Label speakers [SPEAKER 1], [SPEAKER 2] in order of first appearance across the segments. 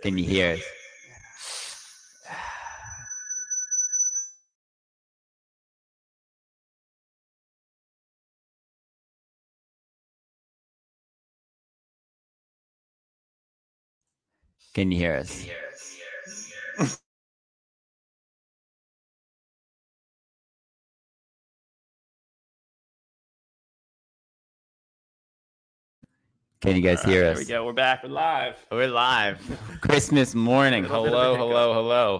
[SPEAKER 1] Can you hear us? Can you hear us? Can you guys
[SPEAKER 2] All right,
[SPEAKER 1] hear
[SPEAKER 2] there
[SPEAKER 1] us?
[SPEAKER 2] we go. We're back. We're live.
[SPEAKER 1] We're live. Christmas morning.
[SPEAKER 2] A little bit of a
[SPEAKER 1] Hello,
[SPEAKER 2] hiccup.
[SPEAKER 1] hello, hello.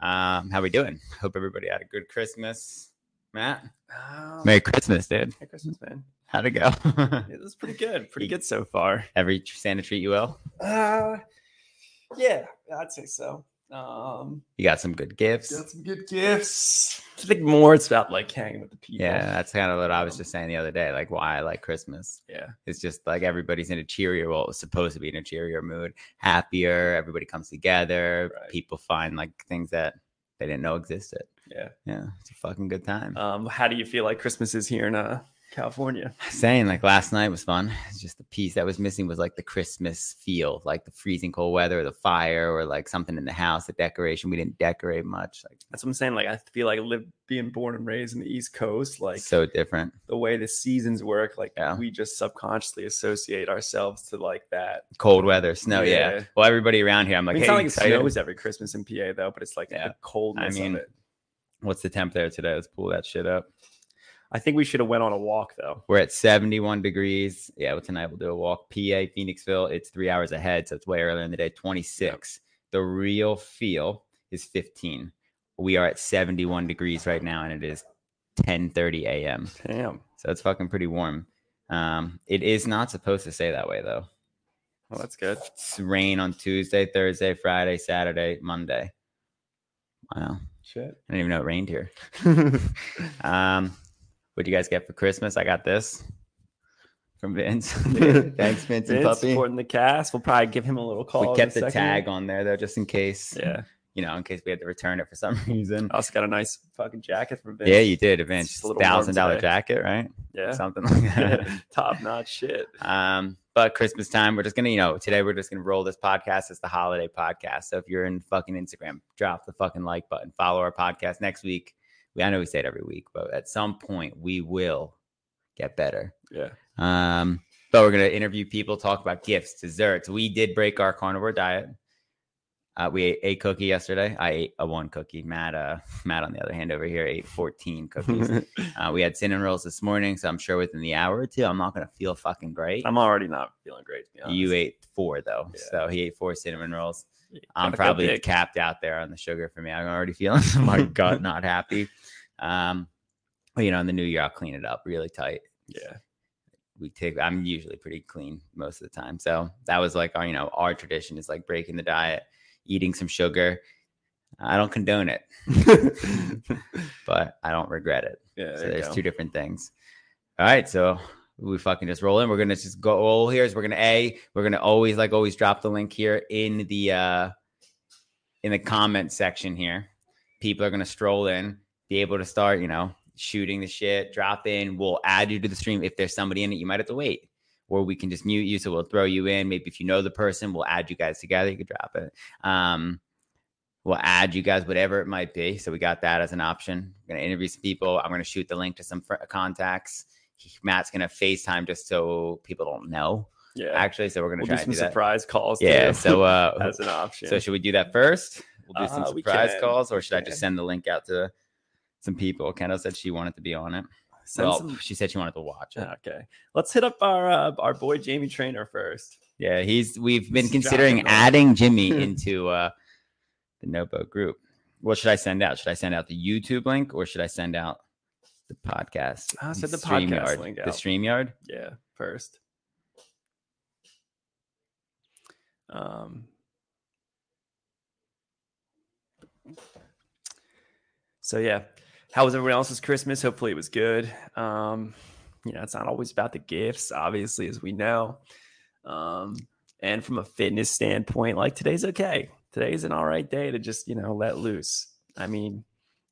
[SPEAKER 1] Um, how we doing? Hope everybody had a good Christmas. Matt,
[SPEAKER 2] Oh,
[SPEAKER 1] Merry Christmas, dude.
[SPEAKER 2] Merry Christmas, man.
[SPEAKER 1] How'd it go?
[SPEAKER 2] Yeah, this is pretty good. Pretty good so far.
[SPEAKER 1] Every Santa treat you well.
[SPEAKER 2] Uh, yeah, I'd say so. Um,
[SPEAKER 1] You got some good gifts.
[SPEAKER 2] got some good gifts. I think more it's about like hanging with the people.
[SPEAKER 1] Yeah, that's kind of what I was
[SPEAKER 2] Um,
[SPEAKER 1] just saying the other day. Like why I like Christmas.
[SPEAKER 2] Yeah.
[SPEAKER 1] It's just like everybody's in a cheerier, well, it's supposed to be in a cheerier mood, happier. Everybody comes together.
[SPEAKER 2] Right.
[SPEAKER 1] People find like things that they didn't know existed.
[SPEAKER 2] Yeah.
[SPEAKER 1] Yeah, it's a fucking good time.
[SPEAKER 2] Um, how do you feel like Christmas is here in uh, California?
[SPEAKER 1] saying like last night was fun. It's just the piece that was missing was like the Christmas feel, like the freezing cold weather, or the fire, or like something in the house, the decoration. We didn't decorate much. Like,
[SPEAKER 2] That's what I'm saying. Like I feel like live being born and raised in the East Coast, like
[SPEAKER 1] so different.
[SPEAKER 2] the way the seasons work, like
[SPEAKER 1] Yeah.
[SPEAKER 2] we just subconsciously associate ourselves to like that
[SPEAKER 1] Cold weather, snow. Yeah.
[SPEAKER 2] Yeah.
[SPEAKER 1] Well, everybody around here, I'm
[SPEAKER 2] I
[SPEAKER 1] like,
[SPEAKER 2] mean,
[SPEAKER 1] hey,
[SPEAKER 2] it's not
[SPEAKER 1] you
[SPEAKER 2] like it
[SPEAKER 1] excited?
[SPEAKER 2] snows every Christmas in PA though, but it's like
[SPEAKER 1] Yeah.
[SPEAKER 2] the coldness
[SPEAKER 1] I mean-
[SPEAKER 2] of it.
[SPEAKER 1] what's the temp there today? Let's pull that shit up.
[SPEAKER 2] I think we should have went on a walk though.
[SPEAKER 1] We're at 71 degrees. Yeah. Well, tonight we'll do a walk. PA, Phoenixville. It's three hours ahead. So it's way earlier in the day. 26. The real feel is 15. We are at 71 degrees right now, and it is 10:30 a.m.
[SPEAKER 2] Damn.
[SPEAKER 1] So it's fucking pretty warm. Um, it is not supposed to stay that way though.
[SPEAKER 2] Well, that's good.
[SPEAKER 1] It's rain on Tuesday, Thursday, Friday, Saturday, Monday. Wow.
[SPEAKER 2] Shit.
[SPEAKER 1] I didn't even know it rained here. um, what'd you guys get for Christmas? I got this from Vince. Thanks, Vince, and
[SPEAKER 2] Vince
[SPEAKER 1] Puppy.
[SPEAKER 2] supporting the cast. We'll probably give him a little call.
[SPEAKER 1] We
[SPEAKER 2] in
[SPEAKER 1] kept
[SPEAKER 2] a
[SPEAKER 1] the
[SPEAKER 2] second.
[SPEAKER 1] tag on there though, just in case.
[SPEAKER 2] Yeah.
[SPEAKER 1] You know, in case we had to return it for some reason.
[SPEAKER 2] I also got a nice fucking jacket from Vince.
[SPEAKER 1] Yeah, you did, Vince.
[SPEAKER 2] just
[SPEAKER 1] Just
[SPEAKER 2] a little warm
[SPEAKER 1] thousand dollar
[SPEAKER 2] today.
[SPEAKER 1] jacket, right?
[SPEAKER 2] yeah.
[SPEAKER 1] Something like that.
[SPEAKER 2] Top notch shit.
[SPEAKER 1] Um, but Christmas time, we're just gonna, you know, today we're just gonna roll this podcast. It's the holiday podcast. So if you're in fucking Instagram, drop the fucking like button, follow our podcast next week. We I know we say it every week, but at some point we will get better.
[SPEAKER 2] Yeah.
[SPEAKER 1] Um, but we're gonna interview people, talk about gifts, desserts. We did break our carnivore diet. Uh, we ate a cookie yesterday. I ate a one cookie. Matt, uh, Matt, on the other hand, over here ate 14 cookies. uh, we had cinnamon rolls this morning, so I'm sure within the hour or two, I'm not gonna feel fucking great.
[SPEAKER 2] I'm already not feeling great to be honest.
[SPEAKER 1] You ate four though,
[SPEAKER 2] Yeah.
[SPEAKER 1] so he ate four cinnamon rolls.
[SPEAKER 2] You
[SPEAKER 1] I'm
[SPEAKER 2] gotta go
[SPEAKER 1] probably
[SPEAKER 2] big.
[SPEAKER 1] capped out there on the sugar for me. I'm already feeling my gut not happy. Um, but, you know, in the new year I'll clean it up really tight.
[SPEAKER 2] Yeah.
[SPEAKER 1] We take. I'm usually pretty clean most of the time, so that was like our, you know, our tradition is like breaking the diet, eating some sugar. I don't condone it, but I don't regret it.
[SPEAKER 2] yeah.
[SPEAKER 1] So
[SPEAKER 2] there you
[SPEAKER 1] there's
[SPEAKER 2] go.
[SPEAKER 1] two different things. All right, so we fucking just roll in. We're gonna just go all here is we're gonna a we're gonna always like always drop the link here in the uh in the comment section here. People are gonna stroll in, be able to start, you know, shooting the shit, drop in. We'll add you to the stream if there's somebody in it. You might have to wait. Or we can just mute you, so we'll throw you in. Maybe if you know the person, we'll add you guys together. You could drop it. Um, we'll add you guys whatever it might be so we got that as an option i'm gonna interview some people i'm gonna shoot the link to some fr- contacts He- matt's gonna facetime just so people don't know
[SPEAKER 2] Yeah.
[SPEAKER 1] actually so we're gonna try
[SPEAKER 2] We'll do
[SPEAKER 1] to
[SPEAKER 2] some
[SPEAKER 1] do that
[SPEAKER 2] surprise calls.
[SPEAKER 1] yeah
[SPEAKER 2] too,
[SPEAKER 1] so uh
[SPEAKER 2] as an option.
[SPEAKER 1] so should we do that first we'll do some
[SPEAKER 2] Uh, we
[SPEAKER 1] surprise
[SPEAKER 2] can.
[SPEAKER 1] calls or should i
[SPEAKER 2] can.
[SPEAKER 1] just send the link out to some people kendall said she wanted to be on it
[SPEAKER 2] Send
[SPEAKER 1] well
[SPEAKER 2] some-
[SPEAKER 1] she said she wanted to watch it
[SPEAKER 2] Okay. Let's hit up our uh, our boy Jamie Trainer first.
[SPEAKER 1] yeah he's we've been
[SPEAKER 2] Just
[SPEAKER 1] considering
[SPEAKER 2] jotting them down.
[SPEAKER 1] adding jimmy into uh the Nobo group. What should I send out? Should I send out the YouTube link or should I send out the podcast?
[SPEAKER 2] Ah, send the
[SPEAKER 1] StreamYard.
[SPEAKER 2] podcast link
[SPEAKER 1] The
[SPEAKER 2] out.
[SPEAKER 1] StreamYard?
[SPEAKER 2] Yeah, first. Um So yeah. How was everyone else's Christmas? Hopefully it was good. Um you know, it's not always about the gifts, obviously as we know. Um and from a fitness standpoint, like today's okay. Today's an all right day to just, you know, let loose. I mean,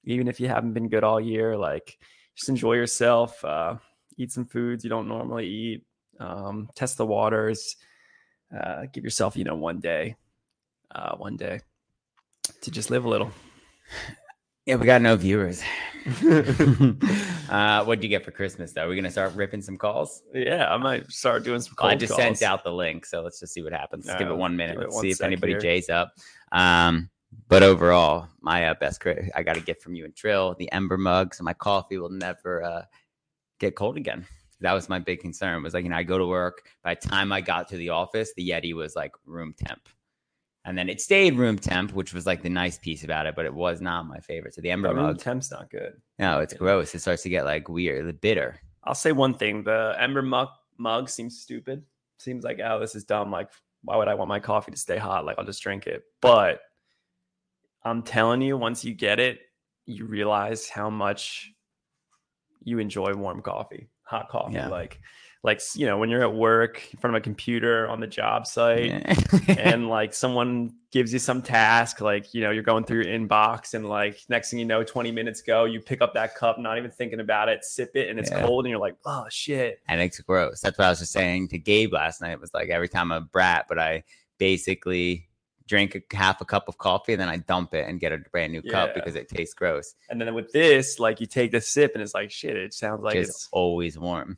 [SPEAKER 2] even if you haven't been good all year, like just enjoy yourself. Uh eat some foods you don't normally eat um, test the waters uh, give yourself you know one day uh, one day to just live a little.
[SPEAKER 1] Yeah, we got no viewers. uh, what do you get for Christmas though? We're gonna start ripping some calls.
[SPEAKER 2] Yeah, I might start doing some.
[SPEAKER 1] Well, I
[SPEAKER 2] cold
[SPEAKER 1] just
[SPEAKER 2] calls.
[SPEAKER 1] sent out the link, so let's just see what happens. Let's give it
[SPEAKER 2] Alright,
[SPEAKER 1] one minute.
[SPEAKER 2] give it
[SPEAKER 1] Let's
[SPEAKER 2] one
[SPEAKER 1] see if
[SPEAKER 2] sec
[SPEAKER 1] anybody
[SPEAKER 2] here.
[SPEAKER 1] jays up. Um, but overall, my uh, best crit, I got a gift from you and Trill, the Ember mug, so my coffee will never uh, get cold again. That was my big concern. Was like, you know, I go to work. By the time I got to the office, the Yeti was like room temp, and then it stayed room temp, which was like the nice piece about it. But it was not my favorite. So the Ember
[SPEAKER 2] I mean,
[SPEAKER 1] mug,
[SPEAKER 2] the temp's not good.
[SPEAKER 1] no, it's
[SPEAKER 2] Yeah.
[SPEAKER 1] gross. It starts to get like weird, the bitter.
[SPEAKER 2] I'll say one thing: the Ember mug mug seems stupid. Seems like oh, this is dumb. Like, why would I want my coffee to stay hot? Like, I'll just drink it. But I'm telling you, once you get it, you realize how much you enjoy warm coffee, hot coffee.
[SPEAKER 1] Yeah.
[SPEAKER 2] Like, like you know, when you're at work in front of a computer on the job site. and like someone gives you some task, like you know, you're going through your inbox, and like next thing you know, 20 minutes go, you pick up that cup, not even thinking about it, sip it, and it's
[SPEAKER 1] Yeah.
[SPEAKER 2] cold, and you're like, oh shit.
[SPEAKER 1] and it's gross. That's what I was just saying to Gabe last night. It was like every time I'm a brat, but I basically drink a, half a cup of coffee and then I dump it and get a brand new cup
[SPEAKER 2] Yeah.
[SPEAKER 1] because it tastes gross.
[SPEAKER 2] And then with this, like you take the sip, and it's like shit. It sounds like
[SPEAKER 1] Like it's
[SPEAKER 2] it's
[SPEAKER 1] always warm.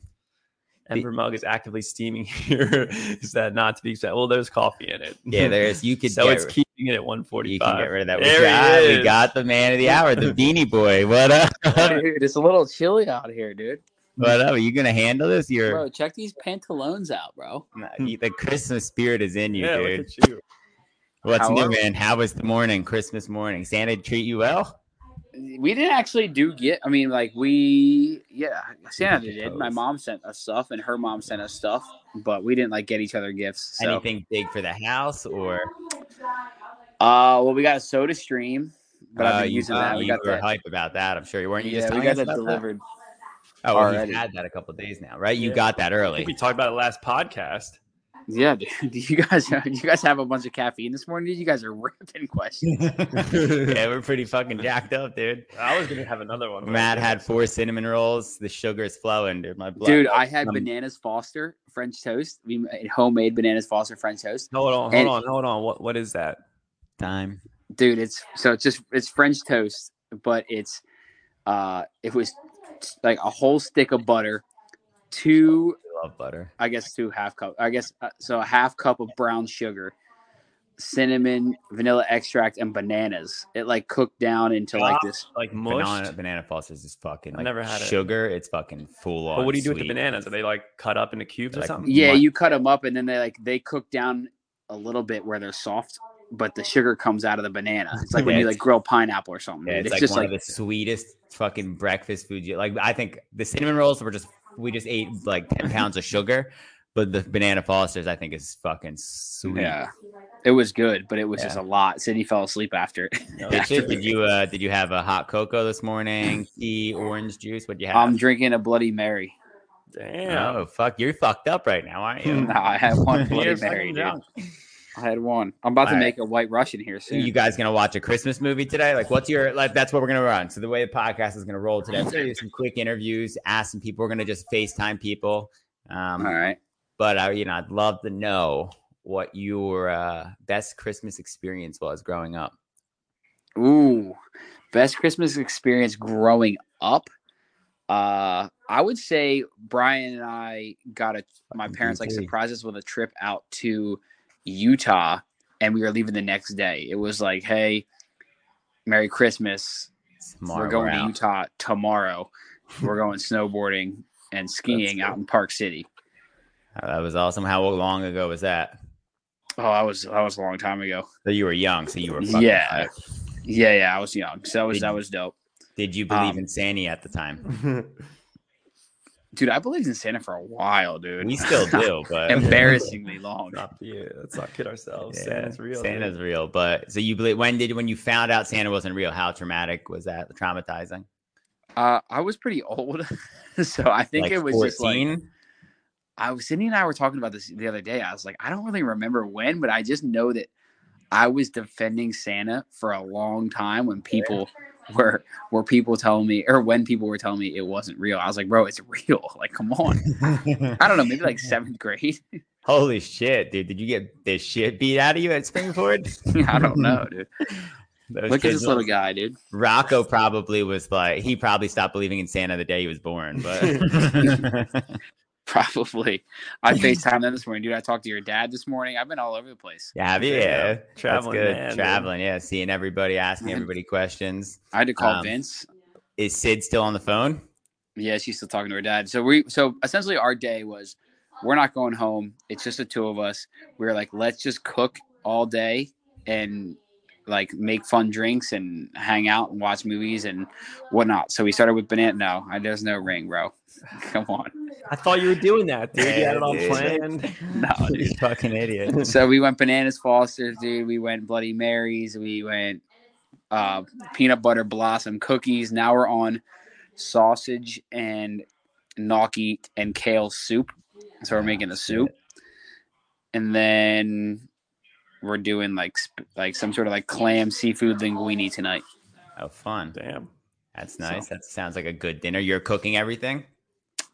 [SPEAKER 2] Ember mug is actively steaming here. is that not to be exact? Well, there's coffee in it.
[SPEAKER 1] Yeah, there's you could
[SPEAKER 2] so
[SPEAKER 1] get,
[SPEAKER 2] it's keeping it at 145.
[SPEAKER 1] you can get rid of that. We
[SPEAKER 2] There he
[SPEAKER 1] got, we
[SPEAKER 2] is.
[SPEAKER 1] got the man of the hour, the beanie boy. What up?
[SPEAKER 3] Dude, it's a little chilly out here, dude.
[SPEAKER 1] What up? Are you gonna handle this? You're
[SPEAKER 3] Bro, check these pantalones out, bro.
[SPEAKER 1] the Christmas spirit is in you,
[SPEAKER 2] Hmm. yeah,
[SPEAKER 1] dude.
[SPEAKER 2] look at you.
[SPEAKER 1] What's
[SPEAKER 3] How
[SPEAKER 1] new,
[SPEAKER 3] are we?
[SPEAKER 1] man? How was the morning, Christmas morning? Santa treat you well?
[SPEAKER 3] We didn't actually do get. I mean, like we, yeah, Santa did. My
[SPEAKER 1] Propose.
[SPEAKER 3] mom sent us stuff, and her mom sent us stuff, but we didn't like get each other gifts. So.
[SPEAKER 1] Anything big for the house or
[SPEAKER 3] Uh, well, we got a Soda Stream, but
[SPEAKER 1] Uh,
[SPEAKER 3] I've been
[SPEAKER 1] you-
[SPEAKER 3] using that. We
[SPEAKER 1] you
[SPEAKER 3] got
[SPEAKER 1] were
[SPEAKER 3] that.
[SPEAKER 1] hype about that. I'm sure you weren't. You just
[SPEAKER 3] Yeah, we
[SPEAKER 1] telling
[SPEAKER 3] got
[SPEAKER 1] us
[SPEAKER 3] that
[SPEAKER 1] about
[SPEAKER 3] delivered.
[SPEAKER 1] Oh, well, you've
[SPEAKER 3] already.
[SPEAKER 1] had that a couple days now, right? You
[SPEAKER 2] Yeah.
[SPEAKER 1] got that
[SPEAKER 2] I think
[SPEAKER 1] early.
[SPEAKER 2] we talked about it last podcast.
[SPEAKER 3] Yeah, dude. Do you guys, do you guys have a bunch of caffeine this morning? dude? You guys are ripping questions.
[SPEAKER 1] yeah, we're pretty fucking jacked up, dude.
[SPEAKER 2] I was gonna have another one. but-
[SPEAKER 1] Matt had four cinnamon rolls. The sugar's flowing, dude. My blood.
[SPEAKER 3] Dude, I had
[SPEAKER 1] Um,
[SPEAKER 3] bananas Foster French toast. We made homemade bananas Foster French toast.
[SPEAKER 2] Hold on, hold
[SPEAKER 3] And-
[SPEAKER 2] on, hold on. What what is that?
[SPEAKER 1] time.
[SPEAKER 3] dude it's so it's just it's french toast but it's uh it was like a whole stick of butter two
[SPEAKER 1] I love butter.
[SPEAKER 3] i guess two half cup i guess uh, so a half cup of brown sugar cinnamon vanilla extract and bananas it like cooked down into like
[SPEAKER 1] Ah,
[SPEAKER 3] this
[SPEAKER 2] Like mushed.
[SPEAKER 1] Banana, banana Foster's is fucking.
[SPEAKER 2] I've
[SPEAKER 1] Like,
[SPEAKER 2] never had it.
[SPEAKER 1] sugar. It's fucking full on.
[SPEAKER 2] But what do you do with the
[SPEAKER 1] sweet.
[SPEAKER 2] bananas? Are they like cut up into cubes or
[SPEAKER 1] Like-
[SPEAKER 2] something?
[SPEAKER 3] yeah
[SPEAKER 1] What?
[SPEAKER 3] you cut them up and then they like they cook down a little bit where they're soft but the sugar comes out of the banana it's like when
[SPEAKER 1] Yeah,
[SPEAKER 3] you
[SPEAKER 1] it's-
[SPEAKER 3] like grill pineapple or something
[SPEAKER 1] Yeah,
[SPEAKER 3] dude.
[SPEAKER 1] it's,
[SPEAKER 3] it's,
[SPEAKER 1] like
[SPEAKER 3] just
[SPEAKER 1] one
[SPEAKER 3] like
[SPEAKER 1] of the sweetest fucking breakfast food. You, like I think the cinnamon rolls were just we just ate like ten pounds of sugar, but the banana Foster's I think is fucking sweet.
[SPEAKER 3] yeah it was good but it was
[SPEAKER 1] Yeah.
[SPEAKER 3] just a lot sydney fell asleep after it
[SPEAKER 2] No,
[SPEAKER 1] Did you,
[SPEAKER 3] After
[SPEAKER 1] did you uh did you have a hot cocoa this morning? Tea, orange juice? What'd you have?
[SPEAKER 3] I'm drinking a Bloody Mary.
[SPEAKER 2] Damn.
[SPEAKER 1] Oh fuck, you're fucked up right now, aren't you?
[SPEAKER 3] No, I had one
[SPEAKER 1] You're
[SPEAKER 3] Bloody
[SPEAKER 1] fucking
[SPEAKER 3] Mary, dude.
[SPEAKER 1] drunk.
[SPEAKER 3] I had one. I'm about to
[SPEAKER 1] All right.
[SPEAKER 3] make a White Russian here soon.
[SPEAKER 1] You guys gonna watch a Christmas movie today? Like, what's your like? That's what we're gonna run. So the way the podcast is gonna roll today, I'm gonna do some quick interviews, ask some people. We're gonna just Facetime people. Um,
[SPEAKER 3] All right.
[SPEAKER 1] but I, you know, I'd love to know what your uh, best Christmas experience was growing up.
[SPEAKER 3] Oh. Ooh, best Christmas experience growing up. Uh, I would say Brian and I got a my
[SPEAKER 1] Fucking
[SPEAKER 3] parents like
[SPEAKER 1] DT.
[SPEAKER 3] surprised us with a trip out to Utah, and we were leaving the next day. It was like, hey, Merry Christmas.
[SPEAKER 1] Tomorrow
[SPEAKER 3] we're going to
[SPEAKER 1] out.
[SPEAKER 3] Utah tomorrow. we're going snowboarding and skiing out in Park City.
[SPEAKER 1] Oh, that was awesome. How long ago was that?
[SPEAKER 3] Oh, I was that was a long time ago.
[SPEAKER 1] So you were young, so you were fucking
[SPEAKER 3] Yeah.
[SPEAKER 1] high.
[SPEAKER 3] Yeah, yeah, I was young. So that was
[SPEAKER 1] Did
[SPEAKER 3] that
[SPEAKER 1] you-
[SPEAKER 3] was dope.
[SPEAKER 1] Did you believe
[SPEAKER 3] Um,
[SPEAKER 1] in Sandy at the time?
[SPEAKER 3] Dude, I believed in Santa for a while, dude.
[SPEAKER 1] We still do, but
[SPEAKER 3] Embarrassingly long.
[SPEAKER 2] Stop- yeah, let's not kid ourselves.
[SPEAKER 1] Yeah,
[SPEAKER 2] Oh, Santa's real. dude.
[SPEAKER 1] Santa's real, but so you believe when did when you found out Santa wasn't real? How traumatic was that? Traumatizing.
[SPEAKER 3] Uh, I was pretty old, so I think
[SPEAKER 1] Like
[SPEAKER 3] it was just like
[SPEAKER 1] 14?
[SPEAKER 3] I was Cindy and I were talking about this the other day. I was like, I don't really remember when, but I just know that I was defending Santa for a long time when people where where people tell me or when people were telling me it wasn't real. I was like, bro, it's real. Like, come on. I don't know, maybe like seventh grade.
[SPEAKER 1] Holy shit, dude! Did you get the shit beat out of you at Springford?
[SPEAKER 3] I don't know, dude.
[SPEAKER 1] Those
[SPEAKER 3] Look at
[SPEAKER 1] kids
[SPEAKER 3] this little guy, dude.
[SPEAKER 1] Rocco probably was like he probably stopped believing in Santa the day he was born, but
[SPEAKER 3] Probably. I FaceTime them this morning, dude. I talked to your dad this morning. I've been all over the place.
[SPEAKER 1] yeah, have you?
[SPEAKER 2] There you go.
[SPEAKER 1] yeah.
[SPEAKER 2] Traveling
[SPEAKER 1] That's good.
[SPEAKER 2] man, dude.
[SPEAKER 1] Traveling, yeah. Seeing everybody, asking
[SPEAKER 3] Man.
[SPEAKER 1] everybody questions.
[SPEAKER 3] Mm-hmm. I had to call
[SPEAKER 1] Um,
[SPEAKER 3] Vince.
[SPEAKER 1] Is Sid still on the phone?
[SPEAKER 3] Yeah, she's still talking to her dad. So we so essentially our day was we're not going home. It's just the two of us. We were like, let's just cook all day and like make fun drinks and hang out and watch movies and whatnot. So we started with banana. No, I- there's no ring, bro. Come on.
[SPEAKER 2] I thought you were doing that, dude. you had it all
[SPEAKER 1] Yeah, dude.
[SPEAKER 2] planned.
[SPEAKER 3] No, dude.
[SPEAKER 1] you fucking idiot.
[SPEAKER 3] so we went bananas Foster's, dude. We went Bloody Marys. We went uh, peanut butter blossom cookies. Now we're on sausage and gnocchi and kale soup. So we're making a soup, and then we're doing like sp- like some sort of like clam seafood linguine tonight.
[SPEAKER 1] Oh, fun.
[SPEAKER 2] Damn.
[SPEAKER 1] That's nice. That sounds like a good dinner. You're cooking everything.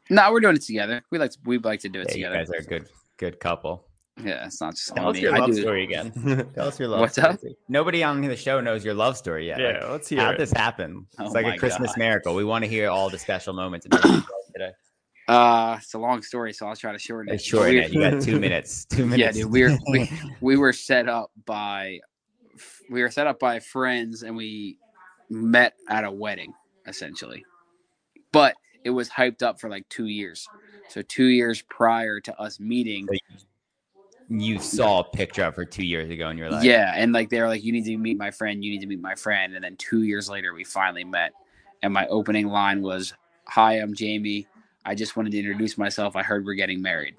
[SPEAKER 3] No, we're doing it together. We like to, we like to do it
[SPEAKER 1] Yeah, you
[SPEAKER 3] together.
[SPEAKER 1] guys are a good, good couple.
[SPEAKER 3] Yeah, it's not just
[SPEAKER 1] Tell
[SPEAKER 3] on
[SPEAKER 1] us
[SPEAKER 3] me.
[SPEAKER 1] your
[SPEAKER 3] I
[SPEAKER 1] love
[SPEAKER 3] do.
[SPEAKER 1] story again.
[SPEAKER 2] yeah,
[SPEAKER 1] Tell us your love.
[SPEAKER 3] What's
[SPEAKER 1] story.
[SPEAKER 3] up?
[SPEAKER 1] Nobody on the show knows your love story yet. Like,
[SPEAKER 2] let's hear
[SPEAKER 1] How'd
[SPEAKER 2] it.
[SPEAKER 1] this happen?
[SPEAKER 3] Oh
[SPEAKER 1] It's like
[SPEAKER 3] my
[SPEAKER 1] a Christmas
[SPEAKER 3] God.
[SPEAKER 1] miracle. We want to hear all the special moments. Of your life today.
[SPEAKER 3] Uh, it's a long story, so I'll try to shorten
[SPEAKER 1] Hey,
[SPEAKER 3] it.
[SPEAKER 1] Sure,
[SPEAKER 3] We're-
[SPEAKER 1] Ned, you got two minutes. Two
[SPEAKER 3] Yeah,
[SPEAKER 1] minutes.
[SPEAKER 3] dude, we were, we, we were set up by we were set up by friends, and we met at a wedding essentially, but it was hyped up for like two years. So two years prior to us meeting,
[SPEAKER 1] you saw a picture of her two years ago, and you're like,
[SPEAKER 3] yeah, and like they were like, "You need to meet my friend. You need to meet my friend." And then two years later, we finally met, and my opening line was, "Hi, I'm Jamie. I just wanted to introduce myself. I heard we're getting married.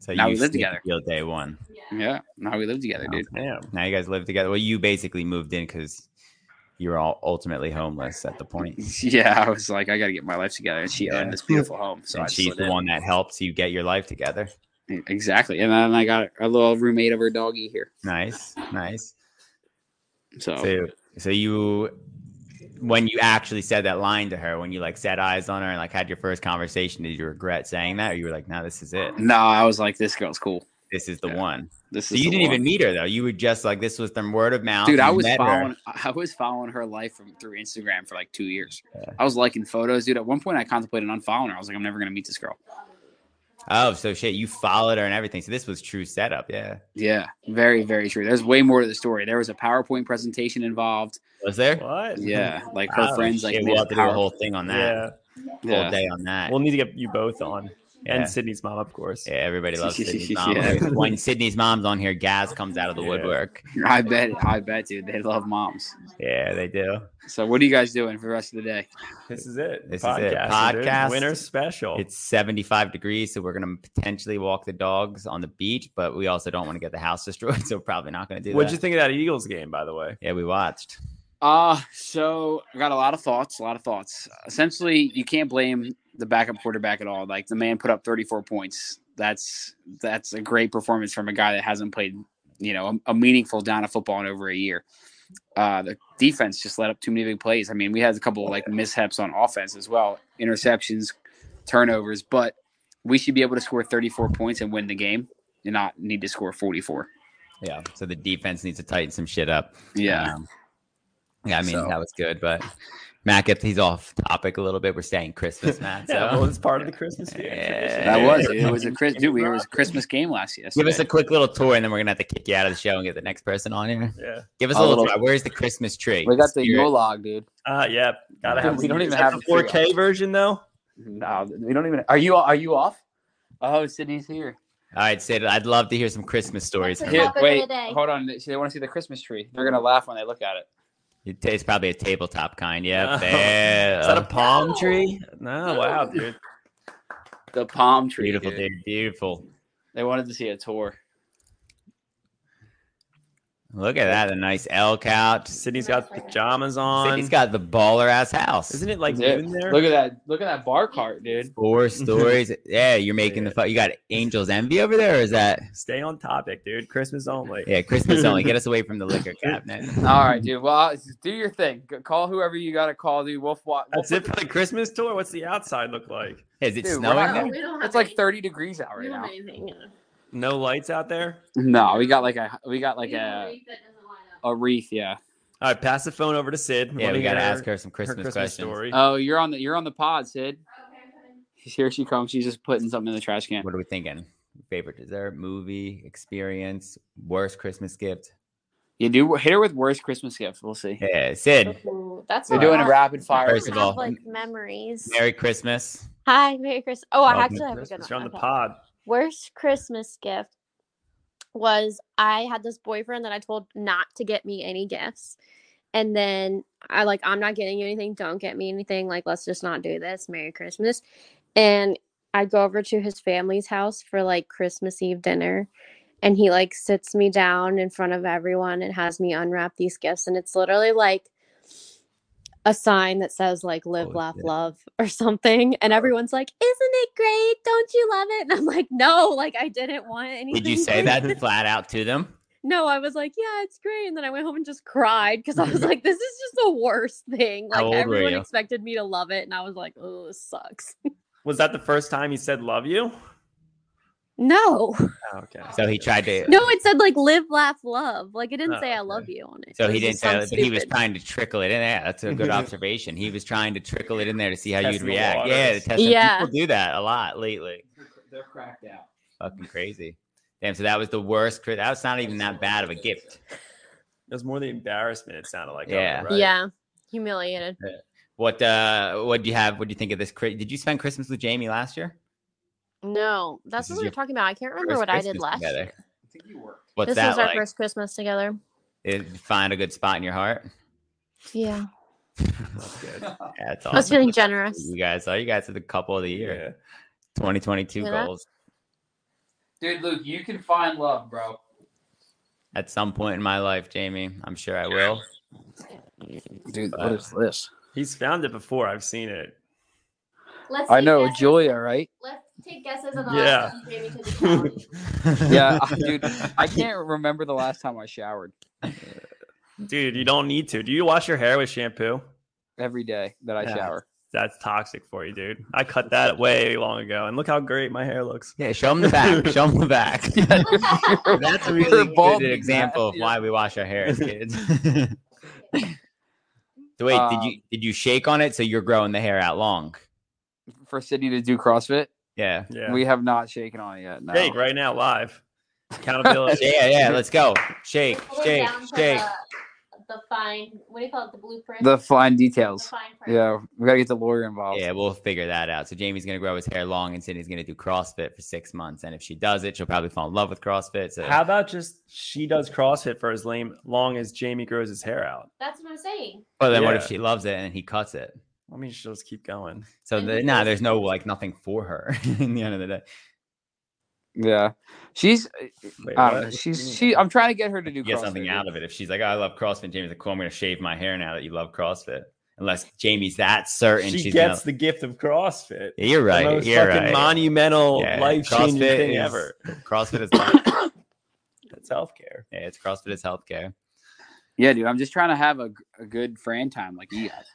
[SPEAKER 1] So
[SPEAKER 3] now
[SPEAKER 1] you
[SPEAKER 3] we live
[SPEAKER 1] sneak
[SPEAKER 3] together.
[SPEAKER 1] deal day one.
[SPEAKER 3] Yeah, now we live
[SPEAKER 1] Oh,
[SPEAKER 3] together, dude.
[SPEAKER 2] Damn.
[SPEAKER 1] Now you guys live together. Well, you basically moved in because you were all ultimately homeless at the point.
[SPEAKER 3] Yeah, I was like, I got to get my life together. And she
[SPEAKER 1] Yeah.
[SPEAKER 3] owned this beautiful home, so I
[SPEAKER 1] and
[SPEAKER 3] just
[SPEAKER 1] she's
[SPEAKER 3] lived
[SPEAKER 1] the
[SPEAKER 3] in it.
[SPEAKER 1] one that helps you get your life together.
[SPEAKER 3] exactly. And then I got a little roommate of her doggy here.
[SPEAKER 1] Nice, nice.
[SPEAKER 3] So,
[SPEAKER 1] So, so you, when you actually said that line to her, when you like set eyes on her and like had your first conversation, did you regret saying that, or you were like, "No, this is it.
[SPEAKER 3] no, I was like, this girl's cool.
[SPEAKER 1] This is the
[SPEAKER 3] Yeah.
[SPEAKER 1] one."
[SPEAKER 3] This
[SPEAKER 1] So
[SPEAKER 3] is
[SPEAKER 1] you
[SPEAKER 3] the
[SPEAKER 1] didn't
[SPEAKER 3] one.
[SPEAKER 1] even meet her though. You were just like, "This was from word of mouth."
[SPEAKER 3] Dude, I
[SPEAKER 1] You
[SPEAKER 3] was
[SPEAKER 1] met her.
[SPEAKER 3] following. I was following her life from through Instagram for like two years.
[SPEAKER 1] Yeah.
[SPEAKER 3] I was liking photos, dude. At one point, I contemplated unfollowing her. I was like, I'm never gonna meet this girl.
[SPEAKER 1] Oh, so shit, you followed her and everything. So this was true setup. Yeah,
[SPEAKER 3] Yeah, very, very true. There's way more to the story. There was a PowerPoint presentation involved.
[SPEAKER 1] was there?
[SPEAKER 2] What?
[SPEAKER 3] Yeah, like her
[SPEAKER 1] Oh,
[SPEAKER 3] friends like
[SPEAKER 1] shit,
[SPEAKER 3] made
[SPEAKER 1] we'll
[SPEAKER 3] a
[SPEAKER 1] have to do a
[SPEAKER 3] power-
[SPEAKER 1] whole thing on that.
[SPEAKER 3] Yeah.
[SPEAKER 1] Whole day on that.
[SPEAKER 2] We'll need to get you both on.
[SPEAKER 1] yeah.
[SPEAKER 2] And Sydney's mom, of course.
[SPEAKER 1] Yeah, everybody loves Sydney's mom.
[SPEAKER 3] Yeah.
[SPEAKER 1] When Sydney's mom's on here, Gaz comes out of the
[SPEAKER 2] Yeah.
[SPEAKER 1] woodwork.
[SPEAKER 3] I bet, I bet, dude. They love moms.
[SPEAKER 1] Yeah, they do.
[SPEAKER 3] So, what are you guys doing for the rest of the day?
[SPEAKER 2] This is it.
[SPEAKER 1] This is it.
[SPEAKER 2] dude.
[SPEAKER 1] Podcast.
[SPEAKER 2] winter special.
[SPEAKER 1] It's 75 degrees, so we're gonna potentially walk the dogs on the beach, but we also don't want to get the house destroyed, so we're probably not gonna do
[SPEAKER 2] What'd
[SPEAKER 1] that.
[SPEAKER 2] you think of that Eagles game, by the way?
[SPEAKER 1] yeah, we watched.
[SPEAKER 3] Uh, so I got a lot of thoughts, a lot of thoughts. Essentially, you can't blame the backup quarterback at all. Like the man put up 34 points. That's that's a great performance from a guy that hasn't played, you know, a, a meaningful down of football in over a year. Uh, the defense just let up too many big plays. I mean, we had a couple of like mishaps on offense as well, interceptions, turnovers, but we should be able to score 34 points and win the game and not need to score 44.
[SPEAKER 1] Yeah. So the defense needs to tighten some shit up.
[SPEAKER 3] Yeah.
[SPEAKER 1] Um, yeah, I mean
[SPEAKER 3] So-
[SPEAKER 1] that was good, but Matt gets he's off topic a little bit. We're staying Christmas, Matt. So
[SPEAKER 2] Yeah, well, it's part of the Christmas
[SPEAKER 1] Yeah.
[SPEAKER 2] game.
[SPEAKER 3] That
[SPEAKER 1] Yeah.
[SPEAKER 3] was it was a Chris dude, we it was a Christmas game last year.
[SPEAKER 1] give us a quick little tour, and then we're gonna have to kick you out of the show and get the next person on here.
[SPEAKER 2] Yeah.
[SPEAKER 1] Give us a
[SPEAKER 3] A
[SPEAKER 1] little,
[SPEAKER 3] little-
[SPEAKER 1] tour. Where's the Christmas tree?
[SPEAKER 3] We got the
[SPEAKER 1] Spirit-
[SPEAKER 3] Yolog, dude.
[SPEAKER 2] Uh, yeah. Gotta have.
[SPEAKER 3] We don't
[SPEAKER 2] is
[SPEAKER 3] even have
[SPEAKER 2] that the
[SPEAKER 3] the tree
[SPEAKER 2] 4K version though.
[SPEAKER 3] No, we don't even. Are you are you off? Oh, Sydney's here.
[SPEAKER 1] All right, Sid. I'd love to hear some Christmas stories. From
[SPEAKER 3] Here,
[SPEAKER 1] you.
[SPEAKER 4] Topic of
[SPEAKER 3] wait,
[SPEAKER 4] the day.
[SPEAKER 3] hold on. They want to see the Christmas tree. They're gonna laugh when they look at it.
[SPEAKER 1] It tastes probably a tabletop kind.
[SPEAKER 2] Oh.
[SPEAKER 1] Yeah.
[SPEAKER 2] Is that a
[SPEAKER 1] There.
[SPEAKER 2] palm
[SPEAKER 4] No.
[SPEAKER 2] tree? No, wow, dude.
[SPEAKER 3] The palm tree.
[SPEAKER 1] Beautiful,
[SPEAKER 3] dude.
[SPEAKER 1] dude. Beautiful.
[SPEAKER 3] They wanted to see a tour.
[SPEAKER 1] Look at that. A nice L couch.
[SPEAKER 2] Sydney's got pajamas on.
[SPEAKER 1] He's got the baller ass house.
[SPEAKER 2] Isn't it like
[SPEAKER 3] That's it.
[SPEAKER 2] noon there?
[SPEAKER 3] Look at that! Look at that bar cart, dude.
[SPEAKER 1] Four stories. yeah, you're making the fu- You got Angel's Envy over there, or is that?
[SPEAKER 2] Stay on topic, dude. Christmas only.
[SPEAKER 1] Yeah, Christmas only. Get us away from the liquor cabinet.
[SPEAKER 3] All right, dude. Well, I'll- do your thing. Go- Call whoever you got to call, dude. We'll watch.
[SPEAKER 2] That's it for the Christmas tour. What's the outside look like?
[SPEAKER 1] Is it
[SPEAKER 3] Dude, we're
[SPEAKER 1] snowing
[SPEAKER 3] not-
[SPEAKER 1] there?
[SPEAKER 4] we don't have
[SPEAKER 3] It's like
[SPEAKER 4] any-
[SPEAKER 3] 30 degrees out
[SPEAKER 4] we
[SPEAKER 3] right
[SPEAKER 4] don't
[SPEAKER 3] now.
[SPEAKER 4] have anything, yeah.
[SPEAKER 2] No lights out there.
[SPEAKER 3] No, we got like a we got like
[SPEAKER 4] We have
[SPEAKER 3] a
[SPEAKER 4] wreath that doesn't line up.
[SPEAKER 3] a wreath, yeah.
[SPEAKER 2] All right, pass the phone over to Sid.
[SPEAKER 1] Yeah,
[SPEAKER 2] Wanna
[SPEAKER 1] we
[SPEAKER 2] hear
[SPEAKER 1] gotta ask
[SPEAKER 2] her
[SPEAKER 1] her some Christmas,
[SPEAKER 2] Christmas
[SPEAKER 1] questions.
[SPEAKER 2] story.
[SPEAKER 3] Oh, you're on the you're on the pod, Sid.
[SPEAKER 4] Okay, I'm fine.
[SPEAKER 3] Here she comes. She's just putting something in the trash can.
[SPEAKER 1] What are we thinking? Favorite dessert, movie, experience, worst Christmas gift?
[SPEAKER 3] You do hit her with worst Christmas gift. We'll see.
[SPEAKER 1] Yeah, Sid.
[SPEAKER 4] Ooh, that's
[SPEAKER 3] We're
[SPEAKER 4] a
[SPEAKER 3] doing a
[SPEAKER 4] lot.
[SPEAKER 3] rapid fire.
[SPEAKER 1] First of
[SPEAKER 4] I have,
[SPEAKER 1] all,
[SPEAKER 4] like memories.
[SPEAKER 1] Merry Christmas.
[SPEAKER 4] Hi, Merry Christmas. Oh, I
[SPEAKER 1] Welcome
[SPEAKER 4] actually have a good one.
[SPEAKER 2] Christmas. You're on the
[SPEAKER 4] Okay.
[SPEAKER 2] pod.
[SPEAKER 4] Worst Christmas gift was I had this boyfriend that I told not to get me any gifts. And then I like, I'm not getting you anything. Don't get me anything. Like, let's just not do this. Merry Christmas. And I go over to his family's house for like Christmas Eve dinner. And he like sits me down in front of everyone and has me unwrap these gifts. And it's literally like a sign that says like live,
[SPEAKER 1] Holy
[SPEAKER 4] laugh,
[SPEAKER 1] shit.
[SPEAKER 4] love or something. And everyone's like, Isn't it great? Don't you love it? And I'm like, No, like I didn't want anything.
[SPEAKER 1] Did you say
[SPEAKER 4] like
[SPEAKER 1] that flat out to them?
[SPEAKER 4] no, I was like, yeah, it's great. And then I went home and just cried because I was like, this is just the worst thing.
[SPEAKER 1] How
[SPEAKER 4] Like
[SPEAKER 1] old were
[SPEAKER 4] everyone
[SPEAKER 1] you?
[SPEAKER 4] expected me to love it. And I was like, oh, this sucks.
[SPEAKER 2] Was that the first time he said "love you"?
[SPEAKER 4] No.
[SPEAKER 2] Oh, okay.
[SPEAKER 1] So he tried to.
[SPEAKER 4] No, it said like live, laugh, love. Like it didn't
[SPEAKER 2] Oh,
[SPEAKER 4] say I
[SPEAKER 2] okay.
[SPEAKER 4] love you on it.
[SPEAKER 1] So
[SPEAKER 4] It
[SPEAKER 1] he
[SPEAKER 4] was
[SPEAKER 1] didn't
[SPEAKER 4] just
[SPEAKER 1] say
[SPEAKER 4] some
[SPEAKER 1] that, but he was
[SPEAKER 4] stupid-
[SPEAKER 1] trying to trickle it in. Yeah, that's a good observation. He was trying to trickle it in there to see how you'd
[SPEAKER 2] Testing the
[SPEAKER 1] react. Yeah,
[SPEAKER 2] waters.
[SPEAKER 1] the testing.
[SPEAKER 4] Yeah.
[SPEAKER 1] People do that a lot lately.
[SPEAKER 3] They're cracked out.
[SPEAKER 1] Fucking crazy. Damn. So that was the worst. cri- That was not even that bad of a gift.
[SPEAKER 2] It was more the embarrassment. It sounded like.
[SPEAKER 1] Yeah.
[SPEAKER 2] Of it, right?
[SPEAKER 4] Yeah. Humiliated.
[SPEAKER 1] What uh? What do you have? What do you think of this? Cri- Did you spend Christmas with Jamie last year?
[SPEAKER 4] No, that's
[SPEAKER 1] This is
[SPEAKER 4] what we
[SPEAKER 1] your
[SPEAKER 4] were talking about. I can't remember
[SPEAKER 1] first
[SPEAKER 4] what I did
[SPEAKER 1] Christmas
[SPEAKER 4] last
[SPEAKER 1] together.
[SPEAKER 4] year.
[SPEAKER 3] I think you worked.
[SPEAKER 1] What's
[SPEAKER 4] this
[SPEAKER 1] that
[SPEAKER 4] was our
[SPEAKER 1] like?
[SPEAKER 4] first Christmas together.
[SPEAKER 1] It- find a good spot in your heart.
[SPEAKER 4] Yeah.
[SPEAKER 2] That's good.
[SPEAKER 3] Oh.
[SPEAKER 1] Yeah, That's
[SPEAKER 4] I was
[SPEAKER 1] awesome.
[SPEAKER 4] feeling generous.
[SPEAKER 1] You guys are you guys are the couple of the year.
[SPEAKER 2] Yeah.
[SPEAKER 1] 2022
[SPEAKER 4] Yeah.
[SPEAKER 1] goals
[SPEAKER 3] Dude, Luke, you can find love, bro.
[SPEAKER 1] at some point in my life, Jamie. I'm sure I will.
[SPEAKER 3] Dude,
[SPEAKER 1] what is
[SPEAKER 3] this?
[SPEAKER 2] He's found it before. I've seen it.
[SPEAKER 4] Let's
[SPEAKER 3] I know Julia, right?
[SPEAKER 4] Let's take guesses
[SPEAKER 2] of the last
[SPEAKER 4] yeah.
[SPEAKER 3] Yeah, I- dude, I can't remember the last time I showered
[SPEAKER 2] Dude, you don't need to. Do you wash your hair with shampoo?
[SPEAKER 3] every day that I
[SPEAKER 2] Yeah.
[SPEAKER 3] shower.
[SPEAKER 2] That's toxic for you, dude. I cut that way long ago, and look how great my hair looks.
[SPEAKER 1] Yeah, show them the back. Show them the back. That's a really
[SPEAKER 3] bald
[SPEAKER 1] good example of
[SPEAKER 3] exactly.
[SPEAKER 1] why we wash our hair as kids. so wait, did you
[SPEAKER 3] Um,
[SPEAKER 1] did you shake on it so you're growing the hair out long?
[SPEAKER 3] For Sydney to do CrossFit,
[SPEAKER 1] Yeah.
[SPEAKER 2] Yeah.
[SPEAKER 3] we have not shaken on it yet. No.
[SPEAKER 2] Jake, right now, live. Accountability.
[SPEAKER 1] Yeah, yeah, let's go. Shake, shake, shake.
[SPEAKER 4] The, fine, what do you call it? The blueprint.
[SPEAKER 3] The fine details.
[SPEAKER 4] fine
[SPEAKER 3] Yeah, we gotta get the lawyer involved.
[SPEAKER 1] Yeah, we'll figure that out. So Jamie's gonna grow his hair long and Sydney's gonna do CrossFit for six months. And if she does it, she'll probably fall in love with CrossFit. So
[SPEAKER 2] How about just she does CrossFit for as lame, long as Jamie grows his hair out?
[SPEAKER 4] That's what I'm saying.
[SPEAKER 1] But then what if
[SPEAKER 2] Yeah.
[SPEAKER 1] she loves it and he cuts it?
[SPEAKER 2] I mean, she'll just keep going.
[SPEAKER 1] So
[SPEAKER 4] And
[SPEAKER 1] the,
[SPEAKER 4] he
[SPEAKER 1] nah,
[SPEAKER 4] does-
[SPEAKER 1] there's no like nothing for her in the end of the day.
[SPEAKER 3] Yeah, she's. uh,
[SPEAKER 2] Wait,
[SPEAKER 3] I don't
[SPEAKER 2] what?
[SPEAKER 3] know. She's. She. I'm trying to get her to do
[SPEAKER 1] You get
[SPEAKER 3] CrossFit,
[SPEAKER 1] something
[SPEAKER 3] dude.
[SPEAKER 1] out of it. If she's like, oh, I love CrossFit, Jamie's like, cool, I'm gonna shave my hair now that you love CrossFit. Unless Jamie's that certain
[SPEAKER 2] she
[SPEAKER 1] she's
[SPEAKER 2] gets
[SPEAKER 1] gonna,
[SPEAKER 2] the gift of CrossFit.
[SPEAKER 1] Yeah, you're
[SPEAKER 2] the
[SPEAKER 1] right.
[SPEAKER 2] most
[SPEAKER 1] You're
[SPEAKER 2] fucking
[SPEAKER 1] right.
[SPEAKER 2] monumental,
[SPEAKER 1] Yeah,
[SPEAKER 2] life changing
[SPEAKER 1] CrossFit
[SPEAKER 2] thing
[SPEAKER 1] is-
[SPEAKER 2] ever.
[SPEAKER 1] CrossFit is life.
[SPEAKER 2] That's healthcare.
[SPEAKER 1] yeah, it's CrossFit is healthcare.
[SPEAKER 3] Yeah, dude. I'm just trying to have a, g- a good friend time like you guys.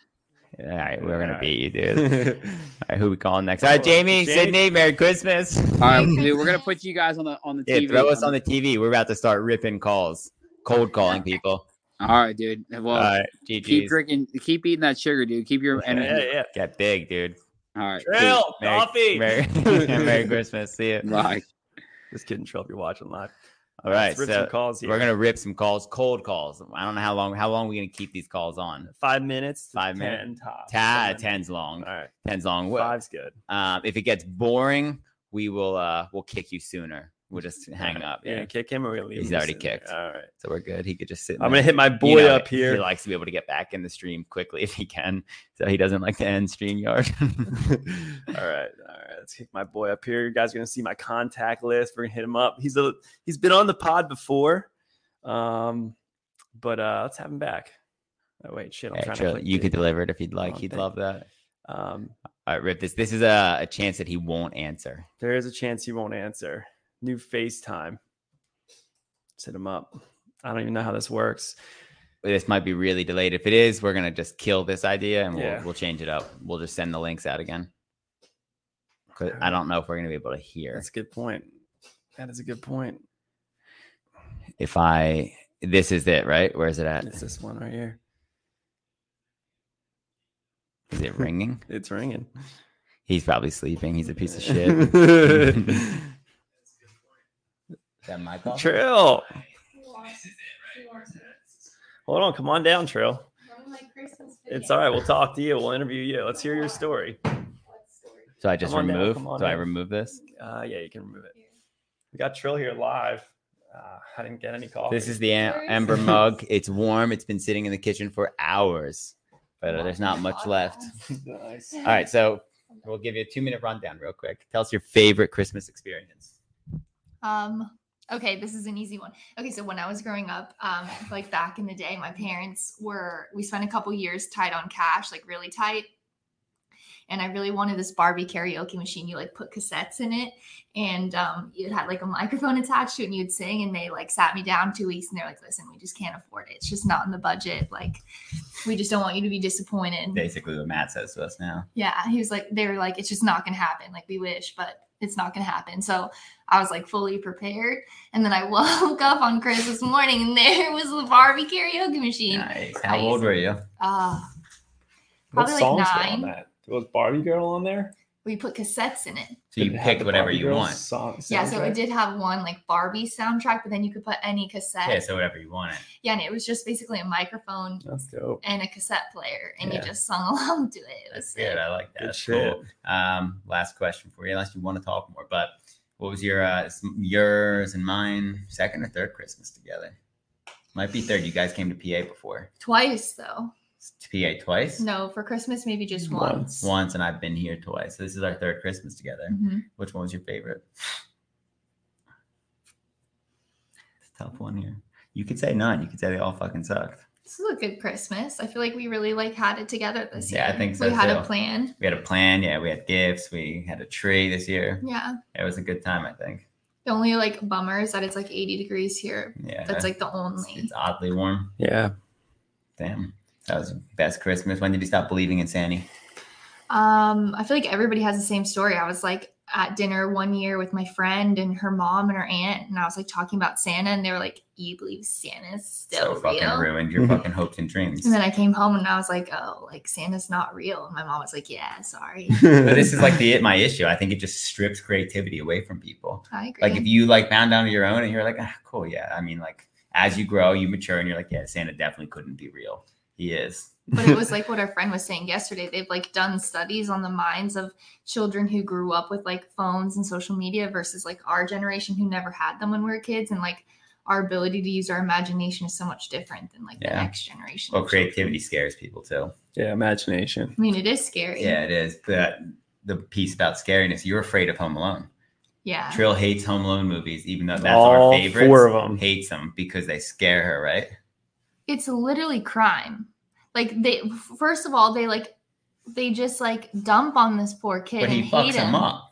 [SPEAKER 1] All right, we're
[SPEAKER 2] All
[SPEAKER 1] gonna
[SPEAKER 2] right.
[SPEAKER 1] beat you, dude. All right, who we calling next? All right, Jamie,
[SPEAKER 2] Jamie-
[SPEAKER 1] Sydney, Merry Christmas.
[SPEAKER 3] All right, dude. We're gonna put you guys on the on the
[SPEAKER 1] Yeah,
[SPEAKER 3] TV.
[SPEAKER 1] throw us on the TV. We're about to start ripping calls, cold calling people.
[SPEAKER 3] All right, dude. Well,
[SPEAKER 1] All right,
[SPEAKER 3] keep
[SPEAKER 1] GG's.
[SPEAKER 3] drinking. Keep eating that sugar, dude. Keep your
[SPEAKER 2] yeah,
[SPEAKER 3] energy.
[SPEAKER 2] yeah.
[SPEAKER 1] Get big, dude.
[SPEAKER 3] All right.
[SPEAKER 2] Drill,
[SPEAKER 1] Merry-
[SPEAKER 2] coffee.
[SPEAKER 1] Merry, Merry Christmas. See you.
[SPEAKER 3] dude. Bye.
[SPEAKER 2] Just kidding, Trill, if you're watching live.
[SPEAKER 1] All right,
[SPEAKER 2] Let's rip
[SPEAKER 1] so
[SPEAKER 2] some calls here.
[SPEAKER 1] We're gonna rip some calls, cold calls. I don't know how long. How long are we gonna keep these calls on?
[SPEAKER 2] five minutes. to
[SPEAKER 1] Five
[SPEAKER 2] ten
[SPEAKER 1] minutes.
[SPEAKER 2] Top.
[SPEAKER 1] Ta-
[SPEAKER 2] Five
[SPEAKER 1] ten's long.
[SPEAKER 2] minutes. All right.
[SPEAKER 1] Ten's long. Wha-
[SPEAKER 2] Five's good.
[SPEAKER 1] Um, if it gets boring, we will uh we'll kick you sooner. We'll just hang up.
[SPEAKER 2] Yeah,
[SPEAKER 1] Yeah.
[SPEAKER 2] kick him or we leave.
[SPEAKER 1] He's
[SPEAKER 2] him
[SPEAKER 1] already
[SPEAKER 2] sitting there.
[SPEAKER 1] kicked.
[SPEAKER 2] All right.
[SPEAKER 1] So we're good. He could just sit. in
[SPEAKER 2] I'm
[SPEAKER 1] there.
[SPEAKER 2] gonna hit my
[SPEAKER 1] You
[SPEAKER 2] boy
[SPEAKER 1] know,
[SPEAKER 2] up here.
[SPEAKER 1] He likes to be able to get back in the stream quickly if he can. So he doesn't like to end stream yard.
[SPEAKER 2] all right, all right. Let's kick my boy up here. You guys are gonna see my contact list. We're gonna hit him up. He's a he's been on the pod before. Um, But uh, let's have him back. Oh wait, shit! I'm
[SPEAKER 1] Yeah,
[SPEAKER 2] trying
[SPEAKER 1] Trill-
[SPEAKER 2] to. click
[SPEAKER 1] you
[SPEAKER 2] the-
[SPEAKER 1] could deliver it if you'd like.
[SPEAKER 2] wrong
[SPEAKER 1] He'd
[SPEAKER 2] thing.
[SPEAKER 1] love that.
[SPEAKER 2] Oh, Um,
[SPEAKER 1] All right, rip this. This is a, a chance that he won't answer.
[SPEAKER 2] there is a chance he won't answer. New FaceTime. Set him up. I don't even know how this works.
[SPEAKER 1] This might be really delayed. If it is, we're gonna just kill this idea and
[SPEAKER 2] Yeah.
[SPEAKER 1] we'll we'll change it up. We'll just send the links out again. 'Cause I don't know if we're gonna be able to hear.
[SPEAKER 2] That's a good point. That is a good point.
[SPEAKER 1] If I this is it, right? Where is it at?
[SPEAKER 2] It's this one right here.
[SPEAKER 1] Is it ringing?
[SPEAKER 2] It's ringing.
[SPEAKER 1] He's probably sleeping. He's a piece of shit. that Michael.
[SPEAKER 2] Trill. Hold on. Come on down, Trill. It's all right. We'll talk to you. We'll interview you. Let's hear your story.
[SPEAKER 1] So I just
[SPEAKER 2] Come on down,
[SPEAKER 1] remove.
[SPEAKER 2] come on
[SPEAKER 1] Do I
[SPEAKER 2] down.
[SPEAKER 1] remove this?
[SPEAKER 2] Uh, yeah, you can remove it. We got Trill here live. Uh, I didn't get any coffee.
[SPEAKER 1] This is the am-
[SPEAKER 5] Sorry.
[SPEAKER 1] amber mug. It's warm. It's been sitting in the kitchen for hours, but uh, there's not much left.
[SPEAKER 2] nice.
[SPEAKER 1] All right, so we'll give you a two minute rundown real quick. Tell us your favorite Christmas experience.
[SPEAKER 5] Um, okay, this is an easy one. Okay, so when I was growing up, um, like back in the day, my parents were we spent a couple years tight on cash, like really tight. And I really wanted this Barbie karaoke machine. You like put cassettes in it, and um, it had like a microphone attached to it, and you'd sing. And they like sat me down two weeks, and they're like, "Listen, we just can't afford it. It's just not in the budget. Like, we just don't want you to be disappointed."
[SPEAKER 1] Basically, what Matt says to us now.
[SPEAKER 5] Yeah, he was like, they were like, it's just not gonna happen. Like we wish, but it's not gonna happen. So I was like fully prepared, and then I woke up on Christmas morning, and there was the Barbie karaoke machine.
[SPEAKER 1] Nice. How old were you?
[SPEAKER 5] Uh,
[SPEAKER 2] What
[SPEAKER 5] Probably like
[SPEAKER 2] songs were
[SPEAKER 5] nine.
[SPEAKER 2] on that? Was Barbie Girl on there?
[SPEAKER 5] we put cassettes in it.
[SPEAKER 1] So you
[SPEAKER 2] Did it have
[SPEAKER 1] picked
[SPEAKER 2] the
[SPEAKER 1] whatever
[SPEAKER 2] Barbie
[SPEAKER 1] you
[SPEAKER 2] Girl
[SPEAKER 1] want.
[SPEAKER 2] Song,
[SPEAKER 5] Yeah, so
[SPEAKER 2] soundtrack?
[SPEAKER 5] it did have one like Barbie soundtrack, but then you could put any cassette.
[SPEAKER 1] Yeah, so Oh. whatever you wanted.
[SPEAKER 5] Yeah, and it was just basically a microphone
[SPEAKER 2] That's dope.
[SPEAKER 5] and a cassette player, and
[SPEAKER 2] Yeah.
[SPEAKER 5] you just sung along to it. It was
[SPEAKER 1] That's good. I like that.
[SPEAKER 2] Good
[SPEAKER 1] That's
[SPEAKER 2] shit.
[SPEAKER 1] cool. Um, last question for you, unless you want to talk more. But what was your uh, s- yours and mine second or third Christmas together? Might be third. You guys came to PA before.
[SPEAKER 5] twice though.
[SPEAKER 1] To PA twice.
[SPEAKER 5] No, for Christmas maybe just
[SPEAKER 2] Once.
[SPEAKER 5] once.
[SPEAKER 1] Once, and I've been here twice. So this is our third Christmas together.
[SPEAKER 5] Mhm.
[SPEAKER 1] Which one was your favorite? It's a tough one here. You could say none. You could say they all fucking sucked.
[SPEAKER 5] This is a good Christmas. I feel like we really like had it together this year.
[SPEAKER 1] Yeah, I think so,
[SPEAKER 5] We had a
[SPEAKER 1] too.
[SPEAKER 5] plan.
[SPEAKER 1] We had a plan. Yeah, we had gifts. We had a tree this year.
[SPEAKER 5] Yeah.
[SPEAKER 1] It was a good time, I think.
[SPEAKER 5] The only like bummer is that it's like 80 degrees here.
[SPEAKER 1] Yeah,
[SPEAKER 5] That's like the
[SPEAKER 1] it's,
[SPEAKER 5] only.
[SPEAKER 1] it's oddly warm.
[SPEAKER 2] Yeah.
[SPEAKER 1] Damn, that was the best Christmas. When did you stop believing in Santa?
[SPEAKER 5] Um, I feel like everybody has the same story. I was like at dinner one year with my friend and her mom and her aunt, and I was like talking about Santa, and they were like, "You believe Santa's still
[SPEAKER 1] so
[SPEAKER 5] real?"
[SPEAKER 1] fucking ruined your fucking hopes and dreams.
[SPEAKER 5] And then I came home and I was like, "Oh, like Santa's not real." And my mom was like, "Yeah, sorry."
[SPEAKER 1] But this is like the my issue. I think it just strips creativity away from people.
[SPEAKER 5] I agree.
[SPEAKER 1] like if you like found out on your own and you're like ah, cool yeah i mean like as you grow you mature and you're like yeah santa definitely couldn't be real he is
[SPEAKER 5] but it was like what our friend was saying yesterday they've like done studies on the minds of children who grew up with like phones and social media versus like our generation who never had them when we were kids and like our ability to use our imagination is so much different than like
[SPEAKER 1] Yeah.
[SPEAKER 5] the next generation
[SPEAKER 1] well
[SPEAKER 5] of children.
[SPEAKER 1] creativity scares people too
[SPEAKER 2] Yeah. Imagination.
[SPEAKER 5] i mean it is scary
[SPEAKER 1] yeah it is but the piece about scariness you're afraid of home alone
[SPEAKER 5] yeah
[SPEAKER 1] trill hates home alone movies even though that's
[SPEAKER 2] All
[SPEAKER 1] our favorite
[SPEAKER 2] four of them.
[SPEAKER 1] hates them because they scare her right
[SPEAKER 5] it's literally crime like they first of all they like they just like dump on this poor kid
[SPEAKER 1] but
[SPEAKER 5] and
[SPEAKER 1] he
[SPEAKER 5] hate
[SPEAKER 1] fucks
[SPEAKER 5] him
[SPEAKER 1] them up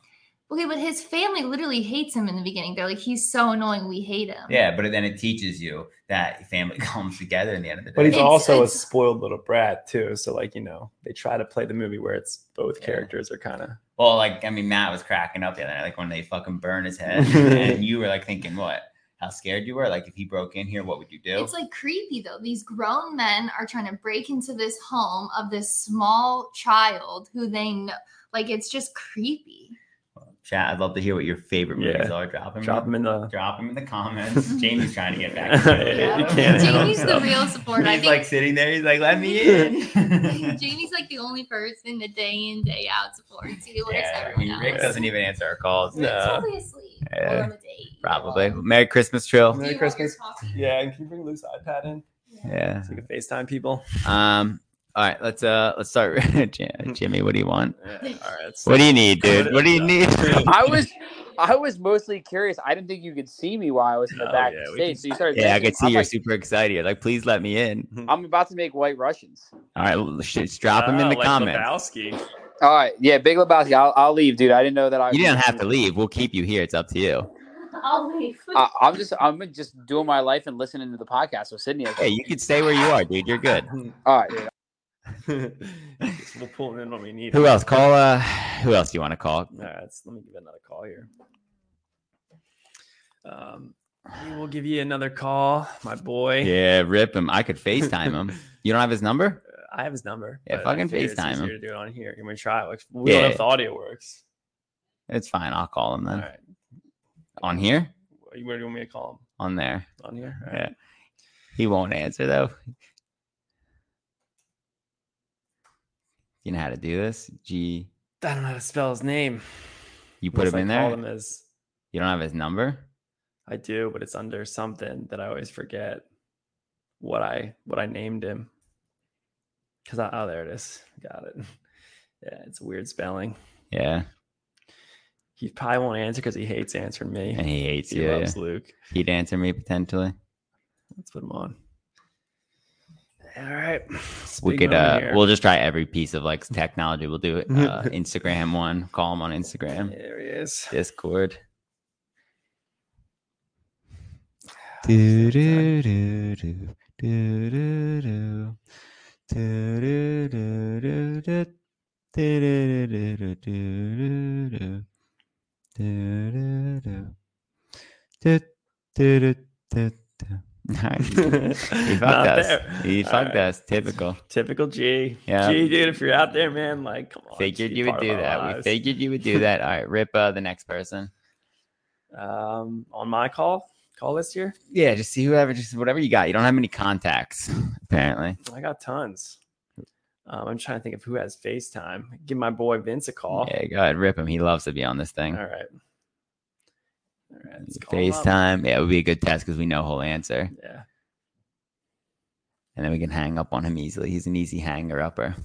[SPEAKER 5] okay but his family literally hates him in the beginning they're like he's so annoying we hate him
[SPEAKER 1] yeah but then it teaches you that family comes together in the end of the day
[SPEAKER 2] But he's
[SPEAKER 5] It's-
[SPEAKER 2] also
[SPEAKER 5] it's-
[SPEAKER 2] a spoiled little brat too. So like you know they try to play the movie where it's both
[SPEAKER 1] Yeah.
[SPEAKER 2] characters are kind of
[SPEAKER 1] Well, like I mean, Matt was cracking up the other night, like when they fucking burn his head, and you were like thinking, what? How scared you were? Like if he broke in here, what would you do?
[SPEAKER 5] It's like creepy though. These grown men are trying to break into this home of this small child who they know. Like it's just creepy.
[SPEAKER 1] Chat. I'd love to hear what your favorite movies
[SPEAKER 2] Yeah.
[SPEAKER 1] are. Drop them.
[SPEAKER 2] drop them in the.
[SPEAKER 1] Drop them in the comments. Jamie's trying to get back. To it.
[SPEAKER 2] Yeah,
[SPEAKER 5] Yeah.
[SPEAKER 2] you can't handle
[SPEAKER 5] Jamie's the
[SPEAKER 2] himself.
[SPEAKER 5] real support. I
[SPEAKER 1] He's like
[SPEAKER 5] think
[SPEAKER 1] sitting there. He's like, "Let me in."
[SPEAKER 5] Jamie's like the only person that day in day out supports you. What is
[SPEAKER 1] yeah, I
[SPEAKER 5] everyone
[SPEAKER 1] mean, Rick
[SPEAKER 5] else?
[SPEAKER 1] doesn't even answer our calls. uh,
[SPEAKER 2] No.
[SPEAKER 5] Rick's probably asleep or
[SPEAKER 1] Yeah.
[SPEAKER 5] on a date.
[SPEAKER 1] Probably. Merry Christmas, Trill.
[SPEAKER 2] Merry
[SPEAKER 5] Do you want your
[SPEAKER 2] Christmas.
[SPEAKER 5] coffee?
[SPEAKER 2] Yeah, and can you bring Luke's iPad in
[SPEAKER 1] Yeah.
[SPEAKER 2] so we can Facetime people?
[SPEAKER 1] Um. All right. Let's uh. Let's start. Jim- Jimmy, what do you want?
[SPEAKER 2] Yeah, all right.
[SPEAKER 1] What do you need, dude? What do you need?
[SPEAKER 3] I was I was mostly curious. I didn't think you could see me while I was in the
[SPEAKER 2] Oh,
[SPEAKER 3] back
[SPEAKER 2] yeah,
[SPEAKER 3] of the
[SPEAKER 2] we
[SPEAKER 3] stage.
[SPEAKER 2] can-
[SPEAKER 3] So you started.
[SPEAKER 1] Yeah, I
[SPEAKER 3] dancing.
[SPEAKER 1] could see
[SPEAKER 3] I'm
[SPEAKER 1] you're
[SPEAKER 3] like,
[SPEAKER 1] super excited. You're Like, please let me in.
[SPEAKER 3] I'm about to make White Russians.
[SPEAKER 1] All right, l- shit, just drop them in
[SPEAKER 2] Ah,
[SPEAKER 1] the
[SPEAKER 2] like
[SPEAKER 1] comments.
[SPEAKER 2] Lebowski.
[SPEAKER 3] All right, yeah, Big Lebowski. I'll, I'll leave, dude. I didn't know that I.
[SPEAKER 1] You didn't have to leave. We'll keep you here. It's up to you.
[SPEAKER 5] I'll leave.
[SPEAKER 3] I, I'm just I'm just doing my life and listening to the podcast with Sydney.
[SPEAKER 1] Hey, you could stay where you are, dude. You're good.
[SPEAKER 3] All right, dude.
[SPEAKER 2] Just- we'll pull in when we need.
[SPEAKER 1] Who
[SPEAKER 2] it.
[SPEAKER 1] else? Call. Uh, who else do you want to call?
[SPEAKER 2] All right, so let me give it another call here. Um, we will give you another call, my boy.
[SPEAKER 1] Yeah, rip him. I could FaceTime him. You don't have his number?
[SPEAKER 2] I have his number.
[SPEAKER 1] Yeah,
[SPEAKER 2] but I
[SPEAKER 1] fucking
[SPEAKER 2] figured it's
[SPEAKER 1] FaceTime him.
[SPEAKER 2] easier to do it on here. Can we try it? We don't know
[SPEAKER 1] Yeah.
[SPEAKER 2] if the audio works.
[SPEAKER 1] It's fine. I'll call him
[SPEAKER 2] All
[SPEAKER 1] then.
[SPEAKER 2] right.
[SPEAKER 1] On here?
[SPEAKER 2] You where do you want me to call
[SPEAKER 1] On there.
[SPEAKER 2] him? On here? All
[SPEAKER 1] Yeah.
[SPEAKER 2] right.
[SPEAKER 1] He won't answer though. You know how to do this? G.
[SPEAKER 2] I don't know how to spell his name.
[SPEAKER 1] You put
[SPEAKER 2] Unless
[SPEAKER 1] him in
[SPEAKER 2] I call
[SPEAKER 1] there.
[SPEAKER 2] him as
[SPEAKER 1] You don't have his number.
[SPEAKER 2] I do, but it's under something that I always forget what I what I named him. Cause I oh there it is. Got it. Yeah, it's a weird spelling.
[SPEAKER 1] Yeah,
[SPEAKER 2] He probably won't answer because he hates answering me.
[SPEAKER 1] and he hates
[SPEAKER 2] he
[SPEAKER 1] you. yeah.
[SPEAKER 2] loves Luke.
[SPEAKER 1] He'd answer me potentially.
[SPEAKER 2] Let's put him on. All right. It's a
[SPEAKER 1] we
[SPEAKER 2] big
[SPEAKER 1] could
[SPEAKER 2] moment
[SPEAKER 1] uh
[SPEAKER 2] here.
[SPEAKER 1] we'll just try every piece of like technology we'll do it uh, instagram one call him on instagram
[SPEAKER 2] there he is.
[SPEAKER 1] discord
[SPEAKER 2] Do, do,
[SPEAKER 1] he
[SPEAKER 2] Not
[SPEAKER 1] fucked
[SPEAKER 2] there.
[SPEAKER 1] us. He
[SPEAKER 2] All
[SPEAKER 1] fucked
[SPEAKER 2] right.
[SPEAKER 1] us. Typical.
[SPEAKER 2] Typical G.
[SPEAKER 1] Yeah.
[SPEAKER 2] G, dude, if you're out there, man, like, come on. just
[SPEAKER 1] Figured
[SPEAKER 2] be
[SPEAKER 1] you would
[SPEAKER 2] part of
[SPEAKER 1] do
[SPEAKER 2] our
[SPEAKER 1] that. We
[SPEAKER 2] lives.
[SPEAKER 1] figured you would do that. All right, rip uh, the next person.
[SPEAKER 2] Um, on my call, call list here,
[SPEAKER 1] Yeah, just see whoever, just whatever you got. You don't have many contacts, apparently.
[SPEAKER 2] I got tons. Um, I'm trying to think of who has FaceTime. Give my boy Vince a call.
[SPEAKER 1] Yeah, go ahead, rip him. He loves to be on this thing.
[SPEAKER 2] All right. All right. let's call him up.
[SPEAKER 1] FaceTime. Yeah, it would be a good test because we know he'll answer.
[SPEAKER 2] Yeah.
[SPEAKER 1] And then we can hang up on him easily. He's an easy hanger upper.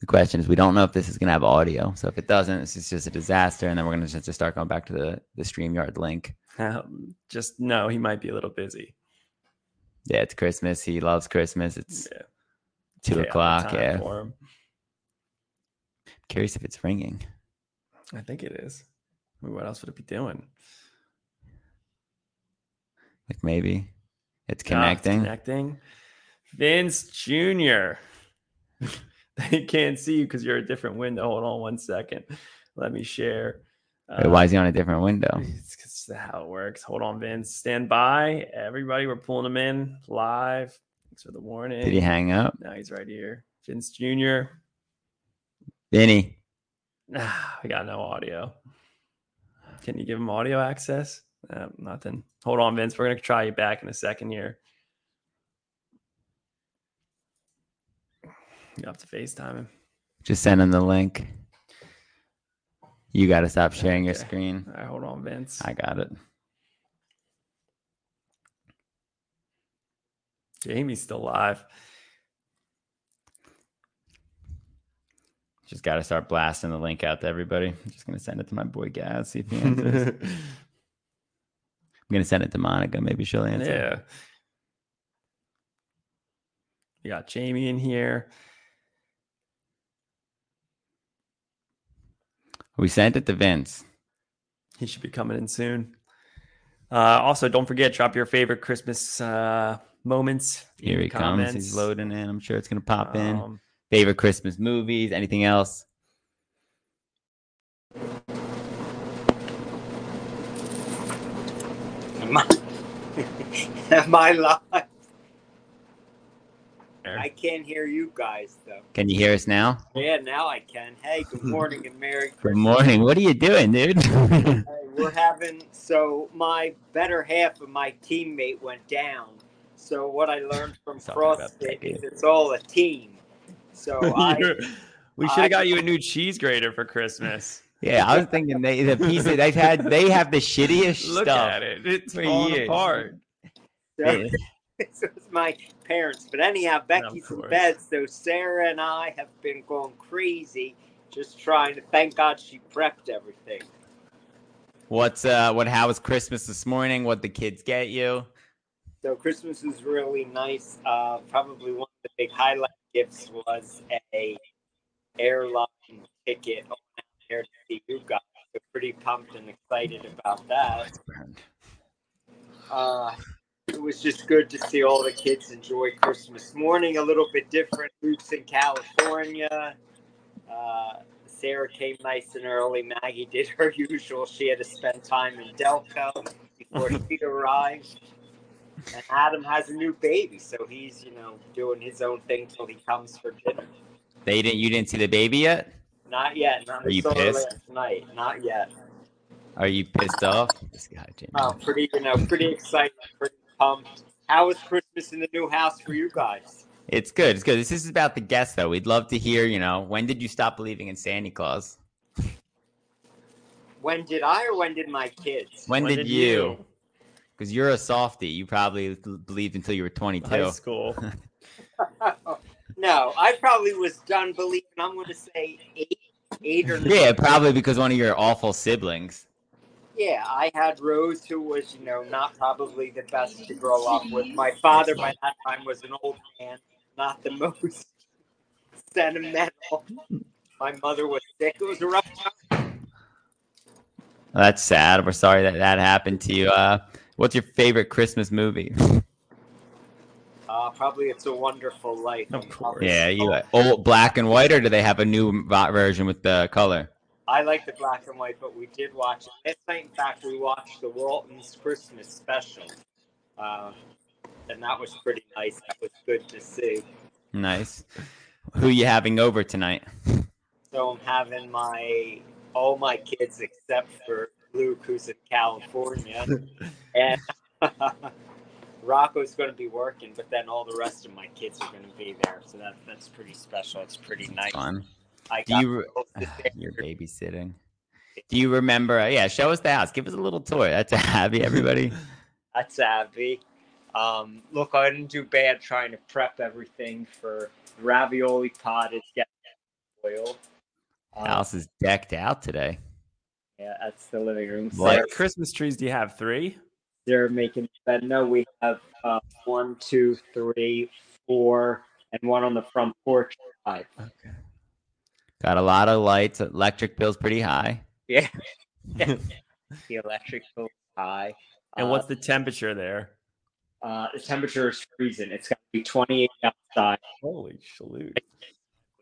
[SPEAKER 1] The question is, we don't know if this is going to have audio. So if it doesn't, it's just- just a disaster. And then we're going to just have to start going back to the, the StreamYard link.
[SPEAKER 2] Um, just no, he might be a little busy.
[SPEAKER 1] Yeah, it's Christmas. He loves Christmas. It's
[SPEAKER 2] Yeah.
[SPEAKER 1] two
[SPEAKER 2] Chaotic
[SPEAKER 1] o'clock.
[SPEAKER 2] time
[SPEAKER 1] Yeah.
[SPEAKER 2] for him.
[SPEAKER 1] Curious if it's ringing.
[SPEAKER 2] I think it is. I mean, what else would it be doing?
[SPEAKER 1] Like maybe it's
[SPEAKER 2] Yeah,
[SPEAKER 1] connecting.
[SPEAKER 2] connecting. Vince Jr. they can't see you because you're a different window. Hold on one second. Let me share.
[SPEAKER 1] Wait, why is he on a different window?
[SPEAKER 2] It's 'cause how it works. Hold on, Vince. Stand by. Everybody, we're pulling him in live. Thanks for the warning.
[SPEAKER 1] Did he hang up?
[SPEAKER 2] now he's right here. Vince Jr.
[SPEAKER 1] Vinny,
[SPEAKER 2] Ah, we got no audio. Can you give him audio access? Uh, nothing. Hold on, Vince. We're gonna try you back in a second here. You have to FaceTime him.
[SPEAKER 1] just send him the link. You got to stop sharing your
[SPEAKER 2] Okay.
[SPEAKER 1] screen.
[SPEAKER 2] All right, hold on, Vince.
[SPEAKER 1] I got it.
[SPEAKER 2] Jamie's still live.
[SPEAKER 1] Just got to start blasting the link out to everybody. I'm just going to send it to my boy Gaz. See if he answers. I'm
[SPEAKER 2] yeah.
[SPEAKER 1] going to send it to Monica. Maybe she'll answer.
[SPEAKER 2] We got Jamie in here.
[SPEAKER 1] We sent it to Vince.
[SPEAKER 2] He should be coming in soon. Uh, also, don't forget drop your favorite Christmas uh, moments. in
[SPEAKER 1] Here
[SPEAKER 2] the
[SPEAKER 1] he comes. He's
[SPEAKER 2] comments.
[SPEAKER 1] loading in. I'm sure it's going to pop in.
[SPEAKER 2] Um,
[SPEAKER 1] Favorite Christmas movies? Anything else?
[SPEAKER 6] Am I, am I live?
[SPEAKER 2] there.
[SPEAKER 6] I can't hear you guys though.
[SPEAKER 1] Can you hear us now?
[SPEAKER 6] Yeah, now I can. Hey, good morning and Merry Christmas.
[SPEAKER 1] Good morning. What are you doing, dude?
[SPEAKER 6] Hey, we're having so my better half of my teammate went down. So what I learned from
[SPEAKER 1] Sorry about
[SPEAKER 6] CrossFit
[SPEAKER 1] that, dude.
[SPEAKER 6] is it's all a team. So Oh, I
[SPEAKER 2] You're- we should
[SPEAKER 6] I-
[SPEAKER 2] have got you a new cheese grater for Christmas.
[SPEAKER 1] Yeah, I was thinking they the piece that they've had they have the shittiest
[SPEAKER 2] Look
[SPEAKER 1] stuff.
[SPEAKER 2] at it; it's
[SPEAKER 1] for
[SPEAKER 2] falling
[SPEAKER 1] years.
[SPEAKER 2] apart.
[SPEAKER 6] so, this was my parents. But anyhow, Becky's in
[SPEAKER 2] course.
[SPEAKER 6] bed, so Sarah and I have been going crazy just trying to thank God she prepped everything.
[SPEAKER 1] What's uh what how was Christmas this morning? What the kids get you?
[SPEAKER 6] So Christmas was really nice. Uh, probably one of the big highlight gifts was a airline ticket on air to see you guys. So pretty pumped and excited about that. Uh, it was just good to see all the kids enjoy Christmas morning. A little bit different. Luke's in California. Uh, Sarah came nice and early. Maggie did her usual. She had to spend time in Delco before she arrived. And Adam has a new baby, so he's you know doing his own thing till he comes for dinner.
[SPEAKER 1] They didn't you didn't see the baby yet?
[SPEAKER 6] Not yet. Not
[SPEAKER 1] Are you
[SPEAKER 6] until
[SPEAKER 1] pissed?
[SPEAKER 6] last night. Not yet.
[SPEAKER 1] Are you pissed off? This guy, Jimmy.
[SPEAKER 6] Oh, pretty you know, pretty excited, pretty pumped. How was Christmas in the new house for you guys?
[SPEAKER 1] It's good. It's good. This is about the guests though. We'd love to hear, you know, when did you stop believing in Santa Claus?
[SPEAKER 6] When did I or when did my kids?
[SPEAKER 1] When, did, you? Because you? are a softie. You probably l- believed until you were 22.
[SPEAKER 2] High school.
[SPEAKER 6] no, I probably was done believing. I'm going to say eight, eight or nine.
[SPEAKER 1] Yeah, probably because one of your awful siblings.
[SPEAKER 6] Yeah, I had Rose, who was, you know, not probably the best to grow up with. My father by that time was an old man, not the most sentimental. My mother was sick. It was a rough time.
[SPEAKER 1] That's sad. We're sorry that that happened to you. Uh, what's your favorite Christmas movie?
[SPEAKER 6] Uh, probably it's a wonderful life.
[SPEAKER 2] Of course.
[SPEAKER 1] yeah, you like old black and white, or do they have a new vo- version with the color?
[SPEAKER 6] I like the black and white, but we did watch it. Last night, in fact, we watched the Waltons Christmas special. Uh, and that was pretty nice. That was good to see.
[SPEAKER 1] Nice. Who you having over tonight?
[SPEAKER 6] So I'm having my all my kids except for Luke, who's in California, and Rocco's going to be working, but then all the rest of my kids are going to be there. So that that's pretty special. It's pretty nice.
[SPEAKER 1] Fun.
[SPEAKER 6] I
[SPEAKER 1] Do
[SPEAKER 6] got
[SPEAKER 1] you re-
[SPEAKER 6] close to there.
[SPEAKER 1] You're babysitting. Do you remember? uh, Yeah, show us the house. Give us a little tour. That's a happy everybody.
[SPEAKER 6] That's Abby. Um, look, I didn't do bad trying to prep everything for ravioli pottage getting boiled. Um,
[SPEAKER 1] house is decked out today.
[SPEAKER 6] yeah, that's the living room.
[SPEAKER 2] What
[SPEAKER 1] Like-
[SPEAKER 6] Sarah-
[SPEAKER 2] Christmas trees do you have? Three?
[SPEAKER 6] they're making that no we have uh, one two three four and one on the front porch side.
[SPEAKER 1] Got a lot of lights. Electric bill's pretty high.
[SPEAKER 6] yeah the electric bill is high
[SPEAKER 2] And
[SPEAKER 6] Uh,
[SPEAKER 2] what's the temperature there?
[SPEAKER 6] uh, the temperature is freezing it's going to be 28 outside
[SPEAKER 2] Holy salute.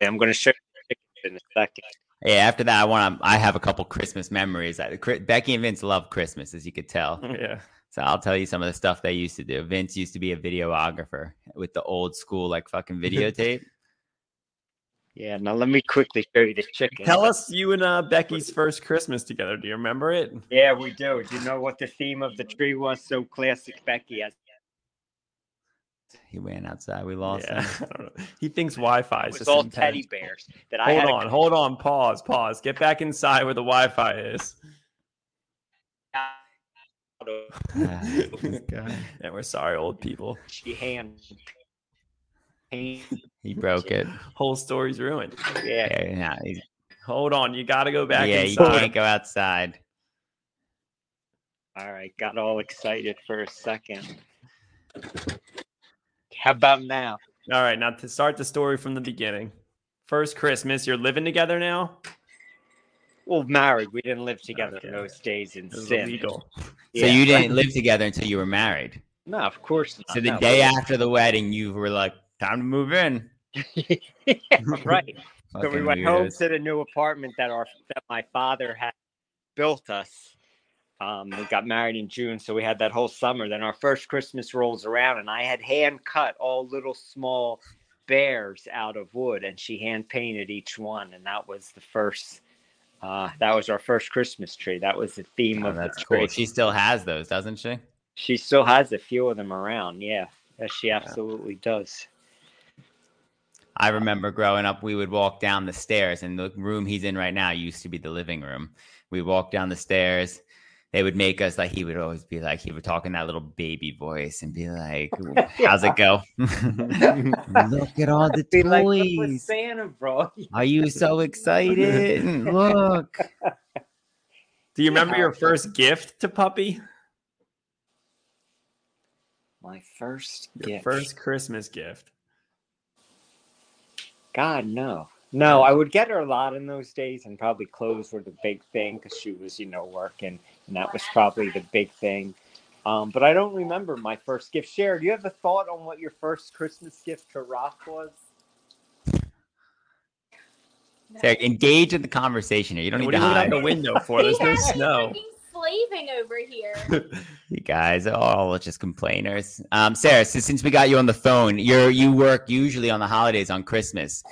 [SPEAKER 6] i'm going to show you the pictures in a second
[SPEAKER 1] Yeah, after that, I want to. I have a couple Christmas memories. I, Cri- Becky and Vince love Christmas, as you could tell.
[SPEAKER 2] Yeah.
[SPEAKER 1] So I'll tell you some of the stuff they used to do. Vince used to be a videographer with the old school, like fucking videotape.
[SPEAKER 6] yeah now let me quickly show you the chicken
[SPEAKER 2] Tell us you and uh, Becky's first Christmas together. Do you remember it?
[SPEAKER 6] yeah we do do you know what the theme of the tree was so classic becky has
[SPEAKER 1] he ran outside. We lost
[SPEAKER 2] Yeah.
[SPEAKER 1] him.
[SPEAKER 2] I don't know. He thinks Wi Fi
[SPEAKER 6] it
[SPEAKER 2] is
[SPEAKER 6] was
[SPEAKER 2] just
[SPEAKER 6] all
[SPEAKER 2] intense.
[SPEAKER 6] teddy bears that i
[SPEAKER 2] Hold
[SPEAKER 6] had a
[SPEAKER 2] on, hold on. Pause, pause. Get back inside where the Wi Fi is.
[SPEAKER 6] couple of-
[SPEAKER 1] Ah, this guy.
[SPEAKER 2] And we're sorry, old people.
[SPEAKER 6] she hand hand-
[SPEAKER 1] He broke it.
[SPEAKER 2] Whole story's ruined.
[SPEAKER 6] yeah
[SPEAKER 1] Yeah, yeah, he's-
[SPEAKER 2] Hold on. You got to go back
[SPEAKER 1] yeah, you
[SPEAKER 2] inside.
[SPEAKER 1] can't go outside.
[SPEAKER 6] All right, got all excited for a second. How about now?
[SPEAKER 2] All right, now to start the story from the beginning. First Christmas, you're living together now.
[SPEAKER 6] Well, married. We didn't live together
[SPEAKER 2] Okay.
[SPEAKER 6] in those days in
[SPEAKER 2] This is
[SPEAKER 6] sin.
[SPEAKER 2] illegal.
[SPEAKER 1] So
[SPEAKER 6] Yeah.
[SPEAKER 1] you didn't live together until you were married.
[SPEAKER 6] No, of course not.
[SPEAKER 1] So the
[SPEAKER 6] no.
[SPEAKER 1] day after the wedding, you were like, "Time to move in."
[SPEAKER 6] right. So we
[SPEAKER 1] Fucking
[SPEAKER 6] went home
[SPEAKER 1] weirdos.
[SPEAKER 6] to the new apartment that our that my father had built us. Um, we got married in June, so we had that whole summer. Then our first Christmas rolls around, and I had hand cut all little small bears out of wood, and she hand painted each one, and that was the first. Uh, that was our first Christmas tree. That was the theme
[SPEAKER 1] Oh,
[SPEAKER 6] of
[SPEAKER 1] that's
[SPEAKER 6] the
[SPEAKER 1] cool.
[SPEAKER 6] tree.
[SPEAKER 1] She still has those, doesn't she?
[SPEAKER 6] She still has a few of them around. Yeah, yes, she absolutely does.
[SPEAKER 1] I remember growing up, we would walk down the stairs, and the room he's in right now used to be the living room. We walk down the stairs. They would make us like he would always be like he would talk in that little baby voice and be like, "How's it go? Look at all the
[SPEAKER 6] Be like, "Look what
[SPEAKER 1] toys.
[SPEAKER 6] Santa brought.
[SPEAKER 1] Are you so excited? Look."
[SPEAKER 2] Do you remember your first gift to puppy?
[SPEAKER 6] My first
[SPEAKER 2] Your
[SPEAKER 6] gift.
[SPEAKER 2] first Christmas gift.
[SPEAKER 6] God, no. No, I would get her a lot in those days, and probably clothes were the big thing because she was, you know, working, and that was probably the big thing. Um, but I don't remember my first gift. Share, do you have a thought on what your first Christmas gift to Rock was?
[SPEAKER 1] Sarah, engage in the conversation here. You don't
[SPEAKER 2] What
[SPEAKER 1] need
[SPEAKER 2] are
[SPEAKER 1] to
[SPEAKER 2] you looking out
[SPEAKER 1] hide.
[SPEAKER 2] the window for? There's no
[SPEAKER 4] He has
[SPEAKER 2] snow.
[SPEAKER 4] slaving over here.
[SPEAKER 1] You guys are all just complainers. Um, Sarah, si- since we got you on the phone, you're you work usually on the holidays on Christmas.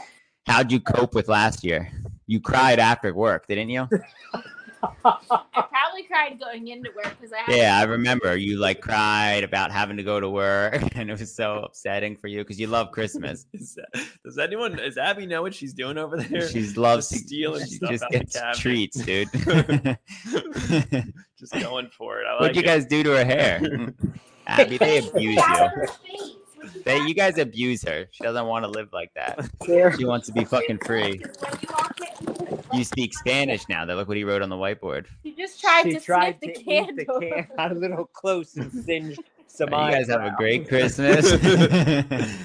[SPEAKER 1] How'd you cope with last year? You cried after work, didn't you?
[SPEAKER 4] I probably cried going into work because I had
[SPEAKER 1] Yeah, I remember you like cried about having to go to work, and it was so upsetting for you because you love Christmas.
[SPEAKER 2] Is that, does anyone? Does Abby know what she's doing over there?
[SPEAKER 1] She loves to
[SPEAKER 2] Just stealing
[SPEAKER 1] she
[SPEAKER 2] stuff
[SPEAKER 1] just
[SPEAKER 2] out the
[SPEAKER 1] gets
[SPEAKER 2] cabinet.
[SPEAKER 1] treats, dude. What'd
[SPEAKER 2] Just going for it. I like
[SPEAKER 1] you
[SPEAKER 2] it.
[SPEAKER 1] guys do to her hair? Mm. Abby, they abuse you. They, you guys abuse her. She doesn't want to live like that.
[SPEAKER 6] Sarah,
[SPEAKER 1] She wants to be fucking free. You speak Spanish now. Though. Look what he wrote on the whiteboard.
[SPEAKER 4] You just tried
[SPEAKER 6] she
[SPEAKER 4] to
[SPEAKER 6] tried to
[SPEAKER 4] sniff the
[SPEAKER 6] eat the
[SPEAKER 4] candle.
[SPEAKER 6] can a little close and singed some
[SPEAKER 1] you guys have a
[SPEAKER 6] eyebrow.
[SPEAKER 1] great Christmas.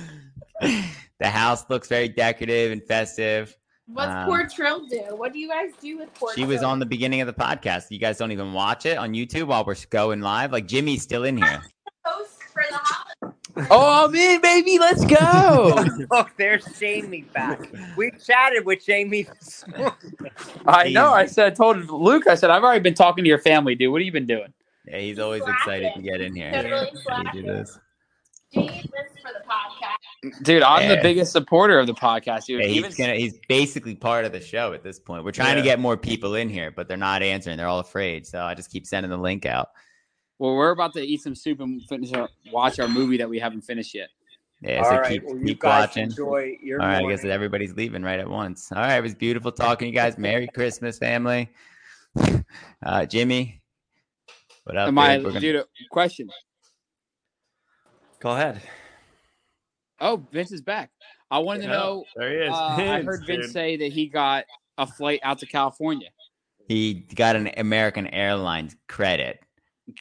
[SPEAKER 1] the house looks very decorative and festive.
[SPEAKER 4] What's
[SPEAKER 1] Um,
[SPEAKER 4] poor Trill do? What do you guys do with poor
[SPEAKER 1] She was
[SPEAKER 4] Trill?
[SPEAKER 1] on the beginning of the podcast. You guys don't even watch it on YouTube while we're going live. Like Jimmy's still in here.
[SPEAKER 4] post for the holiday.
[SPEAKER 1] Oh, I'm in, baby. Let's go.
[SPEAKER 6] Look, there's Jamie back. We chatted with Jamie this morning.
[SPEAKER 3] I know. I said, I told Luke, I said, I've already been talking to your family, dude. What have you been doing?
[SPEAKER 1] yeah, he's always excited to get in here.
[SPEAKER 4] Totally
[SPEAKER 1] How do you
[SPEAKER 4] slacking.
[SPEAKER 1] do this?
[SPEAKER 4] Genius for the podcast.
[SPEAKER 3] Dude, I'm
[SPEAKER 1] Yeah.
[SPEAKER 3] the biggest supporter of the podcast, dude.
[SPEAKER 1] Yeah, he's
[SPEAKER 3] Even
[SPEAKER 1] gonna. He's basically part of the show at this point. We're trying to
[SPEAKER 2] Yeah.
[SPEAKER 1] get more people in here, but they're not answering. They're all afraid. So I just keep sending the link out.
[SPEAKER 3] well, we're about to eat some soup and finish our, watch our movie that we haven't finished yet.
[SPEAKER 1] Yeah.
[SPEAKER 6] All
[SPEAKER 1] so
[SPEAKER 6] right,
[SPEAKER 1] keep,
[SPEAKER 6] well, you
[SPEAKER 1] keep
[SPEAKER 6] guys
[SPEAKER 1] watching.
[SPEAKER 6] enjoy your
[SPEAKER 1] All right, I
[SPEAKER 6] morning.
[SPEAKER 1] guess that everybody's leaving right at once. All right, it was beautiful talking to you guys. Merry Christmas, family. Uh, Jimmy, what up?
[SPEAKER 3] Am I,
[SPEAKER 1] dude? We're gonna-
[SPEAKER 3] dude? uh, Question.
[SPEAKER 2] Go ahead.
[SPEAKER 3] Oh, Vince is back. I wanted to
[SPEAKER 2] Yeah.
[SPEAKER 3] know.
[SPEAKER 2] There he is.
[SPEAKER 3] uh, I heard
[SPEAKER 2] dude.
[SPEAKER 3] Vince say that he got a flight out to California.
[SPEAKER 1] he got an American Airlines credit,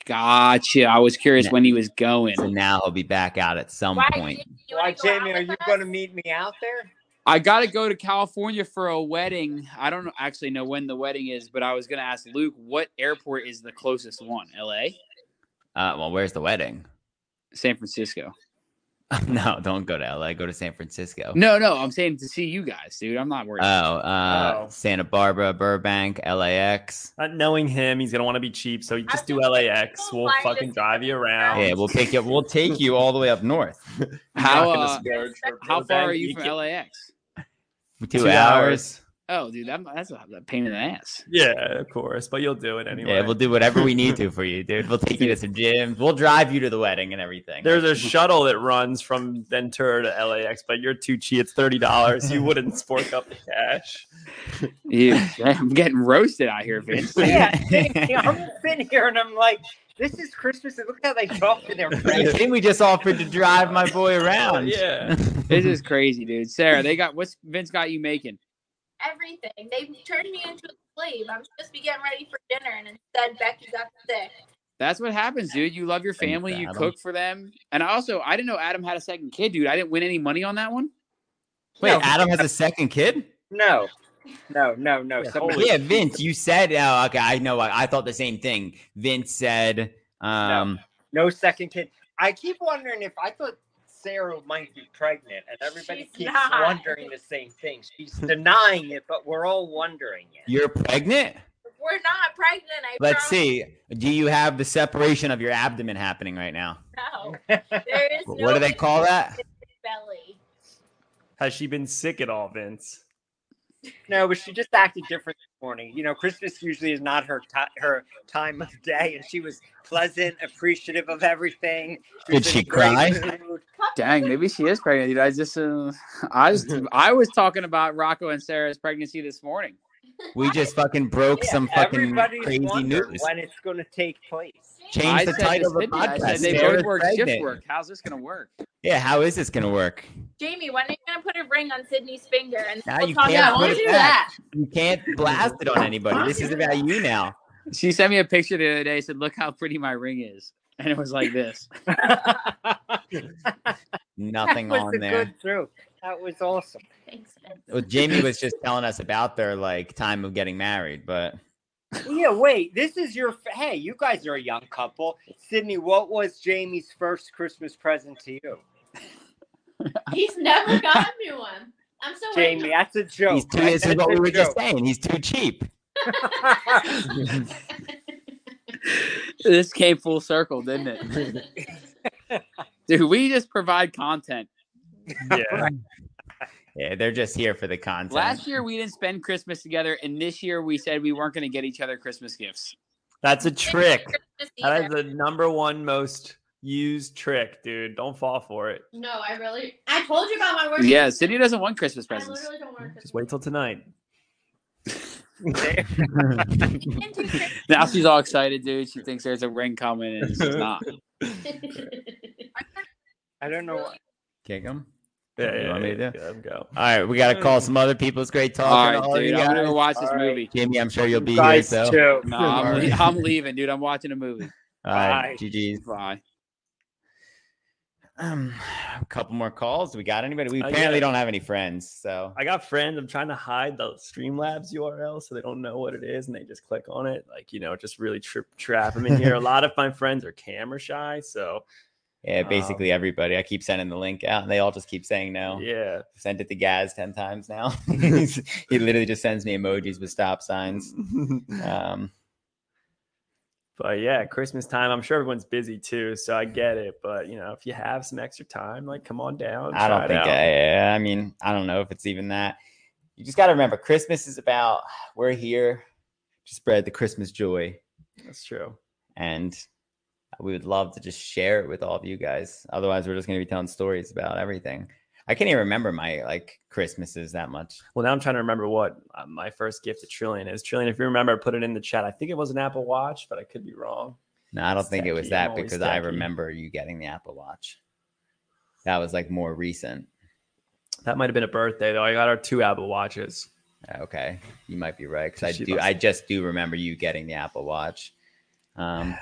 [SPEAKER 3] Gotcha. I was curious
[SPEAKER 1] Yeah.
[SPEAKER 3] when he was going.
[SPEAKER 1] so now he'll be back out at some
[SPEAKER 4] Why,
[SPEAKER 1] point.
[SPEAKER 4] Jamie, you wanna
[SPEAKER 6] Why,
[SPEAKER 4] go
[SPEAKER 6] Jamie,
[SPEAKER 4] out
[SPEAKER 6] are
[SPEAKER 4] with
[SPEAKER 6] you
[SPEAKER 4] us?
[SPEAKER 6] going to meet me out there?
[SPEAKER 3] I got to go to California for a wedding. I don't know- actually know when the wedding is, but I was going to ask Luke what airport is the closest one? LA?
[SPEAKER 1] Uh, well, where's the wedding?
[SPEAKER 3] San Francisco.
[SPEAKER 1] no, don't go to LA. Go to San Francisco.
[SPEAKER 3] No, no, I'm saying to see you guys, dude. I'm not worried.
[SPEAKER 1] Oh, uh,
[SPEAKER 2] Oh.
[SPEAKER 1] Santa Barbara, Burbank, LAX.
[SPEAKER 2] Not knowing him, he's gonna want to be cheap. So you
[SPEAKER 4] I
[SPEAKER 2] just do
[SPEAKER 4] think
[SPEAKER 2] LAX.
[SPEAKER 4] people
[SPEAKER 2] We'll
[SPEAKER 4] fly
[SPEAKER 2] fucking
[SPEAKER 4] this-
[SPEAKER 2] drive you around.
[SPEAKER 1] Yeah, we'll take you. We'll take you all the way up north.
[SPEAKER 3] how
[SPEAKER 2] Not gonna
[SPEAKER 1] Oh.
[SPEAKER 3] uh,
[SPEAKER 2] splurge for
[SPEAKER 3] how
[SPEAKER 2] Burbank.
[SPEAKER 3] far are you
[SPEAKER 2] You
[SPEAKER 3] from
[SPEAKER 2] can't-
[SPEAKER 3] LAX?
[SPEAKER 1] Two, hours.
[SPEAKER 3] Oh, dude, that, that's a, a pain in the ass.
[SPEAKER 2] Yeah, of course, but you'll do it anyway.
[SPEAKER 1] Yeah, we'll do whatever we need to for you, dude. We'll take you to some gyms. We'll drive you to the wedding and everything.
[SPEAKER 2] There's a shuttle that runs from Ventura to LAX, but you're too cheap. It's thirty dollars. You wouldn't spork up the cash.
[SPEAKER 3] Yeah, I'm getting roasted out here, Vince.
[SPEAKER 6] Yeah, Jamie, I'm sitting here and I'm like, this is Christmas, and look how they talk to their
[SPEAKER 1] I
[SPEAKER 6] friends.
[SPEAKER 1] think we just offered to drive my boy
[SPEAKER 6] Oh,
[SPEAKER 1] around.
[SPEAKER 2] Yeah.
[SPEAKER 3] This is crazy, dude. Sarah, they got what's Vince got you making?
[SPEAKER 4] Everything. They turned me into a slave. I'm supposed to be getting ready for dinner, and instead Becky got sick.
[SPEAKER 3] That's what happens, dude. You love your
[SPEAKER 1] Thanks,
[SPEAKER 3] family, you
[SPEAKER 1] Adam.
[SPEAKER 3] cook for them. And I also, I didn't know Adam had a second kid, dude. I didn't win any money on that one.
[SPEAKER 1] Wait,
[SPEAKER 6] No.
[SPEAKER 1] Adam has a second kid?
[SPEAKER 6] No, no, no, no. Somebody,
[SPEAKER 1] Yeah, Vince, you said. Oh, okay, I know. I, I thought the same thing. Vince said. Um,
[SPEAKER 6] no second kid. I keep wondering if I thought Sarah might be pregnant, and everybody
[SPEAKER 4] She's
[SPEAKER 6] keeps
[SPEAKER 4] not.
[SPEAKER 6] wondering the same thing. She's denying it, but we're all wondering it.
[SPEAKER 1] You're pregnant.
[SPEAKER 4] We're not pregnant. I promise
[SPEAKER 1] Let's see. Do you have the separation of your abdomen happening right now?
[SPEAKER 4] No. There is
[SPEAKER 1] What
[SPEAKER 4] no
[SPEAKER 1] do they call that?
[SPEAKER 4] Belly.
[SPEAKER 2] Has she been sick at all, Vince?
[SPEAKER 6] No, but she just acted different this morning. You know, Christmas usually is not her ti her time of day, and she was pleasant, appreciative of everything.
[SPEAKER 1] Did
[SPEAKER 6] was
[SPEAKER 1] she
[SPEAKER 6] in a great
[SPEAKER 1] cry?
[SPEAKER 6] mood.
[SPEAKER 3] Dang, maybe she is pregnant, dude. I just, uh, I was, I was talking about Rocco and Sarah's pregnancy this morning.
[SPEAKER 1] We just fucking broke
[SPEAKER 6] Yeah,
[SPEAKER 1] some fucking
[SPEAKER 6] everybody's
[SPEAKER 1] crazy
[SPEAKER 6] wondered
[SPEAKER 1] news.
[SPEAKER 6] when it's going to take place.
[SPEAKER 1] Change
[SPEAKER 3] I
[SPEAKER 1] the
[SPEAKER 3] said
[SPEAKER 1] title
[SPEAKER 3] this,
[SPEAKER 1] of the
[SPEAKER 3] didn't I? I
[SPEAKER 1] podcast.
[SPEAKER 3] said they
[SPEAKER 1] Sarah's
[SPEAKER 3] both work shift
[SPEAKER 1] pregnant.
[SPEAKER 3] work. How's this gonna work?
[SPEAKER 1] Yeah, how is this gonna work?
[SPEAKER 4] Jamie, when are you gonna put a ring on Sydney's finger? And
[SPEAKER 1] Now
[SPEAKER 4] we'll
[SPEAKER 1] you
[SPEAKER 4] talk
[SPEAKER 1] can't
[SPEAKER 4] about
[SPEAKER 1] put
[SPEAKER 5] Don't
[SPEAKER 1] it
[SPEAKER 5] do
[SPEAKER 1] back.
[SPEAKER 5] that.
[SPEAKER 1] You can't blast it on anybody. This is about you now.
[SPEAKER 3] She sent me a picture the other day. Said, "Look how pretty my ring is," and it was like this.
[SPEAKER 6] that
[SPEAKER 1] Nothing
[SPEAKER 6] was
[SPEAKER 1] on
[SPEAKER 6] a
[SPEAKER 1] there.
[SPEAKER 6] good joke. That was awesome.
[SPEAKER 5] Thanks, Ben.
[SPEAKER 1] Well, Jamie was just telling us about their like time of getting married, but
[SPEAKER 6] Yeah, wait. This is your. f- Hey, you guys are a young couple. Sydney, what was Jamie's first Christmas present to you?
[SPEAKER 5] He's never gotten me one. I'm still
[SPEAKER 6] Jamie, that's a joke.
[SPEAKER 1] he's too, this is
[SPEAKER 6] That's
[SPEAKER 1] what we
[SPEAKER 6] a
[SPEAKER 1] were just
[SPEAKER 6] joke.
[SPEAKER 1] saying. He's too cheap.
[SPEAKER 3] this came full circle, didn't it? Dude, we just provide content.
[SPEAKER 2] Yeah.
[SPEAKER 1] Yeah, they're just here for the content.
[SPEAKER 3] Last year we didn't spend Christmas together, and this year we said we weren't going to get each other Christmas gifts.
[SPEAKER 2] That's a trick. That is
[SPEAKER 5] either.
[SPEAKER 2] the number one most used trick, dude. Don't fall for it.
[SPEAKER 5] No, I really. I told you about my work.
[SPEAKER 3] Yeah, Sydney doesn't want Christmas
[SPEAKER 5] I
[SPEAKER 3] presents.
[SPEAKER 5] literally don't work.
[SPEAKER 2] Just wait till tonight.
[SPEAKER 3] Now she's all excited, dude. She thinks there's a ring coming, and it's just not.
[SPEAKER 6] I don't know. what-
[SPEAKER 1] Kick him.
[SPEAKER 2] Yeah,
[SPEAKER 1] You
[SPEAKER 2] yeah,
[SPEAKER 1] want me to
[SPEAKER 2] yeah,
[SPEAKER 1] do
[SPEAKER 2] yeah, go.
[SPEAKER 1] All right, we got to call some other people. It's great talking
[SPEAKER 3] All
[SPEAKER 1] to
[SPEAKER 3] right,
[SPEAKER 1] all
[SPEAKER 3] dude.
[SPEAKER 1] of you
[SPEAKER 3] I'm
[SPEAKER 1] guys.
[SPEAKER 3] gonna watch this
[SPEAKER 6] All right.
[SPEAKER 3] movie.
[SPEAKER 1] Jamie, I'm sure you'll
[SPEAKER 6] You
[SPEAKER 1] be here.
[SPEAKER 6] guys
[SPEAKER 1] So,
[SPEAKER 6] too.
[SPEAKER 3] No,
[SPEAKER 1] All
[SPEAKER 3] I'm,
[SPEAKER 1] right.
[SPEAKER 3] I'm leaving, dude. I'm watching a movie.
[SPEAKER 1] all
[SPEAKER 6] Bye.
[SPEAKER 1] right, GG's.
[SPEAKER 3] Bye.
[SPEAKER 1] Um, a couple more calls. Do we got anybody? We
[SPEAKER 3] Uh,
[SPEAKER 2] I
[SPEAKER 1] apparently
[SPEAKER 2] got-
[SPEAKER 1] don't have any friends. So,
[SPEAKER 2] I got friends. I'm trying to hide the Streamlabs URL so they don't know what it is and they just click on it. Like, you know, just really trip trap them in here. a lot of my friends are camera shy. So,
[SPEAKER 1] yeah,
[SPEAKER 3] Um,
[SPEAKER 1] basically everybody. I keep sending the link out and they all just keep saying no.
[SPEAKER 2] yeah.
[SPEAKER 1] Sent it to Gaz 10 times now. He's- he literally just sends me emojis with stop signs. Um,
[SPEAKER 2] But yeah, Christmas time, I'm sure everyone's busy too. So I get it. But, you know, if you have some extra time, like, come on down.
[SPEAKER 1] I
[SPEAKER 2] try
[SPEAKER 1] don't
[SPEAKER 2] it
[SPEAKER 1] think
[SPEAKER 2] out.
[SPEAKER 1] I, I mean, I don't know if it's even that. You just got to remember Christmas is about, we're here to spread the Christmas joy.
[SPEAKER 2] That's true.
[SPEAKER 1] And we would love to just share it with all of you guys. Otherwise, we're just going to be telling stories about everything. I can't even remember my like Christmases that much.
[SPEAKER 2] Well, now I'm trying to remember what uh, my first gift to Trillian is. Trillian, if you remember, I put it in the chat. I think it was an Apple Watch, but I could be wrong.
[SPEAKER 1] No, I don't think it was
[SPEAKER 2] Stacky, I'm
[SPEAKER 1] that
[SPEAKER 2] always
[SPEAKER 1] because I
[SPEAKER 2] stacky.
[SPEAKER 1] remember you getting the Apple Watch. That was like more recent.
[SPEAKER 2] That might have been a birthday, though. I got our two Apple Watches.
[SPEAKER 1] Uh, Okay, you might be right because I
[SPEAKER 2] She
[SPEAKER 1] do.
[SPEAKER 2] must-
[SPEAKER 1] I just do remember you getting the Apple Watch. Um,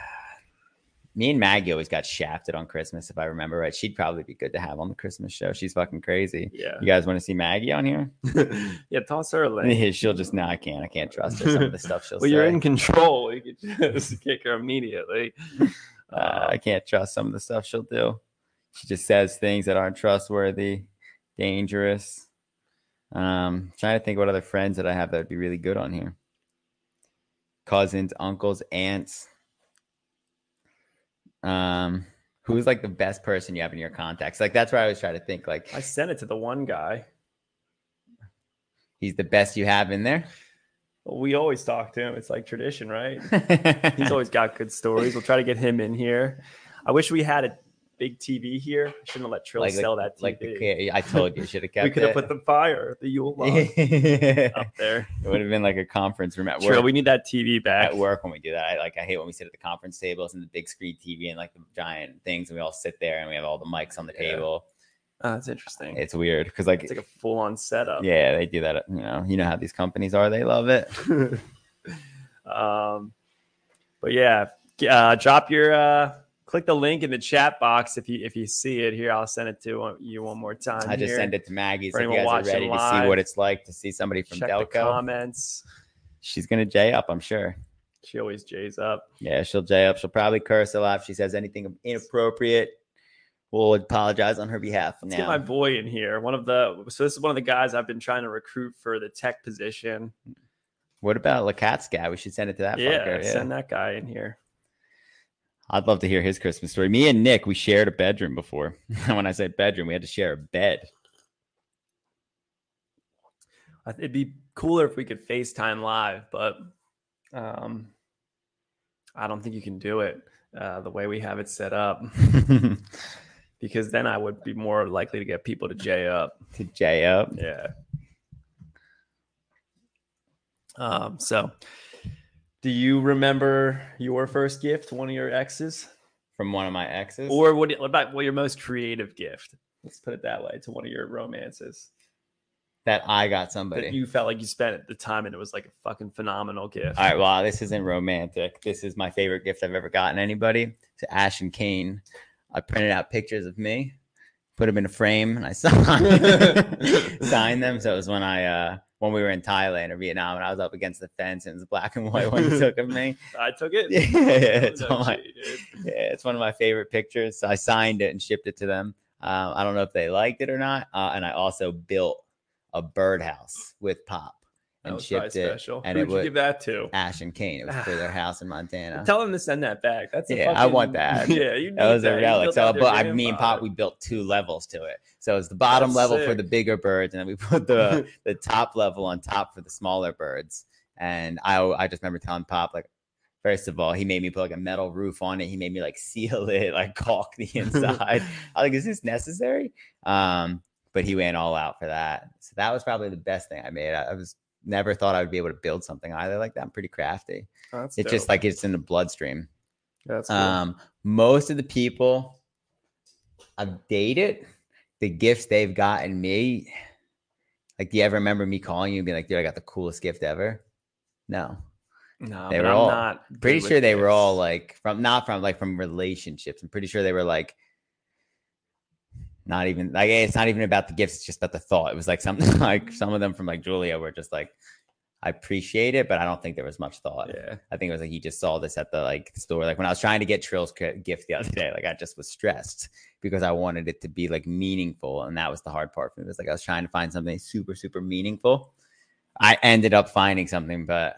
[SPEAKER 1] me and Maggie always got shafted on Christmas, if I remember right. She'd probably be good to have on the Christmas show. She's fucking crazy.
[SPEAKER 2] Yeah.
[SPEAKER 1] You guys want to see Maggie on here?
[SPEAKER 2] yeah, toss her a link.
[SPEAKER 1] she'll just no. I can't. I can't trust her. Some of the stuff she'll
[SPEAKER 2] Well,
[SPEAKER 1] say.
[SPEAKER 2] you're in control. You could just kick her immediately.
[SPEAKER 1] Uh, I can't trust some of the stuff she'll do. She just says things that aren't trustworthy, dangerous. Um, trying to think what other friends that I have that would be really good on here. Cousins, uncles, aunts. Um, who's like the best person you have in your contacts? Like that's where I always try to think. Like
[SPEAKER 2] I sent it to the one guy.
[SPEAKER 1] he's the best you have in there.
[SPEAKER 2] Well, we always talk to him. It's like tradition, right? He's always got good stories. We'll try to get him in here. I wish we had a big TV here. I shouldn't have let Trill
[SPEAKER 1] like,
[SPEAKER 2] sell that TV.
[SPEAKER 1] like the, I told you, should have kept.
[SPEAKER 2] we could have
[SPEAKER 1] it.
[SPEAKER 2] put the fire, the Yule log
[SPEAKER 1] it
[SPEAKER 2] up there.
[SPEAKER 1] would have been like a conference room at work.
[SPEAKER 2] Trill, we need that TV back.
[SPEAKER 1] at work when we do that. I like I hate when we sit at the conference tables and the big screen TV and like the giant things and we all sit there and we have all the mics on the
[SPEAKER 2] Yeah.
[SPEAKER 1] table.
[SPEAKER 2] Oh, that's interesting.
[SPEAKER 1] It's weird because like,
[SPEAKER 2] It's like a full on setup.
[SPEAKER 1] yeah, they do that. You know, you know how these companies are. They love it.
[SPEAKER 2] um, but yeah, g- uh, drop your uh, click the link in the chat box if you if you see it here. I'll send it to you one more time.
[SPEAKER 1] I just
[SPEAKER 2] here.
[SPEAKER 1] send it to Maggie so
[SPEAKER 2] For
[SPEAKER 1] if you
[SPEAKER 2] anyone
[SPEAKER 1] guys are ready
[SPEAKER 2] watching
[SPEAKER 1] to see
[SPEAKER 2] live,
[SPEAKER 1] what it's like to see somebody from
[SPEAKER 2] Check the
[SPEAKER 1] Delco.
[SPEAKER 2] comments.
[SPEAKER 1] She's gonna jay up, I'm sure.
[SPEAKER 2] She always jays up.
[SPEAKER 1] Yeah, she'll jay up. She'll probably curse a lot if she says anything inappropriate. We'll apologize on her behalf
[SPEAKER 2] Let's get my
[SPEAKER 1] now.
[SPEAKER 2] boy in here. One of the so this is one of the guys I've been trying to recruit for the tech position.
[SPEAKER 1] What about Lacat's guy? We should send it to that
[SPEAKER 2] yeah,
[SPEAKER 1] fucker. Yeah.
[SPEAKER 2] send that guy in here.
[SPEAKER 1] I'd love to hear his Christmas story. Me and Nick, we shared a bedroom before. when I say bedroom, we had to share a bed.
[SPEAKER 2] I th- It'd be cooler if we could FaceTime live, but um, I don't think you can do it uh, the way we have it set up.
[SPEAKER 1] to
[SPEAKER 2] because then I would be more likely to get people to J up.
[SPEAKER 1] J up.
[SPEAKER 2] Yeah. Um, so do you remember your first gift, one of your exes?
[SPEAKER 1] From one of my exes.
[SPEAKER 2] Or what, what about what your most creative gift? Let's put it that way to one of your romances.
[SPEAKER 1] that I got somebody.
[SPEAKER 2] that you felt like you spent at the time and it was like a fucking phenomenal gift.
[SPEAKER 1] All right, wow, this isn't romantic. This is my favorite gift I've ever gotten anybody. To Ash and Kane, I printed out pictures of me, put them in a frame, and I signed, signed them. So it was when I uh, when we were in Thailand or Vietnam, and I was up against the fence, and it was black and white when you took of me.
[SPEAKER 2] I took it.
[SPEAKER 1] Yeah, it's
[SPEAKER 2] No
[SPEAKER 1] all my-
[SPEAKER 2] shit, dude.
[SPEAKER 1] Yeah, it's one of my favorite pictures. So I signed it and shipped it to them. Um, I don't know if they liked it or not. Uh, and I also built a birdhouse with Pop
[SPEAKER 2] That
[SPEAKER 1] and
[SPEAKER 2] was probably
[SPEAKER 1] shipped it.
[SPEAKER 2] special.
[SPEAKER 1] and
[SPEAKER 2] Who'd
[SPEAKER 1] it
[SPEAKER 2] you
[SPEAKER 1] would-
[SPEAKER 2] give that to?
[SPEAKER 1] Ash and Kane. It was for their house in Montana.
[SPEAKER 2] Tell them to send that back. That's a
[SPEAKER 1] Yeah, I want
[SPEAKER 2] fucking-
[SPEAKER 1] that.
[SPEAKER 2] Yeah, you need
[SPEAKER 1] That was
[SPEAKER 2] that.
[SPEAKER 1] a
[SPEAKER 2] You
[SPEAKER 1] relic.
[SPEAKER 2] built
[SPEAKER 1] So,
[SPEAKER 2] out
[SPEAKER 1] but
[SPEAKER 2] their
[SPEAKER 1] I, me and Pop,
[SPEAKER 2] grandfather.
[SPEAKER 1] we built two levels to it. So it's the bottom
[SPEAKER 2] That's
[SPEAKER 1] level for
[SPEAKER 2] sick.
[SPEAKER 1] the bigger birds, and then we put the the top level on top for the smaller birds. And I I just remember telling Pop like, first of all, he made me put like a metal roof on it. He made me like seal it, like caulk the inside. I was like, is this necessary? Um, but he went all out for that. So that was probably the best thing I made. I, I was never thought I would be able to build something either like that. I'm pretty crafty.
[SPEAKER 2] That's
[SPEAKER 1] It's just
[SPEAKER 2] dope.
[SPEAKER 1] like it's in the bloodstream.
[SPEAKER 2] That's cool.
[SPEAKER 1] Um, most of the people I've dated, the gifts they've gotten me, like, do you ever remember me calling you and being like, dude, I got the coolest gift ever? No.
[SPEAKER 2] no,
[SPEAKER 1] they
[SPEAKER 2] but
[SPEAKER 1] were
[SPEAKER 2] I'm
[SPEAKER 1] all-
[SPEAKER 2] not good
[SPEAKER 1] Pretty
[SPEAKER 2] with
[SPEAKER 1] sure they were all
[SPEAKER 2] gifts.
[SPEAKER 1] like from not from like from relationships. I'm pretty sure they were like not even like it's not even about the gifts, it's just about the thought. It was like something like some of them from like Julia were just like, I appreciate it, but I don't think there was much thought.
[SPEAKER 2] Yeah.
[SPEAKER 1] I think it was like he just saw this at the like store. Like when I was trying to get Trill's ca- gift the other day, like I just was stressed because I wanted it to be like meaningful, and that was the hard part for me. It was like I was trying to find something super super meaningful. I ended up finding something, but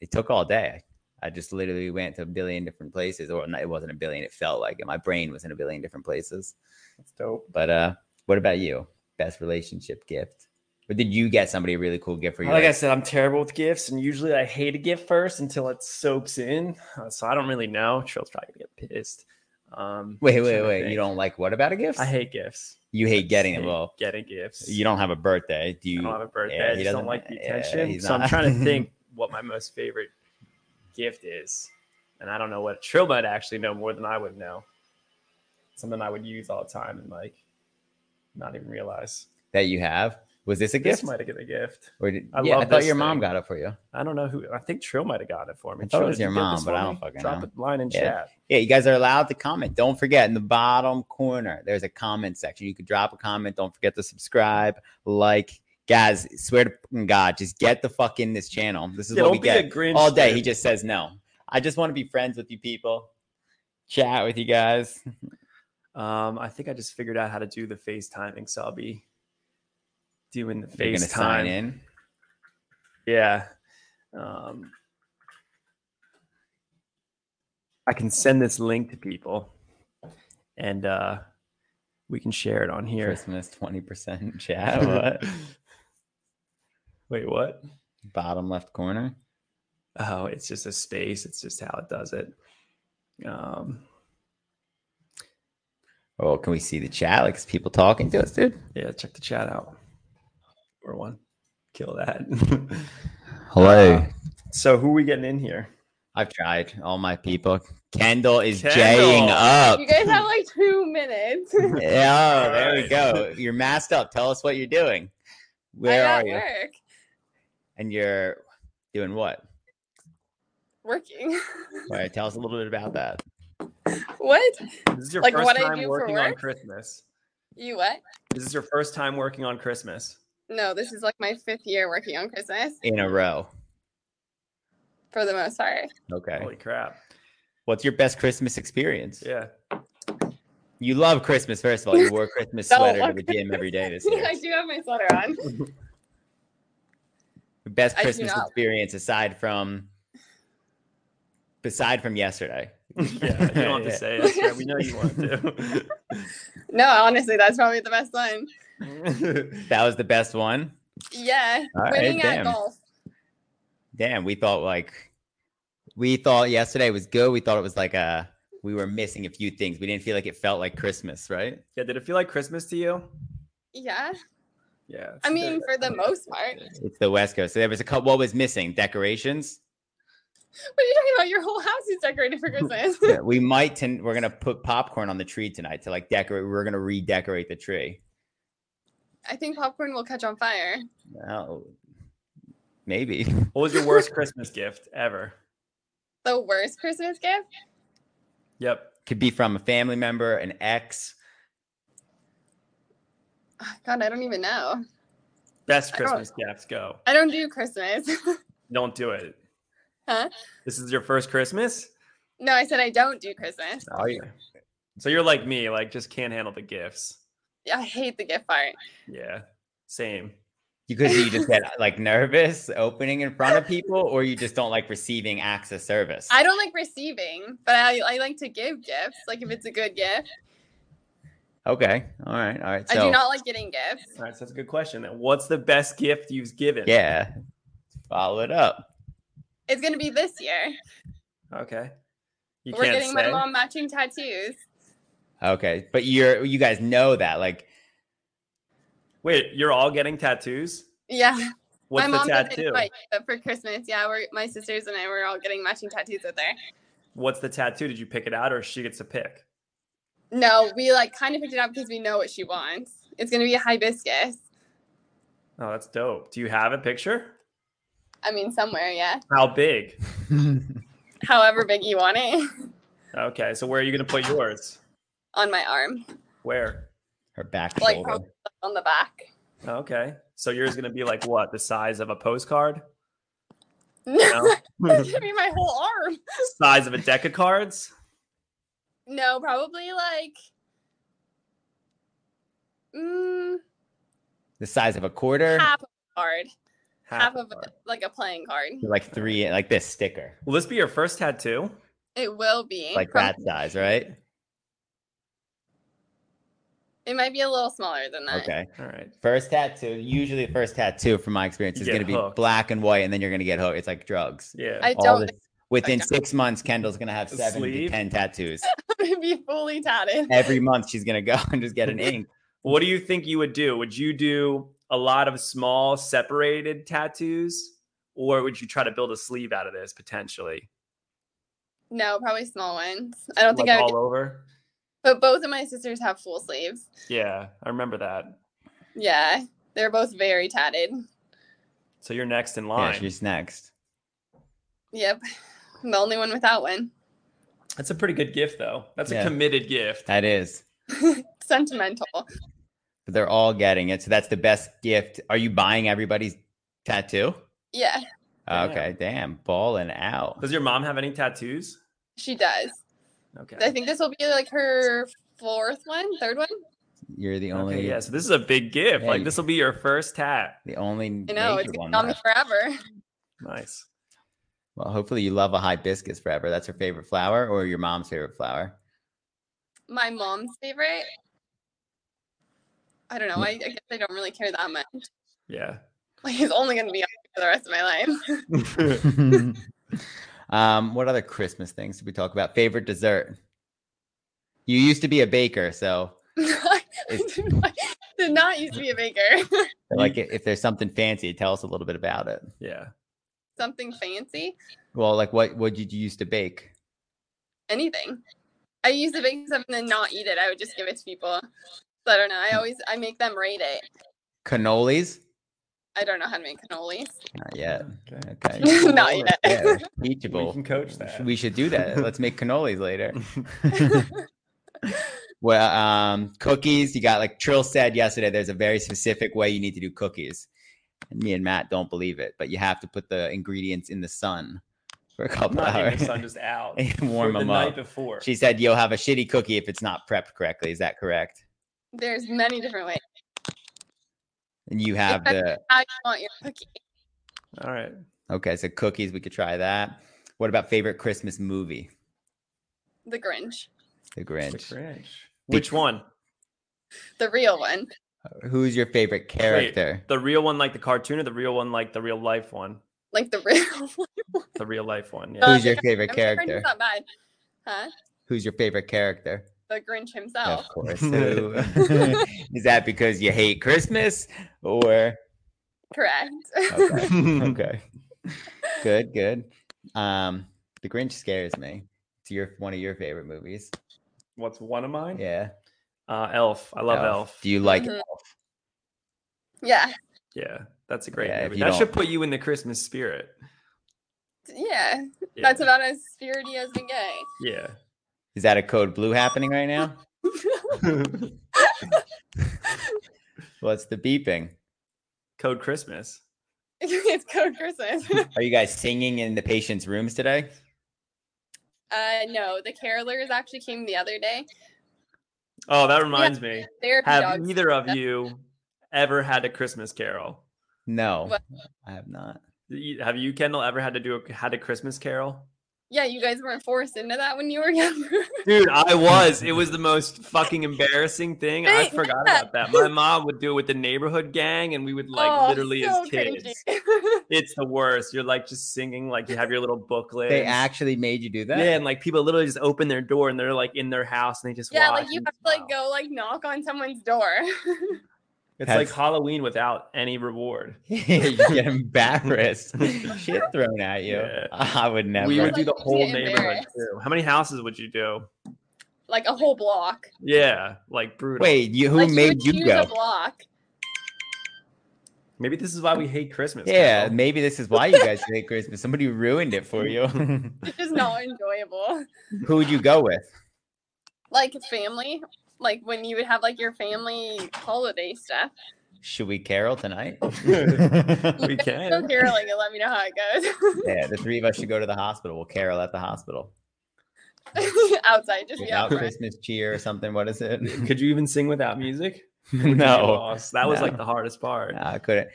[SPEAKER 1] it took all day. I just literally went to a billion different places, or not- it wasn't a billion. It felt like it. My brain was in a billion different places.
[SPEAKER 2] That's dope.
[SPEAKER 1] But uh, what about you? Best relationship gift? Or did you get somebody a really cool gift for you?
[SPEAKER 2] Like I said, I'm terrible with gifts, and usually I hate a gift first until it soaks in. Uh, so I don't really know. Trill's probably gonna get pissed. Um,
[SPEAKER 1] wait,
[SPEAKER 2] I'm trying
[SPEAKER 1] wait,
[SPEAKER 2] to
[SPEAKER 1] wait.
[SPEAKER 2] think.
[SPEAKER 1] You don't like what about a gift?
[SPEAKER 2] I hate gifts.
[SPEAKER 1] You hate getting
[SPEAKER 2] hate
[SPEAKER 1] it. Well,
[SPEAKER 2] getting gifts.
[SPEAKER 1] you don't have a birthday. Do you?
[SPEAKER 2] I don't have a birthday.
[SPEAKER 1] yeah,
[SPEAKER 2] I
[SPEAKER 1] he
[SPEAKER 2] just don't
[SPEAKER 1] doesn't-
[SPEAKER 2] like the
[SPEAKER 1] yeah,
[SPEAKER 2] attention.
[SPEAKER 1] he's
[SPEAKER 2] so I'm
[SPEAKER 1] not-
[SPEAKER 2] trying to think what my most favorite gift is, and I don't know what Trill might actually know more than I would know. Something I would use all the time and like not even realize.
[SPEAKER 1] that you have. Was this a
[SPEAKER 2] This
[SPEAKER 1] gift?
[SPEAKER 2] might have been a gift.
[SPEAKER 1] or did,
[SPEAKER 2] I
[SPEAKER 1] yeah, I
[SPEAKER 2] love
[SPEAKER 1] thought
[SPEAKER 2] this
[SPEAKER 1] your mom
[SPEAKER 2] thing.
[SPEAKER 1] got it for you.
[SPEAKER 2] I don't know who. I think Trill might have got it for me.
[SPEAKER 1] I thought it
[SPEAKER 2] Trill,
[SPEAKER 1] was
[SPEAKER 2] did
[SPEAKER 1] your
[SPEAKER 2] you get
[SPEAKER 1] mom,
[SPEAKER 2] this
[SPEAKER 1] but
[SPEAKER 2] for
[SPEAKER 1] I don't
[SPEAKER 2] me?
[SPEAKER 1] fucking
[SPEAKER 2] Drop
[SPEAKER 1] know.
[SPEAKER 2] a line in
[SPEAKER 1] Yeah.
[SPEAKER 2] chat.
[SPEAKER 1] Yeah, you guys are allowed to comment. Don't forget in the bottom corner, there's a comment section. You could drop a comment. Don't forget to subscribe, like. Guys, swear to fucking God, just get the fuck in this channel. This is
[SPEAKER 2] Yeah,
[SPEAKER 1] what we
[SPEAKER 2] don't be
[SPEAKER 1] get
[SPEAKER 2] a Grinch.
[SPEAKER 1] all day.
[SPEAKER 2] dude.
[SPEAKER 1] He just says no. I just want to be friends with you people, chat with you guys.
[SPEAKER 2] Um, I think I just figured out how to do the FaceTiming, so I'll be doing the
[SPEAKER 1] You're gonna sign
[SPEAKER 2] FaceTime.
[SPEAKER 1] in.
[SPEAKER 2] Yeah. Um, I can send this link to people, and uh, we can share it on here.
[SPEAKER 1] Christmas twenty percent chat. What?
[SPEAKER 2] Wait, what?
[SPEAKER 1] bottom left corner.
[SPEAKER 2] Oh, it's just a space. It's just how it does it. Um,
[SPEAKER 1] Oh, can we see the chat? Like, is people talking to us, dude?
[SPEAKER 2] yeah, check the chat out. Or one, kill that.
[SPEAKER 1] Hello.
[SPEAKER 2] Uh, so who are we getting in here?
[SPEAKER 1] I've tried all my people. Kendall is
[SPEAKER 2] Kendall.
[SPEAKER 1] jaying up.
[SPEAKER 4] You guys have like two minutes.
[SPEAKER 1] Yeah, oh,
[SPEAKER 2] All
[SPEAKER 1] there we
[SPEAKER 2] right.
[SPEAKER 1] go. You're masked up. Tell us what you're doing. Where
[SPEAKER 4] I
[SPEAKER 1] are
[SPEAKER 4] got
[SPEAKER 1] you?
[SPEAKER 4] work.
[SPEAKER 1] And you're doing what?
[SPEAKER 4] Working.
[SPEAKER 1] All right, tell us a little bit about that.
[SPEAKER 4] what?
[SPEAKER 2] This is your
[SPEAKER 4] Like,
[SPEAKER 2] first
[SPEAKER 4] what I
[SPEAKER 2] time
[SPEAKER 4] do for
[SPEAKER 2] working on
[SPEAKER 4] work?
[SPEAKER 2] Christmas.
[SPEAKER 4] You what?
[SPEAKER 2] This is your first time working on Christmas.
[SPEAKER 4] No, this is like my fifth year working on Christmas
[SPEAKER 1] In a row.
[SPEAKER 4] for the most part.
[SPEAKER 1] Okay.
[SPEAKER 2] Holy crap!
[SPEAKER 1] What's your best Christmas experience?
[SPEAKER 2] Yeah,
[SPEAKER 1] You love Christmas, first of all. You wore a Christmas
[SPEAKER 4] Don't
[SPEAKER 1] sweater to
[SPEAKER 4] love
[SPEAKER 1] the gym every day this year.
[SPEAKER 4] I do have my sweater on.
[SPEAKER 1] Your best
[SPEAKER 4] I do
[SPEAKER 1] Christmas
[SPEAKER 4] not.
[SPEAKER 1] experience aside from beside from yesterday.
[SPEAKER 2] yeah. You don't have to
[SPEAKER 1] Yeah.
[SPEAKER 2] say it. Sarah, We know you want to.
[SPEAKER 4] No, honestly, that's probably the best one.
[SPEAKER 1] That was the best one.
[SPEAKER 4] Yeah,
[SPEAKER 1] All right,
[SPEAKER 4] winning
[SPEAKER 1] damn.
[SPEAKER 4] at golf.
[SPEAKER 1] Damn, we thought like we thought yesterday was good. We thought it was like a we were missing a few things. We didn't feel like it felt like Christmas, right?
[SPEAKER 2] yeah. Did it feel like Christmas to you?
[SPEAKER 4] Yeah,
[SPEAKER 2] Yeah.
[SPEAKER 4] I mean for the most part. What
[SPEAKER 1] It's the West Coast. So there was a couple. What was missing? Decorations.
[SPEAKER 4] are you talking about? Your whole house is decorated for Christmas.
[SPEAKER 1] Yeah, we might. Ten- we're gonna put popcorn on the tree tonight to like decorate. We're gonna redecorate the tree.
[SPEAKER 7] I think popcorn will catch on fire.
[SPEAKER 1] Oh, maybe.
[SPEAKER 2] What was your worst Christmas gift ever?
[SPEAKER 7] The worst Christmas gift?
[SPEAKER 2] Yep.
[SPEAKER 1] Could be from a family member, an ex.
[SPEAKER 7] Oh, God, I don't even know.
[SPEAKER 2] Best
[SPEAKER 7] I don't-
[SPEAKER 2] Christmas gift. Go.
[SPEAKER 7] I don't do Christmas.
[SPEAKER 2] Don't do it.
[SPEAKER 7] Huh?
[SPEAKER 2] This is your first Christmas?
[SPEAKER 7] no, I said I don't do Christmas.
[SPEAKER 1] Oh, yeah.
[SPEAKER 2] So you're like me, like just can't handle the gifts.
[SPEAKER 7] I hate the gift part.
[SPEAKER 2] Yeah. Same.
[SPEAKER 1] Because you just get like nervous opening in front of people, or you just don't like receiving acts of service.
[SPEAKER 7] I don't like receiving, but I, I like to give gifts. Like if it's a good gift,
[SPEAKER 1] okay. All right. All right.
[SPEAKER 7] I
[SPEAKER 1] So
[SPEAKER 7] do not like getting gifts.
[SPEAKER 2] All right, so that's a good question. Then what's the best gift you've given?
[SPEAKER 1] yeah, follow it up.
[SPEAKER 7] It's gonna be this year.
[SPEAKER 2] Okay. You
[SPEAKER 7] We're
[SPEAKER 2] can't
[SPEAKER 7] getting
[SPEAKER 2] say.
[SPEAKER 7] my mom matching tattoos.
[SPEAKER 1] Okay, but you're you guys know that like
[SPEAKER 2] Wait, you're all getting tattoos?
[SPEAKER 7] Yeah,
[SPEAKER 2] What's
[SPEAKER 7] my mom
[SPEAKER 2] the
[SPEAKER 7] doesn't
[SPEAKER 2] tattoo?
[SPEAKER 7] invite, but for Christmas, yeah, we're my sisters and I were all getting matching tattoos with her.
[SPEAKER 2] What's the tattoo? Did you pick it out or she gets to pick?
[SPEAKER 7] No, we like kind of picked it out because we know what she wants. It's gonna be a hibiscus.
[SPEAKER 2] Oh, that's dope. Do you have a picture?
[SPEAKER 7] I mean, somewhere, yeah.
[SPEAKER 2] How big?
[SPEAKER 7] However big you want it
[SPEAKER 2] Okay, so where are you going to put yours?
[SPEAKER 7] on my arm,
[SPEAKER 2] Where?
[SPEAKER 1] her back
[SPEAKER 7] Like,
[SPEAKER 1] shoulder.
[SPEAKER 7] on the back.
[SPEAKER 2] Okay. So yours is going to be like what? The size of a postcard?
[SPEAKER 7] No,
[SPEAKER 2] No?
[SPEAKER 7] that's gonna be my whole arm.
[SPEAKER 2] size of a deck of cards?
[SPEAKER 7] No, probably like. Mm,
[SPEAKER 1] the size of a quarter,
[SPEAKER 7] half of a card, half
[SPEAKER 2] a
[SPEAKER 7] of
[SPEAKER 2] card.
[SPEAKER 7] it, like a playing card.
[SPEAKER 1] like three, like this sticker,
[SPEAKER 2] Will this be your first tattoo?
[SPEAKER 7] It will be
[SPEAKER 1] like
[SPEAKER 7] prob-
[SPEAKER 1] that size, right?
[SPEAKER 7] It might be a little smaller than that.
[SPEAKER 1] Okay.
[SPEAKER 2] All right.
[SPEAKER 1] First tattoo, usually the first tattoo, from my experience,
[SPEAKER 2] You
[SPEAKER 1] is
[SPEAKER 2] get
[SPEAKER 1] going to be
[SPEAKER 2] hooked.
[SPEAKER 1] black and white, and then you're going to get hooked. It's like drugs.
[SPEAKER 2] Yeah.
[SPEAKER 7] I
[SPEAKER 1] All
[SPEAKER 7] don't
[SPEAKER 1] this- within
[SPEAKER 7] don't.
[SPEAKER 1] six months, Kendall's going to have
[SPEAKER 2] A
[SPEAKER 1] seven to
[SPEAKER 2] sleeve?
[SPEAKER 1] ten tattoos.
[SPEAKER 7] think I'm gonna be fully tatted.
[SPEAKER 1] Every month, she's going to go and just get an ink.
[SPEAKER 2] what do you think you would do? Would you do a lot of small separated tattoos or would you try to build a sleeve out of this potentially?
[SPEAKER 7] No, probably small ones. I don't think
[SPEAKER 2] Like
[SPEAKER 7] I would.
[SPEAKER 2] all over?
[SPEAKER 7] But both of my sisters have full sleeves.
[SPEAKER 2] Yeah, I remember that.
[SPEAKER 7] Yeah, they're both very tatted.
[SPEAKER 2] So you're next in
[SPEAKER 1] Yeah,
[SPEAKER 2] line.
[SPEAKER 1] she's next.
[SPEAKER 7] Yep, I'm the only one without one.
[SPEAKER 2] That's a pretty good gift though. That's
[SPEAKER 1] Yeah.
[SPEAKER 2] a committed gift.
[SPEAKER 1] That is.
[SPEAKER 7] Sentimental.
[SPEAKER 1] But they're all getting it. So that's the best gift. Are you buying everybody's tattoo?
[SPEAKER 7] Yeah,
[SPEAKER 2] Damn.
[SPEAKER 1] Okay, damn, balling out.
[SPEAKER 2] Does your mom have any tattoos?
[SPEAKER 7] she does.
[SPEAKER 2] Okay.
[SPEAKER 7] I think this will be like her fourth one, third one.
[SPEAKER 1] You're the only,
[SPEAKER 2] okay, yeah. So this is a big gift.
[SPEAKER 1] Yeah,
[SPEAKER 2] like
[SPEAKER 1] you-
[SPEAKER 2] this will be your first tat.
[SPEAKER 1] the only
[SPEAKER 7] I know
[SPEAKER 1] major
[SPEAKER 7] it's
[SPEAKER 1] one.
[SPEAKER 7] gonna be on me
[SPEAKER 1] left.
[SPEAKER 7] forever.
[SPEAKER 2] Nice.
[SPEAKER 1] Well, hopefully you love a hibiscus forever. That's her favorite flower, or your mom's favorite flower.
[SPEAKER 7] My mom's favorite. I don't know. I, I guess I don't really care that much.
[SPEAKER 2] Yeah.
[SPEAKER 7] Like it's only gonna be on me for the rest of my life.
[SPEAKER 1] um, what other Christmas things did we talk about? Favorite dessert. You used to be a baker, so
[SPEAKER 7] I did not- did not used to be a baker.
[SPEAKER 1] like i- if there's something fancy, tell us a little bit about it.
[SPEAKER 2] Yeah.
[SPEAKER 7] Something fancy,
[SPEAKER 1] Well, like what what did you used to bake?
[SPEAKER 7] anything. I used to bake something and not eat it. I would just give it to people. So I don't know. I always I make them rate it.
[SPEAKER 1] Cannolis?
[SPEAKER 7] I don't know how to make cannolis.
[SPEAKER 1] Not yet.
[SPEAKER 2] Okay.
[SPEAKER 1] Okay.
[SPEAKER 7] not yet.
[SPEAKER 1] Yeah, teachable.
[SPEAKER 2] We can coach that.
[SPEAKER 1] We should do that. Let's make cannolis later. well, um, cookies. You got like Trill said yesterday. There's a very specific way you need to do cookies. And me and Matt don't believe it, but you have to put the ingredients in the sun for a couple
[SPEAKER 2] Not in
[SPEAKER 1] hours.
[SPEAKER 2] the sun, just out.
[SPEAKER 1] and
[SPEAKER 2] Or
[SPEAKER 1] warm
[SPEAKER 2] the
[SPEAKER 1] them
[SPEAKER 2] night
[SPEAKER 1] up.
[SPEAKER 2] before.
[SPEAKER 1] She said you'll have a shitty cookie if it's not prepped correctly. Is that correct?
[SPEAKER 7] There's many different ways.
[SPEAKER 1] And you have
[SPEAKER 7] Exactly.
[SPEAKER 1] the
[SPEAKER 7] How you want your cookie?
[SPEAKER 2] All right.
[SPEAKER 1] okay. So cookies, we could try that. What about favorite Christmas movie?
[SPEAKER 7] The Grinch,
[SPEAKER 1] The
[SPEAKER 2] The
[SPEAKER 1] Grinch.
[SPEAKER 2] Grinch. Which one?
[SPEAKER 7] the real one.
[SPEAKER 1] Who's your favorite character?
[SPEAKER 2] The real one, like the cartoon, or the real one, like the real life one?
[SPEAKER 7] Like the real one.
[SPEAKER 2] The real life one.
[SPEAKER 7] Uh,
[SPEAKER 2] Yeah.
[SPEAKER 1] Who's your favorite
[SPEAKER 7] I'm sure
[SPEAKER 1] character?
[SPEAKER 7] it's not bad. Huh?
[SPEAKER 1] Who's your favorite character?
[SPEAKER 7] The Grinch
[SPEAKER 1] Of
[SPEAKER 7] himself.
[SPEAKER 1] course. Who- Is that because you hate Christmas or?
[SPEAKER 7] Correct.
[SPEAKER 1] Okay. okay. Good. Good. Um, The Grinch scares me. It's your one of your favorite movies.
[SPEAKER 2] What's one of mine?
[SPEAKER 1] Yeah.
[SPEAKER 2] Uh, Elf. I love Elf.
[SPEAKER 7] Mm-hmm.
[SPEAKER 1] Do you like
[SPEAKER 7] Mhm. Yeah.
[SPEAKER 2] Yeah, that's a great
[SPEAKER 1] Yeah, if
[SPEAKER 2] movie.
[SPEAKER 1] you
[SPEAKER 2] That should
[SPEAKER 1] don't-
[SPEAKER 2] put you in the Christmas spirit.
[SPEAKER 7] Yeah.
[SPEAKER 2] Yeah.
[SPEAKER 7] That's about as spirity as we get.
[SPEAKER 2] yeah.
[SPEAKER 1] Is that a code blue happening right now? What's the beeping?
[SPEAKER 2] Code Christmas.
[SPEAKER 7] it's code Christmas.
[SPEAKER 1] Are you guys singing in the patient's rooms today?
[SPEAKER 7] uh, no, the carolers actually came the other day.
[SPEAKER 2] Oh, that reminds me.
[SPEAKER 7] Therapy
[SPEAKER 2] Have
[SPEAKER 7] dogs.
[SPEAKER 2] either of
[SPEAKER 7] That's-
[SPEAKER 2] you ever had a Christmas carol?
[SPEAKER 1] No,
[SPEAKER 7] What?
[SPEAKER 1] I have not.
[SPEAKER 2] Y- Have you, Kendall, ever had to do a, had a Christmas carol?
[SPEAKER 7] Yeah, you guys weren't forced into that when you were younger.
[SPEAKER 2] Dude, I was. It was the most fucking embarrassing thing. I
[SPEAKER 7] Thank
[SPEAKER 2] forgot
[SPEAKER 7] God.
[SPEAKER 2] about that. My mom would do it with the neighborhood gang, and we would like
[SPEAKER 7] Oh,
[SPEAKER 2] literally
[SPEAKER 7] so
[SPEAKER 2] as kids.
[SPEAKER 7] cringy.
[SPEAKER 2] It's the worst. You're like just singing, like you have your little booklet.
[SPEAKER 1] They
[SPEAKER 2] and-
[SPEAKER 1] actually made you do that?
[SPEAKER 2] Yeah, and like people literally just open their door and they're like in their house and they just
[SPEAKER 7] yeah,
[SPEAKER 2] watch
[SPEAKER 7] like you
[SPEAKER 2] and
[SPEAKER 7] have to like
[SPEAKER 2] smile.
[SPEAKER 7] go like knock on someone's door.
[SPEAKER 2] It's
[SPEAKER 1] That's-
[SPEAKER 2] like Halloween without any reward.
[SPEAKER 1] you get embarrassed. Shit thrown at you.
[SPEAKER 2] Yeah.
[SPEAKER 1] I would never.
[SPEAKER 2] We would do
[SPEAKER 7] Like,
[SPEAKER 2] the
[SPEAKER 7] you
[SPEAKER 2] whole
[SPEAKER 7] get
[SPEAKER 2] neighborhood
[SPEAKER 7] embarrassed.
[SPEAKER 2] too. How many houses would you do?
[SPEAKER 7] like a whole block.
[SPEAKER 2] Yeah, like brutal.
[SPEAKER 1] Wait, you who
[SPEAKER 7] like,
[SPEAKER 1] made
[SPEAKER 7] would
[SPEAKER 1] you
[SPEAKER 7] choose
[SPEAKER 1] go?
[SPEAKER 7] a block.
[SPEAKER 2] maybe this is why we hate Christmas.
[SPEAKER 1] Yeah,
[SPEAKER 2] Kendall.
[SPEAKER 1] maybe this is why you guys hate Christmas. Somebody ruined it for you.
[SPEAKER 7] It's just not enjoyable.
[SPEAKER 1] who would you go with?
[SPEAKER 7] Like family, like when you would have like your family holiday stuff.
[SPEAKER 1] Should we carol tonight?
[SPEAKER 2] we
[SPEAKER 7] Go
[SPEAKER 2] can.
[SPEAKER 7] caroling and let me know how it
[SPEAKER 1] yeah, the three of us should go to the hospital. We'll carol at the hospital
[SPEAKER 7] goes. outside, just be
[SPEAKER 1] without
[SPEAKER 7] outside.
[SPEAKER 1] Christmas cheer or something. What is it?
[SPEAKER 2] Could you even sing without music? You
[SPEAKER 1] no,
[SPEAKER 2] lost. that was like
[SPEAKER 1] No.
[SPEAKER 2] the hardest part.
[SPEAKER 1] no, I couldn't.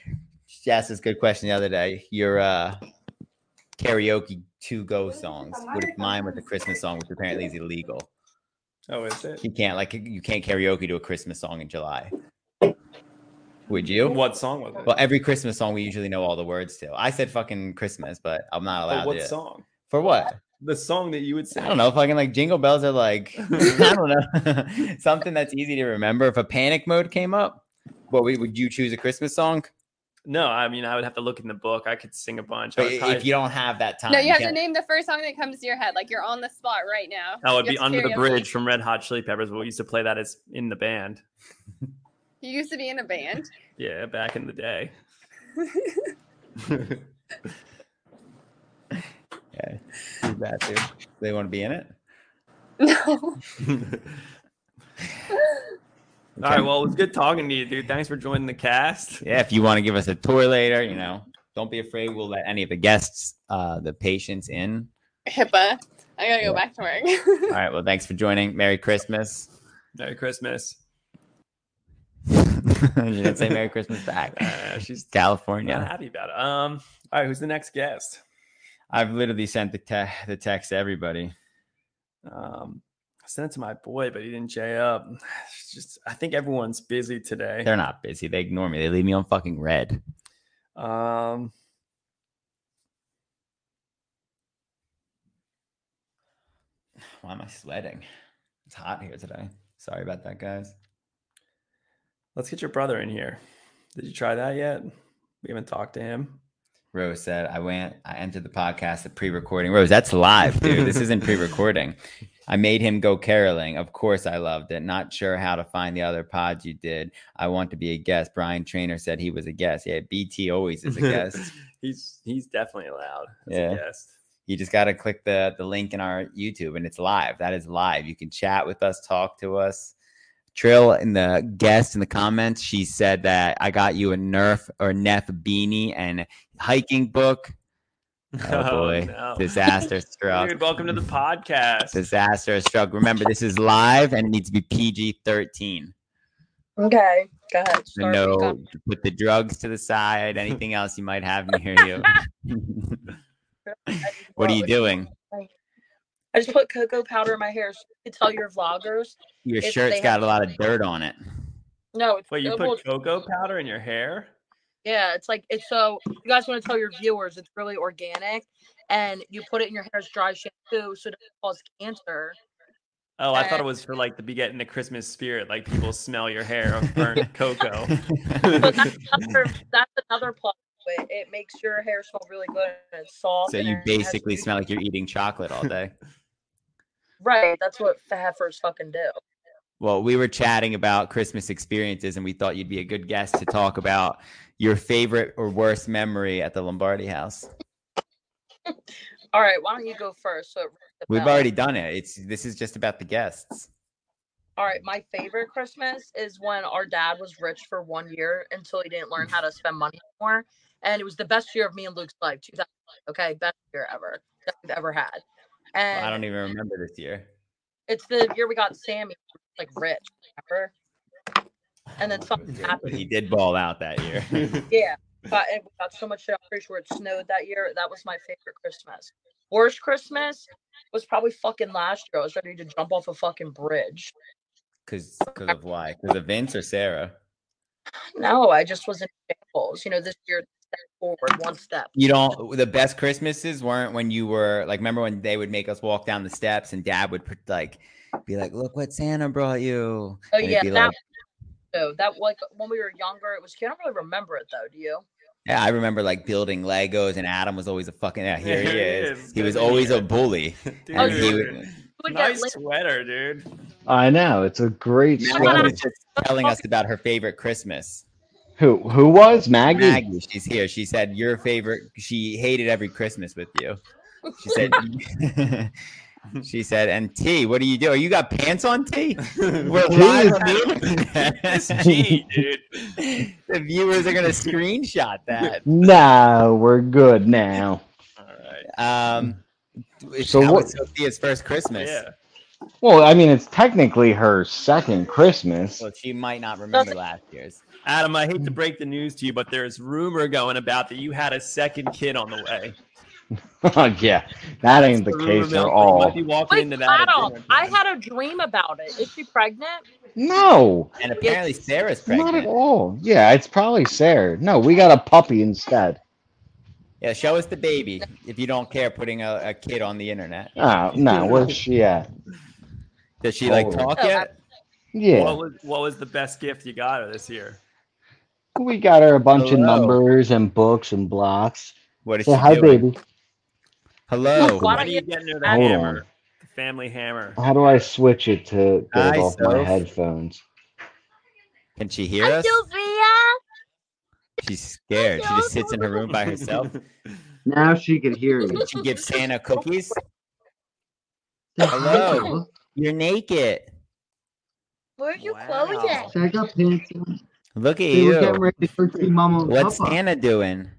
[SPEAKER 1] She asked this good question the other day. Your uh, karaoke to go songs. What if mine was a Christmas song, which apparently is illegal?
[SPEAKER 2] Oh, is it?
[SPEAKER 1] You can't like you can't karaoke to a Christmas song in July. Would you?
[SPEAKER 2] What song was it?
[SPEAKER 1] Well, every Christmas song we usually know all the words to. I said fucking Christmas, but I'm not allowed
[SPEAKER 2] But what
[SPEAKER 1] to.
[SPEAKER 2] song?
[SPEAKER 1] For what?
[SPEAKER 2] The song that you would sing.
[SPEAKER 1] I don't know. Fucking like jingle bells are like I don't know something that's easy to remember. If a panic mode came up, what would would you choose a Christmas song?
[SPEAKER 2] No, I mean I would have to look in the book. I could sing a bunch. I
[SPEAKER 1] But
[SPEAKER 2] would
[SPEAKER 1] i-
[SPEAKER 2] probably,
[SPEAKER 1] if you don't have that time,
[SPEAKER 7] No, you have to
[SPEAKER 1] can't-
[SPEAKER 7] name the first song that comes to your head. Like you're on the spot right now.
[SPEAKER 2] that would
[SPEAKER 7] You
[SPEAKER 2] Oh, be
[SPEAKER 7] have to
[SPEAKER 2] Under the
[SPEAKER 7] karaoke.
[SPEAKER 2] Bridge from Red Hot Chili Peppers. We used to play that as in the band.
[SPEAKER 7] You used to be in a band.
[SPEAKER 2] Yeah, back in the day.
[SPEAKER 1] yeah, do that too. They want to be in it.
[SPEAKER 7] No.
[SPEAKER 2] All right. Well, it was good talking to you, dude. Thanks for joining the cast.
[SPEAKER 1] Yeah, if you want to give us a tour later, you know, don't be afraid. We'll let any of the guests, uh, the patients in.
[SPEAKER 7] HIPAA. I gotta
[SPEAKER 1] Yeah.
[SPEAKER 7] go back to work.
[SPEAKER 1] All right. Well, thanks for joining. Merry Christmas.
[SPEAKER 2] Merry Christmas.
[SPEAKER 1] you didn't say Merry Christmas back.
[SPEAKER 2] Uh, she's
[SPEAKER 1] California.
[SPEAKER 2] not happy about it. Um. All right. Who's the next guest?
[SPEAKER 1] I've literally sent the te- the text to everybody.
[SPEAKER 2] Um. I sent it to my boy, but he didn't jay up. It's just, I think everyone's busy today.
[SPEAKER 1] They're not busy. They ignore me. They leave me on fucking red.
[SPEAKER 2] Um,
[SPEAKER 1] Why am I sweating? It's hot here today. Sorry about that, guys.
[SPEAKER 2] let's get your brother in here. Did you try that yet? We haven't talked to him.
[SPEAKER 1] Rose said, I went, I entered the podcast at pre recording. Rose, that's live, dude. This isn't pre recording. I made him go caroling. Of course, I loved it. Not sure how to find the other pods you did. I want to be a guest. Brian Trainer said he was a guest. Yeah, BT always is a guest.
[SPEAKER 2] he's he's definitely allowed as
[SPEAKER 1] Yeah.
[SPEAKER 2] a guest.
[SPEAKER 1] you just got to click the the link in our YouTube and it's live. That is live. You can chat with us, talk to us. Trill in the guest in the comments, she said that I got you a Nerf or Nef beanie and hiking book. Oh boy,
[SPEAKER 2] no.
[SPEAKER 1] disaster struck.
[SPEAKER 2] Dude, welcome to the podcast.
[SPEAKER 1] Disaster struck. Remember, this is live and it needs to be PG thirteen.
[SPEAKER 8] Okay, go ahead.
[SPEAKER 1] So
[SPEAKER 8] Start me
[SPEAKER 1] no,
[SPEAKER 8] off.
[SPEAKER 1] put the drugs to the side. Anything else you might have near you. what are you doing?
[SPEAKER 8] I just put cocoa powder in my hair. So you can tell your vloggers.
[SPEAKER 1] Your
[SPEAKER 8] If
[SPEAKER 1] shirt's
[SPEAKER 8] they
[SPEAKER 1] got
[SPEAKER 8] have-
[SPEAKER 1] a lot of dirt on it.
[SPEAKER 8] No, it's
[SPEAKER 2] Wait, you
[SPEAKER 8] well,
[SPEAKER 2] put cocoa powder in your hair?
[SPEAKER 8] yeah, it's like it's so you guys want to tell your viewers it's really organic, and you put it in your hair as dry shampoo, so it doesn't cause cancer.
[SPEAKER 2] Oh, I thought it
[SPEAKER 8] Uh,
[SPEAKER 2] was for like to be getting the Christmas spirit, like people smell your hair of burnt cocoa.
[SPEAKER 8] But that's another, that's another plus. to It. it makes your hair smell really good and it's soft.
[SPEAKER 1] So
[SPEAKER 8] and
[SPEAKER 1] you
[SPEAKER 8] it has
[SPEAKER 1] basically
[SPEAKER 8] beauty-
[SPEAKER 1] smell like you're eating chocolate all day.
[SPEAKER 8] right. That's what heifers fucking do.
[SPEAKER 1] Well, we were chatting about Christmas experiences, and we thought you'd be a good guest to talk about your favorite or worst memory at the Lombardi House.
[SPEAKER 8] All right, why don't you go first? So it rings a
[SPEAKER 1] We've
[SPEAKER 8] bell.
[SPEAKER 1] already done it. It's this is just about the guests.
[SPEAKER 8] All right, my favorite Christmas is when our dad was rich for one year until he didn't learn how to spend money anymore, and it was the best year of me and Luke's life. 2000, okay, best year ever that we've ever had. And
[SPEAKER 1] I don't even remember this year.
[SPEAKER 8] It's the year we got Sammy, like rich, remember? And then something
[SPEAKER 1] But
[SPEAKER 8] happened.
[SPEAKER 1] he did ball out that year.
[SPEAKER 8] Yeah, but and we got so much. shit, I'm pretty sure it snowed that year. That was my favorite Christmas. Worst Christmas was probably fucking last year. I was ready to jump off a fucking bridge.
[SPEAKER 1] Cause, cause of why? Cause of Vince or Sarah?
[SPEAKER 8] No, I just was in shambles. You know, this year step forward one step.
[SPEAKER 1] You don't. The best Christmases weren't when you were like. Remember when they would make us walk down the steps and Dad would put, like be like, "Look what Santa brought you."
[SPEAKER 8] Oh
[SPEAKER 1] And it'd
[SPEAKER 8] yeah,
[SPEAKER 1] be
[SPEAKER 8] that.
[SPEAKER 1] like-
[SPEAKER 8] So that like when we were younger, it was. I don't really remember it though. Do you?
[SPEAKER 1] Yeah, I remember like building Legos, and Adam was always a fucking. Yeah, here he
[SPEAKER 2] There he
[SPEAKER 1] is.
[SPEAKER 2] is.
[SPEAKER 1] He was
[SPEAKER 2] Good
[SPEAKER 1] always a
[SPEAKER 2] man.
[SPEAKER 1] bully.
[SPEAKER 2] Dude,
[SPEAKER 1] And
[SPEAKER 8] he
[SPEAKER 1] would-
[SPEAKER 8] We would get
[SPEAKER 2] nice
[SPEAKER 8] lit-
[SPEAKER 2] sweater, dude.
[SPEAKER 9] I know it's a great
[SPEAKER 1] Maggie
[SPEAKER 9] sweater.
[SPEAKER 1] was just telling us about her favorite Christmas.
[SPEAKER 9] Who who was Maggie?
[SPEAKER 1] Maggie, she's here. She said your favorite. She hated every Christmas with you. She said. she said, "And T, what do you do? Are you got pants on, T? We're
[SPEAKER 9] T
[SPEAKER 1] live
[SPEAKER 9] is-
[SPEAKER 1] on the
[SPEAKER 2] It's G, dude.
[SPEAKER 1] internet. the viewers are gonna screenshot that.
[SPEAKER 9] No, we're good now.
[SPEAKER 2] All right.
[SPEAKER 1] Um, it's-
[SPEAKER 9] So
[SPEAKER 1] that
[SPEAKER 9] what-
[SPEAKER 1] was Sophia's first Christmas.
[SPEAKER 2] Yeah.
[SPEAKER 9] Well, I mean, it's technically her second Christmas.
[SPEAKER 1] Well, she might not remember last year's.
[SPEAKER 2] Adam, I hate to break the news to you, but there's rumor going about that you had a second kid on the way.
[SPEAKER 9] Oh, yeah, that ain't the
[SPEAKER 2] Rumor
[SPEAKER 9] case
[SPEAKER 2] mill, so You
[SPEAKER 9] at
[SPEAKER 2] might
[SPEAKER 9] all.
[SPEAKER 2] be walking
[SPEAKER 8] Wait,
[SPEAKER 2] into that. at
[SPEAKER 8] Adam,
[SPEAKER 2] dinner
[SPEAKER 8] I
[SPEAKER 2] time.
[SPEAKER 8] had a dream about it. Is she pregnant?
[SPEAKER 9] No,
[SPEAKER 1] And apparently Sarah's pregnant.
[SPEAKER 9] not at all. Yeah, it's probably Sarah. No, we got a puppy instead.
[SPEAKER 1] Yeah, show us the baby if you don't care putting a, a kid on the internet.
[SPEAKER 9] Oh no, where's she at?
[SPEAKER 1] Does she like
[SPEAKER 9] Oh.
[SPEAKER 1] talk
[SPEAKER 8] Oh,
[SPEAKER 1] yet?
[SPEAKER 9] Yeah,
[SPEAKER 2] What was what was the best gift you got her this year?
[SPEAKER 9] we got her a bunch of
[SPEAKER 1] Hello.
[SPEAKER 9] numbers and books and blocks.
[SPEAKER 1] What is
[SPEAKER 9] Say
[SPEAKER 1] she
[SPEAKER 9] hi,
[SPEAKER 1] doing?
[SPEAKER 9] baby.
[SPEAKER 1] Hello.
[SPEAKER 8] Why
[SPEAKER 2] When
[SPEAKER 8] don't
[SPEAKER 2] are you
[SPEAKER 8] you?
[SPEAKER 2] getting her the
[SPEAKER 9] Hold
[SPEAKER 2] hammer?
[SPEAKER 9] on.
[SPEAKER 2] The family hammer.
[SPEAKER 9] How do I switch it to get
[SPEAKER 1] Hi,
[SPEAKER 9] it off my
[SPEAKER 1] Soph.
[SPEAKER 9] headphones?
[SPEAKER 1] Can she hear us? She's scared. She just sits in her room by herself.
[SPEAKER 6] Now she can hear you.
[SPEAKER 1] Did she give Santa cookies? Hello. You're naked.
[SPEAKER 8] Where are you
[SPEAKER 2] Wow.
[SPEAKER 8] closing?
[SPEAKER 6] I got pants on.
[SPEAKER 1] Look at
[SPEAKER 6] They were getting
[SPEAKER 1] you.
[SPEAKER 6] ready to go see Mama and
[SPEAKER 1] What's
[SPEAKER 6] Papa.
[SPEAKER 1] Santa doing?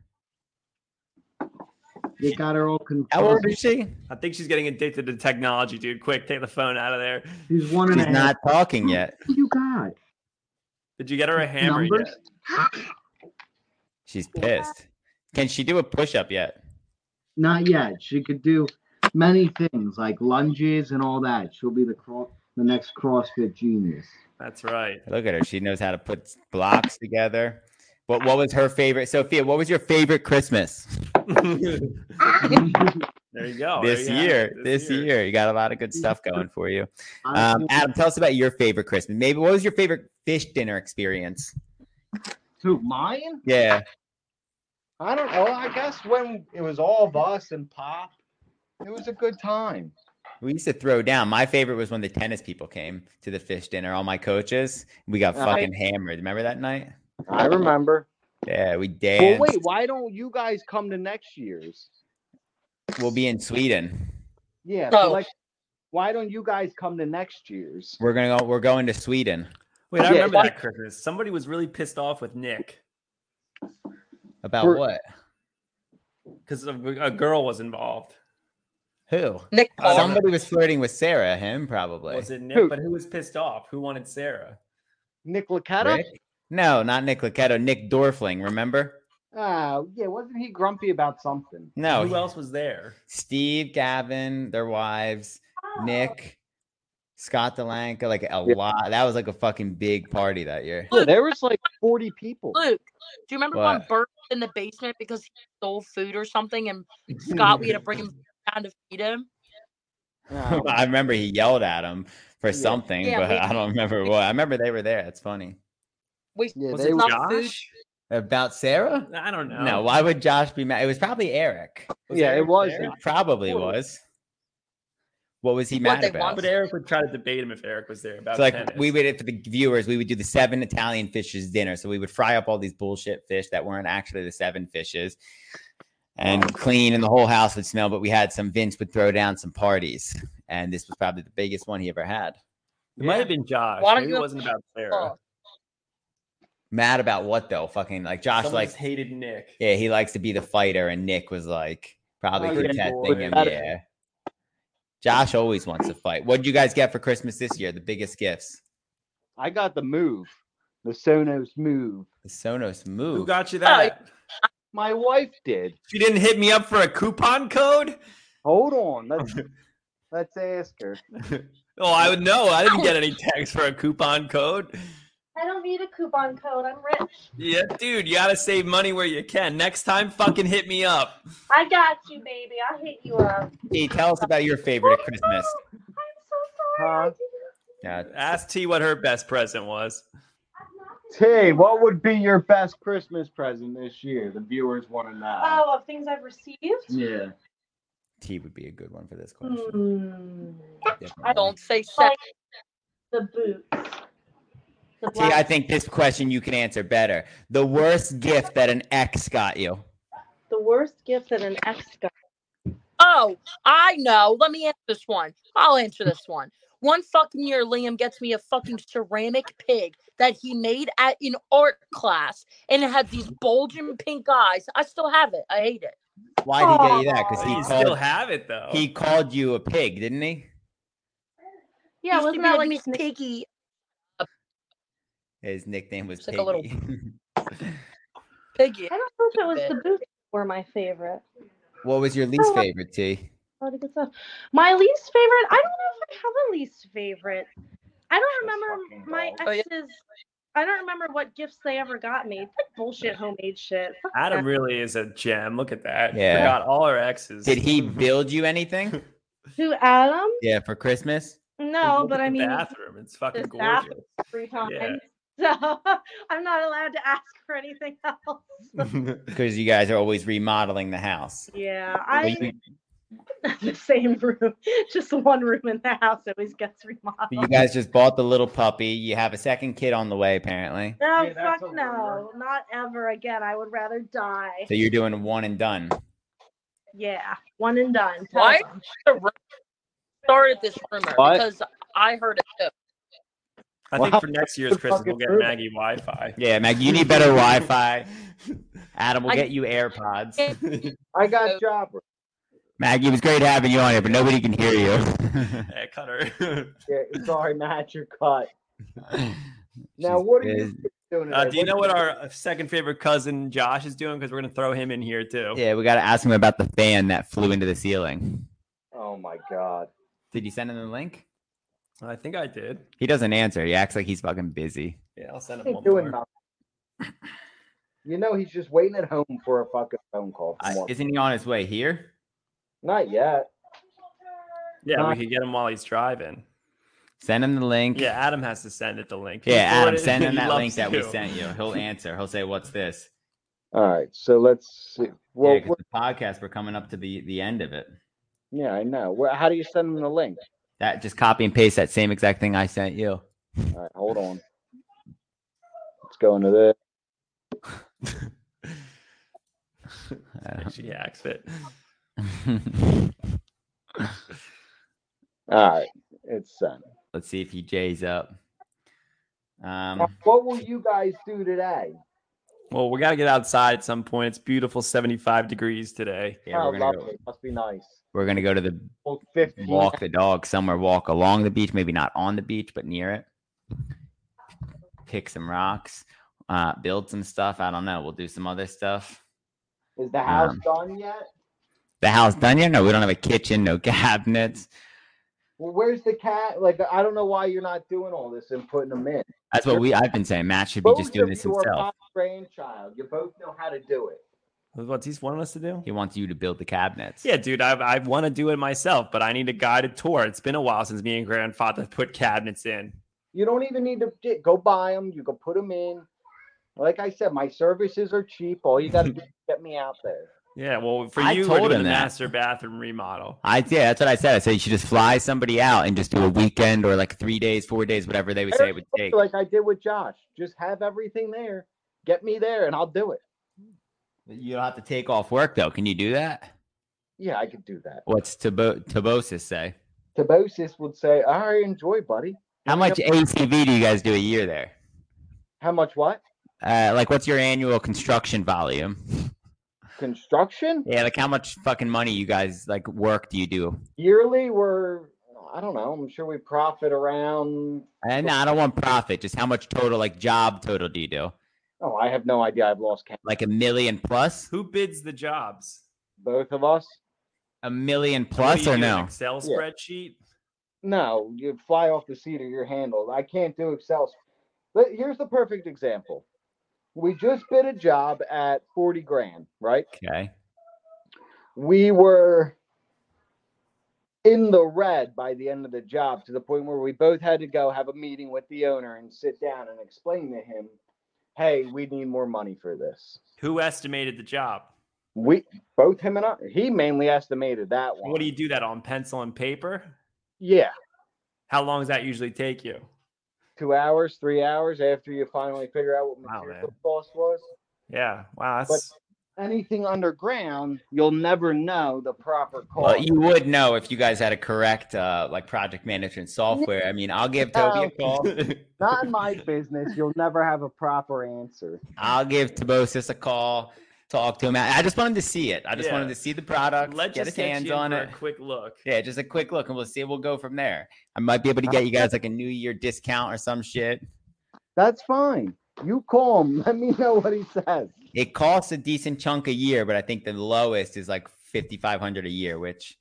[SPEAKER 6] They got her all confused.
[SPEAKER 1] How old is she?
[SPEAKER 2] I think she's getting addicted to technology, dude. Quick, take the phone out of there.
[SPEAKER 6] She's one and a
[SPEAKER 1] She's
[SPEAKER 6] half.
[SPEAKER 1] not talking yet.
[SPEAKER 6] What you got?
[SPEAKER 2] Did you get her a hammer
[SPEAKER 6] Numbers?
[SPEAKER 2] yet?
[SPEAKER 1] She's pissed. Can she do a push up yet?
[SPEAKER 6] Not yet. She could do many things like lunges and all that. She'll be the cro- the next CrossFit genius.
[SPEAKER 2] That's right.
[SPEAKER 1] Look at her. She knows how to put s- blocks together. What what was her favorite? Sophia, what was your favorite Christmas
[SPEAKER 2] There you go.
[SPEAKER 1] this
[SPEAKER 2] There you have
[SPEAKER 1] year?
[SPEAKER 2] it.
[SPEAKER 1] This year. you got a lot of good stuff going for you. Um,
[SPEAKER 6] I-
[SPEAKER 1] Adam, tell us about your favorite Christmas. Maybe what was your favorite fish dinner experience?
[SPEAKER 6] Who, mine?
[SPEAKER 1] Yeah,
[SPEAKER 9] I don't know. I guess when it was all of us and Pop, it was a good time.
[SPEAKER 1] we used to throw down. My favorite was when the tennis people came to the fish dinner. All my coaches, we got
[SPEAKER 9] Right.
[SPEAKER 1] fucking hammered. Remember that night?
[SPEAKER 9] I remember.
[SPEAKER 1] Yeah, we
[SPEAKER 9] Well,
[SPEAKER 1] danced.
[SPEAKER 9] wait, why don't you guys come to next year's?
[SPEAKER 1] We'll be in Sweden.
[SPEAKER 9] Yeah, so
[SPEAKER 8] Oh.
[SPEAKER 9] like, why don't you guys come to next year's?
[SPEAKER 1] We're gonna go. We're going to Sweden
[SPEAKER 2] Wait, I
[SPEAKER 9] Yeah,
[SPEAKER 2] remember
[SPEAKER 9] why-
[SPEAKER 2] that Christmas. Somebody was really pissed off with Nick
[SPEAKER 1] about
[SPEAKER 9] For-
[SPEAKER 1] what?
[SPEAKER 2] because a, a girl was involved.
[SPEAKER 1] Who?
[SPEAKER 8] Nick Paul.
[SPEAKER 1] Somebody was flirting with Sarah. Him probably.
[SPEAKER 2] Was it Nick?
[SPEAKER 9] Who?
[SPEAKER 2] But who was pissed off? Who wanted Sarah?
[SPEAKER 9] Nick Licata?
[SPEAKER 1] Rick? No, not Nick Lichetto. Nick Dorfling, remember?
[SPEAKER 9] Oh, yeah, wasn't he grumpy about something?
[SPEAKER 1] No,
[SPEAKER 2] Who else was there?
[SPEAKER 1] Steve, Gavin, their wives,
[SPEAKER 8] Oh.
[SPEAKER 1] Nick, Scott Delanca, like a
[SPEAKER 9] Yeah.
[SPEAKER 1] lot. That was like a fucking big party that year.
[SPEAKER 9] Yeah, there was like 40 people.
[SPEAKER 8] Luke, do you remember when
[SPEAKER 1] What?
[SPEAKER 8] Bert was in the basement because he stole food or something, and Scott we had to bring him down to feed him?
[SPEAKER 9] Oh,
[SPEAKER 1] I remember he yelled at him for
[SPEAKER 9] Yeah.
[SPEAKER 1] something,
[SPEAKER 8] Yeah,
[SPEAKER 1] but
[SPEAKER 8] we-
[SPEAKER 1] I don't remember what. I remember they were there. That's funny.
[SPEAKER 8] We
[SPEAKER 9] yeah,
[SPEAKER 2] Was
[SPEAKER 9] they
[SPEAKER 2] it
[SPEAKER 9] were,
[SPEAKER 8] not food.
[SPEAKER 2] Josh?
[SPEAKER 1] About Sarah?
[SPEAKER 2] I don't know.
[SPEAKER 1] No, why would Josh be mad? It was probably Eric.
[SPEAKER 9] yeah, it
[SPEAKER 2] Eric
[SPEAKER 9] was.
[SPEAKER 2] there?
[SPEAKER 1] It probably
[SPEAKER 9] Totally.
[SPEAKER 1] was. What was he
[SPEAKER 8] What
[SPEAKER 1] mad
[SPEAKER 8] they
[SPEAKER 1] about?
[SPEAKER 2] But Eric would try to debate him if Eric was there about
[SPEAKER 1] So like
[SPEAKER 2] tennis.
[SPEAKER 1] we would for the viewers, we would do the seven Italian fishes dinner. So we would fry up all these bullshit fish that weren't actually the seven fishes, and clean, and the whole house would smell. But we had some Vince would throw down some parties, and this was probably the biggest one he ever had.
[SPEAKER 2] It might have been Josh.
[SPEAKER 8] Why don't
[SPEAKER 2] Maybe
[SPEAKER 8] you-
[SPEAKER 2] it wasn't about Sarah.
[SPEAKER 8] Oh,
[SPEAKER 1] Mad about what though? Fucking like Josh
[SPEAKER 2] Someone
[SPEAKER 1] likes,
[SPEAKER 2] just hated Nick.
[SPEAKER 1] yeah, he likes to be the fighter, and Nick was like probably
[SPEAKER 2] Oh, yeah,
[SPEAKER 1] protecting
[SPEAKER 2] boy.
[SPEAKER 1] him.
[SPEAKER 2] That-
[SPEAKER 1] Yeah. Josh always wants to fight. What did you guys get for Christmas this year? The biggest gifts?
[SPEAKER 9] I got the move, the Sonos move.
[SPEAKER 1] The Sonos Move. Oh,
[SPEAKER 2] Who got you that?
[SPEAKER 9] My wife did.
[SPEAKER 2] She didn't hit me up for a coupon code.
[SPEAKER 9] Hold on, let's let's ask her.
[SPEAKER 2] Oh, I would know. I didn't get any text for a coupon code.
[SPEAKER 10] I don't need a coupon code. I'm rich.
[SPEAKER 2] Yeah, dude, you gotta save money where you can. Next time, fucking hit me up.
[SPEAKER 10] I got you, baby. I'll hit you up.
[SPEAKER 1] Hey, tell us about your favorite at Christmas.
[SPEAKER 10] Oh, I'm so sorry. I
[SPEAKER 9] Huh?
[SPEAKER 10] didn't-
[SPEAKER 1] Yeah,
[SPEAKER 2] Ask T what her best present was.
[SPEAKER 10] I'm not gonna-
[SPEAKER 9] Hey, what would be your best Christmas present this year? The viewers want to know.
[SPEAKER 10] Oh, of things I've received.
[SPEAKER 9] Yeah.
[SPEAKER 1] Uh, T would be a good one for this question.
[SPEAKER 8] Mm.
[SPEAKER 10] Hmm.
[SPEAKER 1] Different
[SPEAKER 10] I
[SPEAKER 1] one.
[SPEAKER 8] Don't say sex.
[SPEAKER 10] Like the boots. The
[SPEAKER 1] See, I
[SPEAKER 10] black,
[SPEAKER 1] think this question you can answer better. The worst gift that an ex got you.
[SPEAKER 10] the worst gift that an ex got.
[SPEAKER 8] Oh, I know. Let me answer this one. I'll answer this one. One fucking year, Liam gets me a fucking ceramic pig that he made at in art class, and it had these bulging pink eyes. I still have it. I hate it.
[SPEAKER 1] Why did he get you that? Because
[SPEAKER 2] You
[SPEAKER 1] he
[SPEAKER 2] still
[SPEAKER 1] called
[SPEAKER 2] have it though.
[SPEAKER 1] he called you a pig, didn't he?
[SPEAKER 10] Yeah,
[SPEAKER 8] Used to
[SPEAKER 10] wasn't
[SPEAKER 8] be
[SPEAKER 10] that like
[SPEAKER 8] Miss
[SPEAKER 10] Snick-
[SPEAKER 8] Piggy?
[SPEAKER 1] His nickname was
[SPEAKER 8] It's like a little-
[SPEAKER 1] Piggy.
[SPEAKER 8] Piggy.
[SPEAKER 10] I don't know if it was the
[SPEAKER 8] Bit.
[SPEAKER 10] boots that were my favorite.
[SPEAKER 1] what was your least
[SPEAKER 10] Oh, I-
[SPEAKER 1] favorite, T?
[SPEAKER 10] A lot of good stuff. My least favorite. I don't know if I have a least favorite. I don't
[SPEAKER 9] That's
[SPEAKER 10] remember
[SPEAKER 9] fucking
[SPEAKER 10] my
[SPEAKER 9] gold.
[SPEAKER 8] Oh, yeah.
[SPEAKER 10] exes. I don't remember what gifts they ever got me. It's like bullshit homemade shit. Fuck that.
[SPEAKER 2] Adam really is a gem. Look at that.
[SPEAKER 1] Yeah.
[SPEAKER 2] Forgot all our exes.
[SPEAKER 1] Did he build you anything?
[SPEAKER 10] Who Adam?
[SPEAKER 1] Yeah, for Christmas?
[SPEAKER 10] No,
[SPEAKER 2] Look
[SPEAKER 10] but
[SPEAKER 2] at
[SPEAKER 10] I
[SPEAKER 2] the
[SPEAKER 10] mean he's
[SPEAKER 2] bathroom. It's fucking
[SPEAKER 10] this
[SPEAKER 2] gorgeous.
[SPEAKER 10] bathroom. three times. So I'm not allowed to ask for anything else.
[SPEAKER 1] Because you guys are always remodeling the house.
[SPEAKER 10] Yeah,
[SPEAKER 1] Well,
[SPEAKER 10] I
[SPEAKER 1] you-
[SPEAKER 10] the same room, just one room in the house always gets remodeled.
[SPEAKER 1] you guys just bought the little puppy. You have a second kid on the way, apparently.
[SPEAKER 10] no,
[SPEAKER 9] Yeah, that's
[SPEAKER 10] Oh, fuck
[SPEAKER 9] a
[SPEAKER 10] no, not ever again. I would rather die.
[SPEAKER 1] So you're doing one and done.
[SPEAKER 10] Yeah, one and done. Tell
[SPEAKER 8] Why?
[SPEAKER 10] 'em.
[SPEAKER 8] The ru- started this rumor
[SPEAKER 9] What?
[SPEAKER 8] because I heard it too.
[SPEAKER 2] I think
[SPEAKER 9] Wow,
[SPEAKER 2] for next year's
[SPEAKER 9] that's
[SPEAKER 2] Christmas, we'll
[SPEAKER 9] fucking
[SPEAKER 2] get
[SPEAKER 9] true.
[SPEAKER 2] Maggie Wi Fi.
[SPEAKER 1] Yeah, Meg, you need better Wi Fi. Adam will
[SPEAKER 8] I-
[SPEAKER 1] get you AirPods.
[SPEAKER 9] I got Jobber.
[SPEAKER 1] Maggie, it was great having you on here, but nobody can hear you.
[SPEAKER 2] Hey, cut her.
[SPEAKER 9] Yeah, sorry, Matt, you're cut. Now,
[SPEAKER 1] She's
[SPEAKER 9] what are you
[SPEAKER 1] busy.
[SPEAKER 9] doing?
[SPEAKER 2] Uh,
[SPEAKER 9] today?
[SPEAKER 2] do you know what our second favorite cousin Josh is doing? Because we're gonna throw him in here too.
[SPEAKER 1] Yeah, we got to ask him about the fan that flew into the ceiling.
[SPEAKER 9] Oh my God.
[SPEAKER 1] Did you send him the link?
[SPEAKER 2] I think I did.
[SPEAKER 1] He doesn't answer. He acts like he's fucking busy.
[SPEAKER 2] Yeah, I'll send him
[SPEAKER 9] He ain't
[SPEAKER 2] one
[SPEAKER 9] doing
[SPEAKER 2] more.
[SPEAKER 9] nothing. You know he's just waiting at home for a fucking phone call.
[SPEAKER 1] I-
[SPEAKER 9] From one.
[SPEAKER 1] isn't he on his way here?
[SPEAKER 9] Not yet.
[SPEAKER 2] Yeah,
[SPEAKER 9] Huh?
[SPEAKER 2] we could get him while he's driving.
[SPEAKER 1] Send him the link.
[SPEAKER 2] Yeah, Adam has to send it the link. He
[SPEAKER 1] Yeah, Adam,
[SPEAKER 2] forwarded it.
[SPEAKER 1] send him
[SPEAKER 2] He
[SPEAKER 1] that
[SPEAKER 2] loves
[SPEAKER 1] link that we
[SPEAKER 2] you.
[SPEAKER 1] sent you. He'll answer. He'll say, "What's this?"
[SPEAKER 9] All right, so let's see.
[SPEAKER 1] Yeah,
[SPEAKER 9] Well,
[SPEAKER 1] 'cause
[SPEAKER 9] what-
[SPEAKER 1] the podcast we're coming up to the the end of it.
[SPEAKER 9] yeah, I know. Well, how do you send him the link?
[SPEAKER 1] That just copy and paste that same exact thing I sent you.
[SPEAKER 9] All right, hold on. Let's go into this.
[SPEAKER 1] Uh,
[SPEAKER 2] She hacks it.
[SPEAKER 9] All right, it's uh, sent.
[SPEAKER 1] Let's see if he jays up.
[SPEAKER 9] Now,
[SPEAKER 1] Um,
[SPEAKER 9] what will you guys do today?
[SPEAKER 2] Well, we gotta get outside at some point. It's beautiful, seventy-five degrees today.
[SPEAKER 1] yeah,
[SPEAKER 9] oh,
[SPEAKER 1] we're gonna go,
[SPEAKER 9] lovely. Must be nice.
[SPEAKER 1] we're gonna go to the
[SPEAKER 9] Well, Fifteen.
[SPEAKER 1] walk the dog somewhere, walk along the beach, maybe not on the beach, but near it. Pick some rocks, uh, build some stuff. I don't know. We'll do some other stuff.
[SPEAKER 9] Is the house
[SPEAKER 1] Um,
[SPEAKER 9] done yet?
[SPEAKER 1] The house done yet? No, we don't have a kitchen, no cabinets.
[SPEAKER 9] Well, where's the cat? Like, I don't know why you're not doing all this and putting them in.
[SPEAKER 1] That's what we I've been saying. Matt should be just doing this
[SPEAKER 9] you are my
[SPEAKER 1] himself.
[SPEAKER 9] grandchild. You both know how to do it.
[SPEAKER 2] What's he's wanting us to do?
[SPEAKER 1] He wants you to build the cabinets.
[SPEAKER 2] Yeah, dude, I, I want to do it myself, but I need a guided tour. It's been a while since me and grandfather put cabinets in.
[SPEAKER 9] You don't even need to di- go buy them. You can put them in. Like I said, my services are cheap. All you got to do is get me out there.
[SPEAKER 2] Yeah, well, for
[SPEAKER 1] I
[SPEAKER 2] you, it
[SPEAKER 1] told
[SPEAKER 2] would have
[SPEAKER 1] him
[SPEAKER 2] been the
[SPEAKER 1] that.
[SPEAKER 2] master bathroom remodel.
[SPEAKER 1] I yeah, that's what I said. I said you should just fly somebody out and just do a weekend or like three days, four days, whatever they would say it would take.
[SPEAKER 9] Like I did with Josh. Just have everything there. Get me there and I'll do it.
[SPEAKER 1] You don't have to take off work though. Can you do that?
[SPEAKER 9] Yeah, I could do that.
[SPEAKER 1] What's Tabo- Tabosis say?
[SPEAKER 9] Tobosis would say, All right, enjoy, buddy.
[SPEAKER 1] How much ACV do you guys do a year there?
[SPEAKER 9] How much what?
[SPEAKER 1] Uh, like, what's your annual construction volume?
[SPEAKER 9] Construction?
[SPEAKER 1] Yeah, like how much fucking money you guys like work do you do?
[SPEAKER 9] Yearly we're I don't know, I'm sure we profit around
[SPEAKER 1] And Uh, I don't want profit, just how much total like job total do you do?
[SPEAKER 9] Oh, I have no idea. I've lost count.
[SPEAKER 1] Like a million plus?
[SPEAKER 2] Who bids the jobs?
[SPEAKER 9] Both of us?
[SPEAKER 1] A million
[SPEAKER 2] What do
[SPEAKER 1] plus or
[SPEAKER 2] you do, an
[SPEAKER 1] no?
[SPEAKER 2] Excel
[SPEAKER 9] Yeah.
[SPEAKER 2] spreadsheet.
[SPEAKER 9] No, you fly off the seat of your handle. I can't do Excel. But here's the perfect example. We just bid a job at 40 grand, right?
[SPEAKER 1] Okay.
[SPEAKER 9] We were in the red by the end of the job to the point where we both had to go have a meeting with the owner and sit down and explain to him, hey, we need more money for this.
[SPEAKER 2] Who estimated the job?
[SPEAKER 9] We both him and I, he mainly estimated that one.
[SPEAKER 2] What do you do that on pencil and paper?
[SPEAKER 9] Yeah.
[SPEAKER 2] How long does that usually take you?
[SPEAKER 9] Two hours, three hours after you finally figure out what
[SPEAKER 2] Wow,
[SPEAKER 9] material
[SPEAKER 2] man.
[SPEAKER 9] cost was.
[SPEAKER 2] Yeah. Wow. That's,
[SPEAKER 9] anything underground, you'll never know the proper cost.
[SPEAKER 1] Well, you would know if you guys had a correct uh, like project management software. I mean, I'll give Toby a call.
[SPEAKER 9] Oh. Not in my business. You'll never have a proper answer.
[SPEAKER 1] I'll give Tabosis a call. Talk to him. I I just wanted to see it. I just
[SPEAKER 2] Yeah.
[SPEAKER 1] wanted to see the product.
[SPEAKER 2] Let's
[SPEAKER 1] get his
[SPEAKER 2] just get
[SPEAKER 1] hands
[SPEAKER 2] you in
[SPEAKER 1] on
[SPEAKER 2] for
[SPEAKER 1] it.
[SPEAKER 2] A quick look.
[SPEAKER 1] Yeah, just a quick look, and we'll see. We'll go from there. I might be able to get you guys like a New Year discount or some shit.
[SPEAKER 9] That's fine. You call him. Let me know what he says.
[SPEAKER 1] It costs a decent chunk a year, but I think the lowest is like fifty five hundred a year, which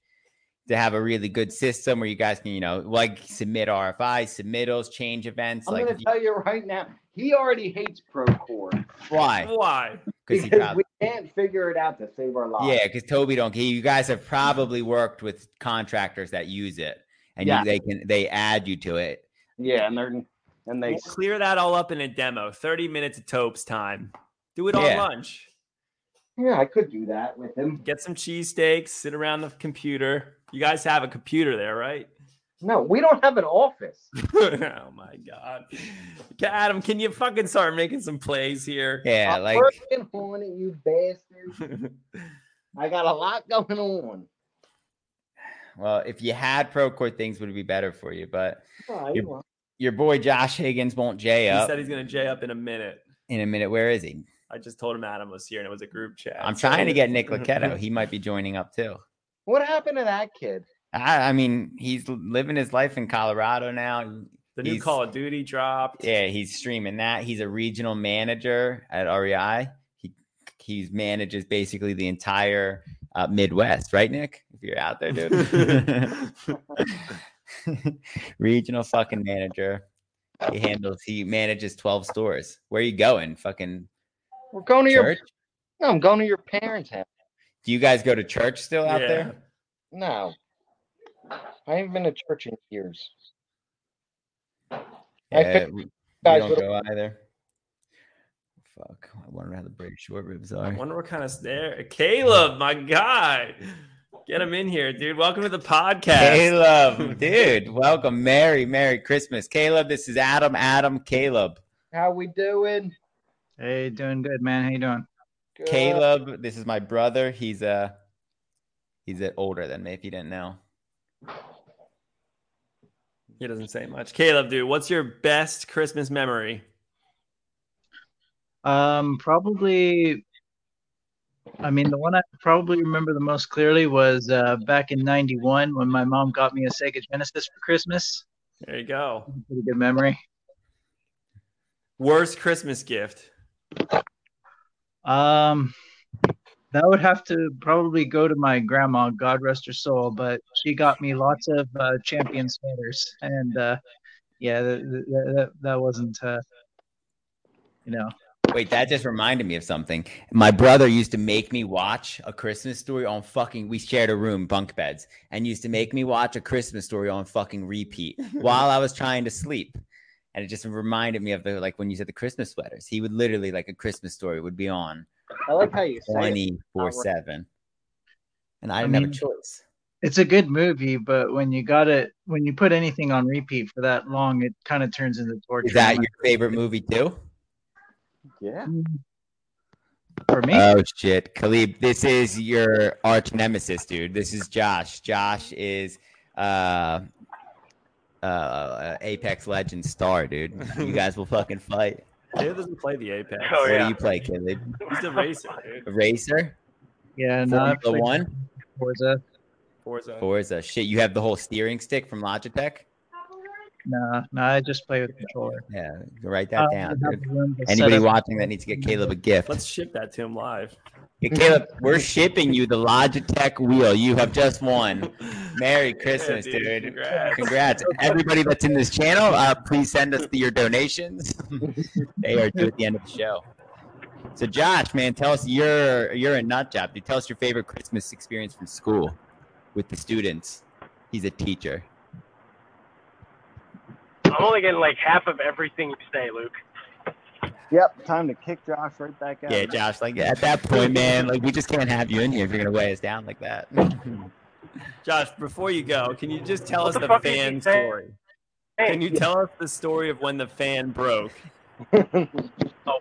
[SPEAKER 1] to have a really good system where you guys can, you know, like submit RFIs, submittals, change events.
[SPEAKER 9] I'm
[SPEAKER 1] like
[SPEAKER 9] going
[SPEAKER 1] if
[SPEAKER 9] to
[SPEAKER 1] you-
[SPEAKER 9] tell you right now. He already hates Procore
[SPEAKER 1] why?
[SPEAKER 2] Why?
[SPEAKER 1] Because he
[SPEAKER 9] because
[SPEAKER 1] probably
[SPEAKER 9] we can't figure it out to save our lives.
[SPEAKER 1] Yeah, because Toby don't. You guys have probably worked with contractors that use it, and
[SPEAKER 9] Yeah.
[SPEAKER 1] you, they can they add you to it.
[SPEAKER 9] yeah, and they're and they
[SPEAKER 2] We'll clear that all up in a demo. 30 minutes of Topes time. Do it
[SPEAKER 1] Yeah.
[SPEAKER 2] on lunch.
[SPEAKER 9] yeah, I could do that with him.
[SPEAKER 2] Get some cheesesteaks, sit around the computer. You guys have a computer there, right?
[SPEAKER 9] No, we don't have an office.
[SPEAKER 2] oh my god. Ca- Adam, can you fucking start making some plays here?
[SPEAKER 1] Yeah,
[SPEAKER 9] I'm
[SPEAKER 1] like
[SPEAKER 9] working on it, you bastard. I got a lot going on.
[SPEAKER 1] well, if you had Procore, things would be better for you. But
[SPEAKER 9] All right,
[SPEAKER 1] You're-
[SPEAKER 9] well,
[SPEAKER 1] your boy Josh Higgins won't J
[SPEAKER 2] He
[SPEAKER 1] up
[SPEAKER 2] said he's gonna J up in a minute.
[SPEAKER 1] in a minute. Where is he?
[SPEAKER 2] I just told him Adam was here and it was a group chat.
[SPEAKER 1] I'm
[SPEAKER 2] so-
[SPEAKER 1] trying to get Nick Lachetto. He might be joining up too.
[SPEAKER 9] What happened to that kid?
[SPEAKER 1] I, I mean, he's living his life in Colorado now.
[SPEAKER 2] the new
[SPEAKER 1] he's-
[SPEAKER 2] Call of Duty dropped.
[SPEAKER 1] Yeah, he's streaming that. He's a regional manager at REI. He he manages basically the entire uh, Midwest, right, Nick? If you're out there, dude. regional fucking manager. He handles. He manages twelve stores. Where are you going? Fucking
[SPEAKER 9] We're going to your.
[SPEAKER 1] church?
[SPEAKER 9] No, I'm going to your parents' house.
[SPEAKER 1] Do you guys go to church still out
[SPEAKER 2] Yeah.
[SPEAKER 1] there?
[SPEAKER 9] No, I haven't been to church in years. I
[SPEAKER 1] Yeah,
[SPEAKER 9] think
[SPEAKER 1] we, we
[SPEAKER 9] guys
[SPEAKER 1] don't
[SPEAKER 9] would-
[SPEAKER 1] go either. Fuck! I wonder how the British short ribs
[SPEAKER 2] I
[SPEAKER 1] are.
[SPEAKER 2] wonder what kind of there. Caleb, my guy. Get him in here, dude. Welcome to the podcast.
[SPEAKER 1] Caleb, dude, welcome. Merry, Merry Christmas. Caleb, this is Adam, Adam, Caleb.
[SPEAKER 9] How we doing?
[SPEAKER 11] Hey, doing good, man. How you doing?
[SPEAKER 9] Good.
[SPEAKER 1] Caleb, this is my brother. He's uh he's uh, older than me if you didn't know.
[SPEAKER 2] He doesn't say much. Caleb, dude, what's your best Christmas memory?
[SPEAKER 11] Um, probably. I mean, the one I probably remember the most clearly was uh, back in '91 when my mom got me a Sega Genesis for Christmas.
[SPEAKER 2] There you go.
[SPEAKER 11] Pretty good memory.
[SPEAKER 2] Worst Christmas gift.
[SPEAKER 11] Um, that would have to probably go to my grandma, God rest her soul, but she got me lots of uh, champion sweaters, and uh, yeah, that that, that wasn't, uh, you know,
[SPEAKER 1] Wait, that just reminded me of something. My brother used to make me watch a Christmas story on fucking. We shared a room, bunk beds, and used to make me watch a Christmas story on fucking repeat while I was trying to sleep. And it just reminded me of the like when you said the Christmas sweaters. He would literally like a Christmas story would be on
[SPEAKER 9] I like how you say it.
[SPEAKER 1] 24 7. And I
[SPEAKER 11] I
[SPEAKER 1] didn't have
[SPEAKER 11] mean-
[SPEAKER 1] a choice.
[SPEAKER 11] It's a good movie, but when you got it, when you put anything on repeat for that long, it kind of turns into torture.
[SPEAKER 1] Is that your favorite movie, too?
[SPEAKER 9] Yeah.
[SPEAKER 11] For me?
[SPEAKER 1] Oh shit, Khalib, this is your arch nemesis, dude. This is Josh. Josh is uh uh Apex Legends star, dude. You guys will fucking fight.
[SPEAKER 2] Caleb doesn't play the Apex.
[SPEAKER 12] Oh,
[SPEAKER 1] what do you play, Khalib?
[SPEAKER 2] He's a racer, dude.
[SPEAKER 1] Racer?
[SPEAKER 11] Yeah,
[SPEAKER 1] Formula
[SPEAKER 11] no, the
[SPEAKER 1] One?
[SPEAKER 11] Forza.
[SPEAKER 2] Forza.
[SPEAKER 1] Forza. Shit, you have the whole steering stick from Logitech?
[SPEAKER 11] No, no, I just play with the controller.
[SPEAKER 1] Yeah, write
[SPEAKER 11] Uh,
[SPEAKER 1] that down.
[SPEAKER 11] I have
[SPEAKER 1] dude.
[SPEAKER 11] the room to set
[SPEAKER 1] Anybody
[SPEAKER 11] up-
[SPEAKER 1] watching that needs to get Caleb a gift.
[SPEAKER 2] Let's ship that to him live.
[SPEAKER 1] Hey, Caleb, we're shipping you the Logitech wheel. You have just won. Merry Christmas,
[SPEAKER 2] dude.
[SPEAKER 1] dude.
[SPEAKER 2] Congrats.
[SPEAKER 1] Congrats. Everybody that's in this channel, uh, please send us your donations. they are due at the end of the show. So, Josh, man, tell us you're you're a nut job. Dude. Tell us your favorite Christmas experience from school with the students. He's a teacher.
[SPEAKER 12] I'm only getting like half of everything you say, Luke.
[SPEAKER 9] Yep. Time to kick Josh right back out.
[SPEAKER 1] Yeah, Josh. Like at that point, man, like we just can't have you in here if you're gonna weigh us down like that.
[SPEAKER 2] Josh, before you go, can you just tell
[SPEAKER 12] What
[SPEAKER 2] us
[SPEAKER 12] the
[SPEAKER 2] the,
[SPEAKER 12] fuck did
[SPEAKER 2] fan
[SPEAKER 12] you say?
[SPEAKER 2] story? Can you tell us the story of when the fan broke?
[SPEAKER 1] Oh,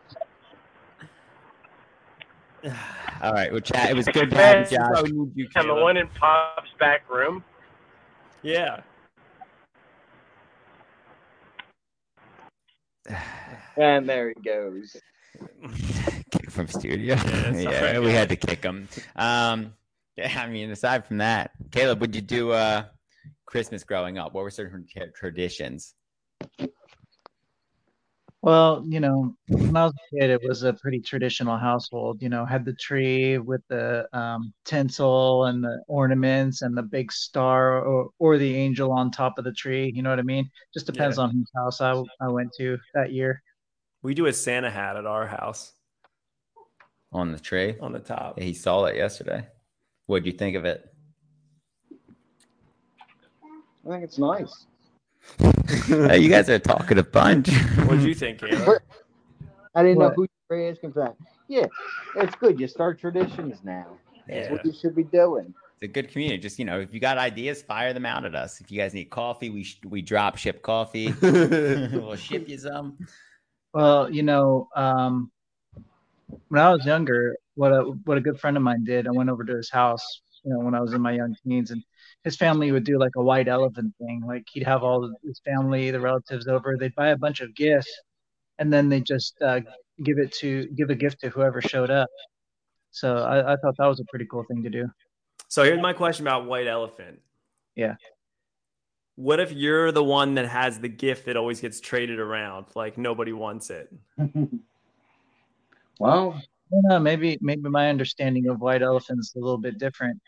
[SPEAKER 1] All right, well, chat. It was good to
[SPEAKER 12] Man,
[SPEAKER 1] have you, Josh.
[SPEAKER 2] I need you,
[SPEAKER 12] And the
[SPEAKER 2] Caleb.
[SPEAKER 12] one in Pop's back room.
[SPEAKER 2] Yeah.
[SPEAKER 9] And there he goes.
[SPEAKER 1] kick from studio.
[SPEAKER 2] Yeah,
[SPEAKER 1] Yeah,
[SPEAKER 2] that's all right.
[SPEAKER 1] we had to kick him. Um, yeah, I mean, aside from that, Caleb, would you do uh, Christmas growing up? What were certain tra- traditions?
[SPEAKER 11] Well, you know, when I was a kid, it was a pretty traditional household. You know, had the tree with the um, tinsel and the ornaments and the big star or, or the angel on top of the tree. You know what I mean? Just depends
[SPEAKER 2] Yeah.
[SPEAKER 11] on whose house I, I went to that year.
[SPEAKER 2] We do a Santa hat at our house
[SPEAKER 1] On the tree,
[SPEAKER 2] on the top.
[SPEAKER 1] he saw it yesterday. What'd you think of it?
[SPEAKER 9] I think it's nice.
[SPEAKER 1] Uh, you guys are a talkative bunch.
[SPEAKER 2] What'd you think, Caleb?
[SPEAKER 9] I didn't
[SPEAKER 11] What?
[SPEAKER 9] know who you were asking for that. Yeah, it's good. You start traditions now. That's
[SPEAKER 2] Yeah.
[SPEAKER 9] what you should be doing.
[SPEAKER 1] It's a good community. Just you know, if you got ideas, fire them out at us. If you guys need coffee, we sh- we drop ship coffee. we'll ship you some.
[SPEAKER 11] Well, you know, um, when I was younger, what a what a good friend of mine did, I went over to his house, you know, when I was in my young teens, and his family would do like a white elephant thing. Like he'd have all of his family, the relatives over, they'd buy a bunch of gifts, and then they just uh, give it to give a gift to whoever showed up. So I, I thought that was a pretty cool thing to do.
[SPEAKER 2] So here's my question about White Elephant.
[SPEAKER 11] Yeah.
[SPEAKER 2] What if you're the one that has the gift that always gets traded around? Like nobody wants it.
[SPEAKER 9] Well,
[SPEAKER 11] I don't know, maybe maybe my understanding of white elephants is a little bit different,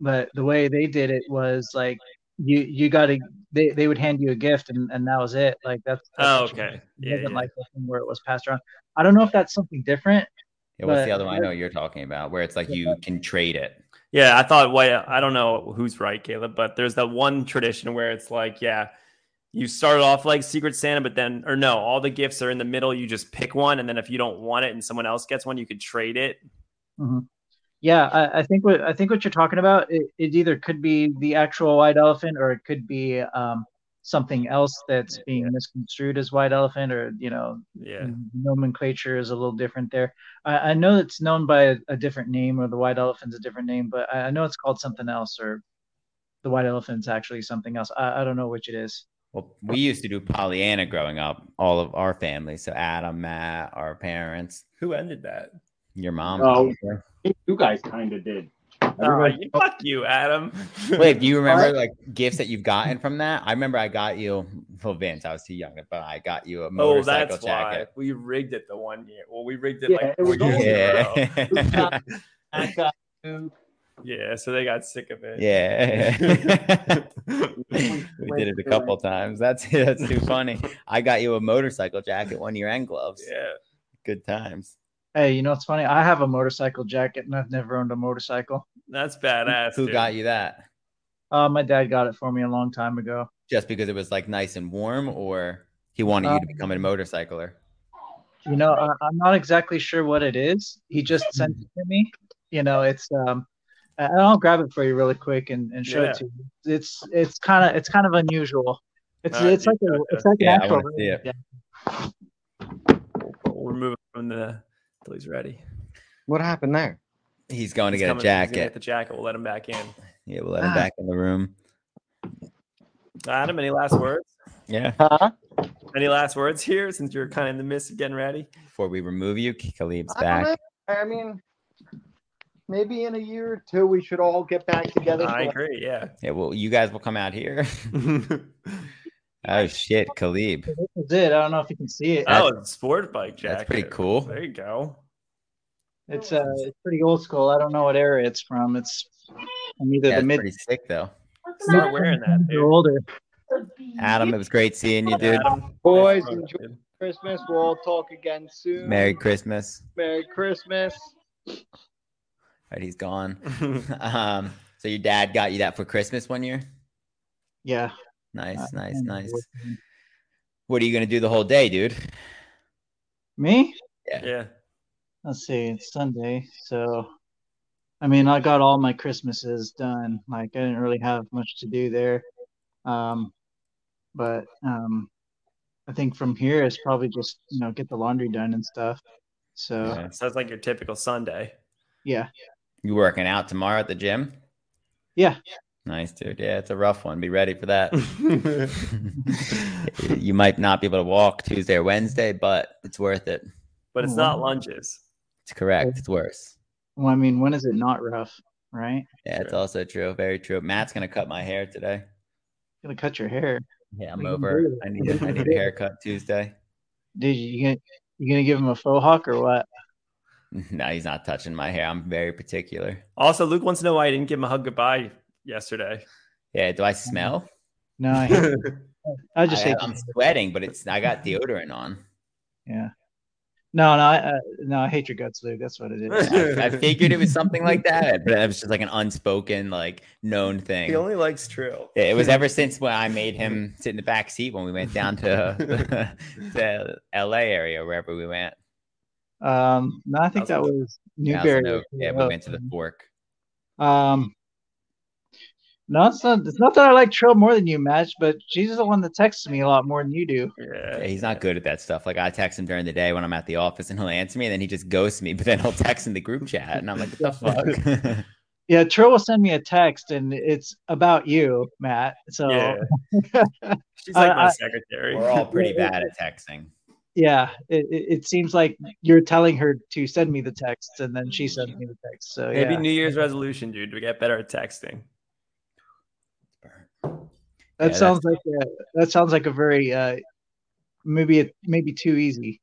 [SPEAKER 11] but the way they did it was like you you got to they, they would hand you a gift and, and that was it. Like that's, that's
[SPEAKER 2] Oh,
[SPEAKER 11] what you-
[SPEAKER 2] okay.
[SPEAKER 11] It
[SPEAKER 2] Yeah,
[SPEAKER 11] wasn't
[SPEAKER 2] yeah.
[SPEAKER 11] like the thing where it was passed around. I don't know if that's something different.
[SPEAKER 1] Yeah, what's
[SPEAKER 11] But-
[SPEAKER 1] the other one? I know what you're talking about, where it's like you can trade it.
[SPEAKER 2] Yeah, I thought white. I don't know who's right, Caleb, but there's that one tradition where it's like, yeah, you start off like Secret Santa, but then, or no, all the gifts are in the middle. You just pick one, and then if you don't want it and someone else gets one, you could trade it.
[SPEAKER 11] Mhm. Yeah, I, I think what I think what you're talking about it, it either could be the actual white elephant or it could be um, something else that's being misconstrued as white elephant or you know
[SPEAKER 2] Yeah.
[SPEAKER 11] nomenclature is a little different there. I, I know it's known by a, a different name, or the white elephant's a different name, but I, I know it's called something else, or the white elephant's actually something else. I, I don't know which it is.
[SPEAKER 1] Well, we used to do Pollyanna growing up, all of our family. So Adam, Matt, our parents,
[SPEAKER 2] Who ended that?
[SPEAKER 1] your mom.
[SPEAKER 9] Oh.
[SPEAKER 1] probably.
[SPEAKER 9] you guys kind of did.
[SPEAKER 2] Uh, you- fuck you, Adam.
[SPEAKER 1] Wait, do you remember like gifts that you've gotten from that? I remember I got you, well, Vince, I was too young, but I got you a
[SPEAKER 2] oh,
[SPEAKER 1] motorcycle
[SPEAKER 2] that's why
[SPEAKER 1] jacket.
[SPEAKER 2] we rigged it the one year. Well, we rigged it
[SPEAKER 9] Yeah,
[SPEAKER 2] like
[SPEAKER 9] it
[SPEAKER 2] four
[SPEAKER 9] was
[SPEAKER 2] years ago.
[SPEAKER 1] Yeah.
[SPEAKER 9] I got you.
[SPEAKER 2] Yeah, so they got sick of it.
[SPEAKER 1] yeah. we did it a couple times. That's that's too funny. I got you a motorcycle jacket one year and gloves.
[SPEAKER 2] Yeah.
[SPEAKER 1] Good times.
[SPEAKER 11] Hey, you know what's funny? I have a motorcycle jacket, and I've never owned a motorcycle.
[SPEAKER 2] That's badass.
[SPEAKER 1] Who
[SPEAKER 2] dude.
[SPEAKER 1] got you that?
[SPEAKER 11] Uh, my dad got it for me a long time ago. Um,
[SPEAKER 1] Just because it was like nice and warm, or he wanted you to become a motorcycler?
[SPEAKER 11] You know, I, I'm not exactly sure what it is. He just sent it to me. You know, it's um, and I'll grab it for you really quick and, and show
[SPEAKER 2] Yeah.
[SPEAKER 11] it to you. It's it's kind of it's kind of unusual. It's
[SPEAKER 2] All right,
[SPEAKER 11] it's like a it's like an
[SPEAKER 2] Yeah, I
[SPEAKER 11] actual.
[SPEAKER 2] wanna see it.
[SPEAKER 11] Yeah.
[SPEAKER 2] We're moving from the till he's ready.
[SPEAKER 1] What happened there? He's going to
[SPEAKER 2] He's
[SPEAKER 1] get
[SPEAKER 2] coming-
[SPEAKER 1] a
[SPEAKER 2] he's gonna get
[SPEAKER 1] jacket.
[SPEAKER 2] the jacket. We'll let him back in.
[SPEAKER 1] Yeah, we'll let him
[SPEAKER 2] Ah.
[SPEAKER 1] back in the room.
[SPEAKER 2] Adam, any last words?
[SPEAKER 1] Yeah.
[SPEAKER 2] Any last words here since you're kind of in the midst of getting ready?
[SPEAKER 1] Before we remove you, Khalib's
[SPEAKER 9] I don't
[SPEAKER 1] back.
[SPEAKER 9] know. I mean, maybe in a year or two, we should all get back together.
[SPEAKER 2] I
[SPEAKER 9] for-
[SPEAKER 2] agree. Yeah.
[SPEAKER 1] Yeah, well, you guys will come out here. oh shit, Khalib.
[SPEAKER 11] It did. I don't know if you can see it.
[SPEAKER 2] Oh, it's a sport bike jacket.
[SPEAKER 1] That's pretty cool.
[SPEAKER 2] There you go.
[SPEAKER 11] It's uh, it's pretty old school. I don't know what era it's from. It's from either
[SPEAKER 1] Yeah,
[SPEAKER 11] the
[SPEAKER 1] it's
[SPEAKER 11] mid.
[SPEAKER 1] pretty sick though.
[SPEAKER 2] Start wearing that,
[SPEAKER 11] Or older.
[SPEAKER 1] Adam, it was great seeing you, dude.
[SPEAKER 9] Boys, enjoy Christmas. We'll all talk again soon.
[SPEAKER 1] Merry Christmas.
[SPEAKER 9] Merry Christmas.
[SPEAKER 1] All right, he's gone. um, so your dad got you that for Christmas one year?
[SPEAKER 11] Yeah.
[SPEAKER 1] Nice,
[SPEAKER 11] Uh,
[SPEAKER 1] nice,
[SPEAKER 11] and-
[SPEAKER 1] nice. What are you gonna do the whole day, dude?
[SPEAKER 11] Me?
[SPEAKER 1] Yeah.
[SPEAKER 2] Yeah.
[SPEAKER 11] Let's see. It's Sunday, so I mean, I got all my Christmases done. Like, I didn't really have much to do there. Um, but um, I think from here it's probably just you know get the laundry done and stuff. So yeah,
[SPEAKER 2] Sounds like your typical Sunday.
[SPEAKER 11] yeah,
[SPEAKER 1] You working out tomorrow at the gym?
[SPEAKER 11] yeah.
[SPEAKER 1] Nice, dude. Yeah, it's a rough one. Be ready for that. you might not be able to walk Tuesday or Wednesday, but it's worth it.
[SPEAKER 2] But
[SPEAKER 11] Oh,
[SPEAKER 2] it's not lunges.
[SPEAKER 1] It's correct. It's worse.
[SPEAKER 11] Well, I mean, when is it not rough, right?
[SPEAKER 1] Yeah, it's also true. Very true. Matt's gonna cut my hair today.
[SPEAKER 11] gonna cut your hair,
[SPEAKER 1] Yeah, I'm
[SPEAKER 11] What are you gonna
[SPEAKER 1] over.
[SPEAKER 11] do?
[SPEAKER 1] I need a, I need a haircut Tuesday.
[SPEAKER 11] dude. You gonna you gonna give him a faux hawk or what?
[SPEAKER 1] No, he's not touching my hair. I'm very particular.
[SPEAKER 2] Also, Luke wants to know why I didn't give him a hug goodbye yesterday.
[SPEAKER 1] Yeah, do I smell?
[SPEAKER 11] No, I hate I just hate.
[SPEAKER 1] I'm sweating, but it's I got deodorant on.
[SPEAKER 11] Yeah. No, no, I, uh, no. I hate your guts, Luke. That's what it is.
[SPEAKER 1] I, I figured it was something like that, but it was just like an unspoken, like known thing.
[SPEAKER 2] He only likes Trill.
[SPEAKER 1] Yeah, It was ever since when I made him sit in the back seat when we went down to the LA area, wherever we went.
[SPEAKER 11] Um, no, I think that
[SPEAKER 1] Thousand
[SPEAKER 11] was
[SPEAKER 1] Thousand
[SPEAKER 11] Newberry.
[SPEAKER 1] Oaks. Yeah, we went to the fork.
[SPEAKER 11] Um, no, it's not. It's not that I like Trill more than you, Match, but she's the one that texts me a lot more than you do.
[SPEAKER 1] Yeah, he's not good at that stuff. Like I text him during the day when I'm at the office and he'll answer me and then he just ghosts me, but then he'll text in the group chat and I'm like, what the fuck?
[SPEAKER 11] Yeah, Trill will send me a text, and it's about you, Matt. So
[SPEAKER 1] Yeah.
[SPEAKER 2] She's like my
[SPEAKER 11] I- I-
[SPEAKER 2] secretary.
[SPEAKER 1] We're all pretty bad at texting.
[SPEAKER 11] yeah, it, it, it seems like you're telling her to send me the text, and then she sends me the text. So
[SPEAKER 2] Maybe
[SPEAKER 11] Oh, yeah,
[SPEAKER 2] New Year's resolution, dude. We get better at texting.
[SPEAKER 11] that
[SPEAKER 2] yeah,
[SPEAKER 11] sounds like a, that sounds like a very uh, maybe it maybe too easy.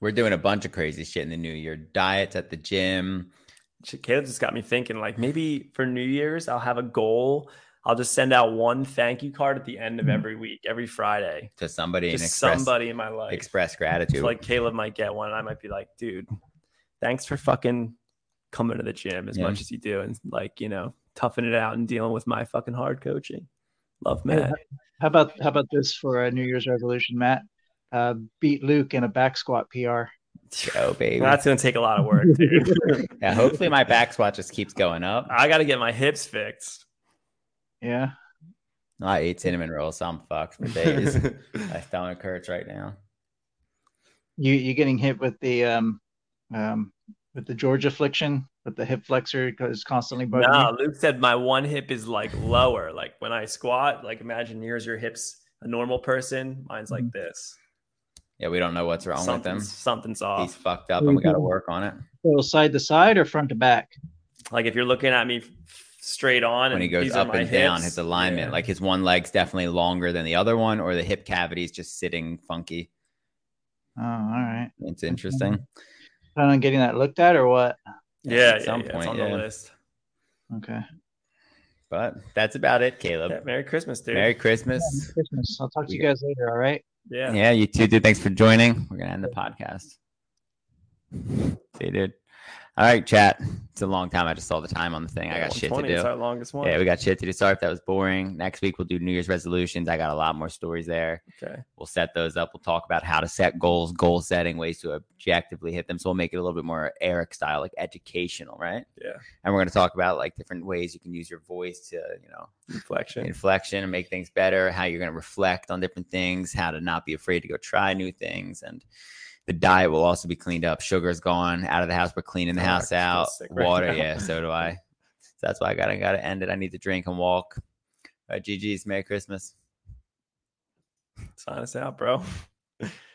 [SPEAKER 1] We're doing a bunch of crazy shit in the new year. Diets at the gym.
[SPEAKER 2] Shit, Caleb just got me thinking. Like maybe for New Year's, I'll have a goal. I'll just send out one thank you card at the end of every week, every Friday.
[SPEAKER 1] To somebody and
[SPEAKER 2] Just
[SPEAKER 1] express,
[SPEAKER 2] somebody in my life.
[SPEAKER 1] express gratitude.
[SPEAKER 2] So, like Caleb might get one. and I might be like, dude, thanks for fucking coming to the gym as
[SPEAKER 1] Yeah.
[SPEAKER 2] much as you do, and like you know, toughing it out and dealing with my fucking hard coaching. Love
[SPEAKER 11] Hey,
[SPEAKER 2] Matt.
[SPEAKER 11] h- How about how about this for a New Year's resolution, Matt? Uh, beat Luke in a back squat PR.
[SPEAKER 1] Go, baby.
[SPEAKER 2] That's gonna take a lot of work, dude.
[SPEAKER 1] yeah, hopefully my back squat just keeps going up.
[SPEAKER 2] I got to get my hips fixed.
[SPEAKER 11] Yeah.
[SPEAKER 1] I ate cinnamon rolls, so I'm fucked for days. my stomach hurts right now.
[SPEAKER 11] You you getting hit with the um um with the George affliction with the hip flexor is constantly bugging
[SPEAKER 2] No,
[SPEAKER 11] you?
[SPEAKER 2] Luke said my one hip is like lower. Like when I squat, like imagine yours, your hips, a normal person, mine's like this.
[SPEAKER 1] Yeah, we don't know what's wrong with him.
[SPEAKER 2] Something's- Something's off.
[SPEAKER 1] He's fucked up, and we got
[SPEAKER 2] Mm-hmm.
[SPEAKER 1] to work on it.
[SPEAKER 11] So side to side or front to back?
[SPEAKER 2] Like if you're looking at me f- straight on,
[SPEAKER 1] When
[SPEAKER 2] and
[SPEAKER 1] he goes
[SPEAKER 2] these are
[SPEAKER 1] up
[SPEAKER 2] my
[SPEAKER 1] and down,
[SPEAKER 2] hips,
[SPEAKER 1] his alignment, like his one leg's definitely longer than the other one, or the hip cavity is just sitting funky.
[SPEAKER 11] Oh, all right.
[SPEAKER 1] It's interesting.
[SPEAKER 11] Plan on getting that looked at or what?
[SPEAKER 2] Yeah,
[SPEAKER 1] at
[SPEAKER 2] yeah,
[SPEAKER 1] some
[SPEAKER 2] yeah, it's
[SPEAKER 1] point,
[SPEAKER 2] on
[SPEAKER 1] yeah.
[SPEAKER 2] the list.
[SPEAKER 11] Okay.
[SPEAKER 1] But that's about it, Caleb.
[SPEAKER 2] Yeah, Merry Christmas, dude.
[SPEAKER 1] Merry Christmas.
[SPEAKER 11] Christmas. I'll talk to
[SPEAKER 1] We
[SPEAKER 11] you
[SPEAKER 1] got-
[SPEAKER 11] guys later, all right?
[SPEAKER 2] Yeah.
[SPEAKER 1] Yeah, you too, dude. Thanks for joining. We're gonna end the podcast. See you, dude. All right, chat. It's a long time. I just saw the time on the thing. I
[SPEAKER 2] Yeah,
[SPEAKER 1] got shit to
[SPEAKER 2] 120
[SPEAKER 1] do.
[SPEAKER 2] is our longest one.
[SPEAKER 1] Yeah, we got shit to do. Sorry if that was boring. Next week we'll do New Year's resolutions. I got a lot more stories there.
[SPEAKER 2] Okay.
[SPEAKER 1] We'll set those up. We'll talk about how to set goals, goal setting, ways to objectively hit them. So we'll make it a little bit more Eric style, like educational, right?
[SPEAKER 2] Yeah.
[SPEAKER 1] And we're gonna talk about like different ways you can use your voice to, you know,
[SPEAKER 2] Inflection.
[SPEAKER 1] inflection and make things better, how you're going to reflect on different things, how to not be afraid to go try new things. And the diet will also be cleaned up. Sugar's gone out of the house. We're cleaning the
[SPEAKER 2] Oh,
[SPEAKER 1] house
[SPEAKER 2] I
[SPEAKER 1] out.
[SPEAKER 2] just feel sick right
[SPEAKER 1] Water.
[SPEAKER 2] now.
[SPEAKER 1] yeah. So do I. So that's why I got to got to end it. I need to drink and walk. All right, GG's. Merry Christmas.
[SPEAKER 2] Sign us out, bro.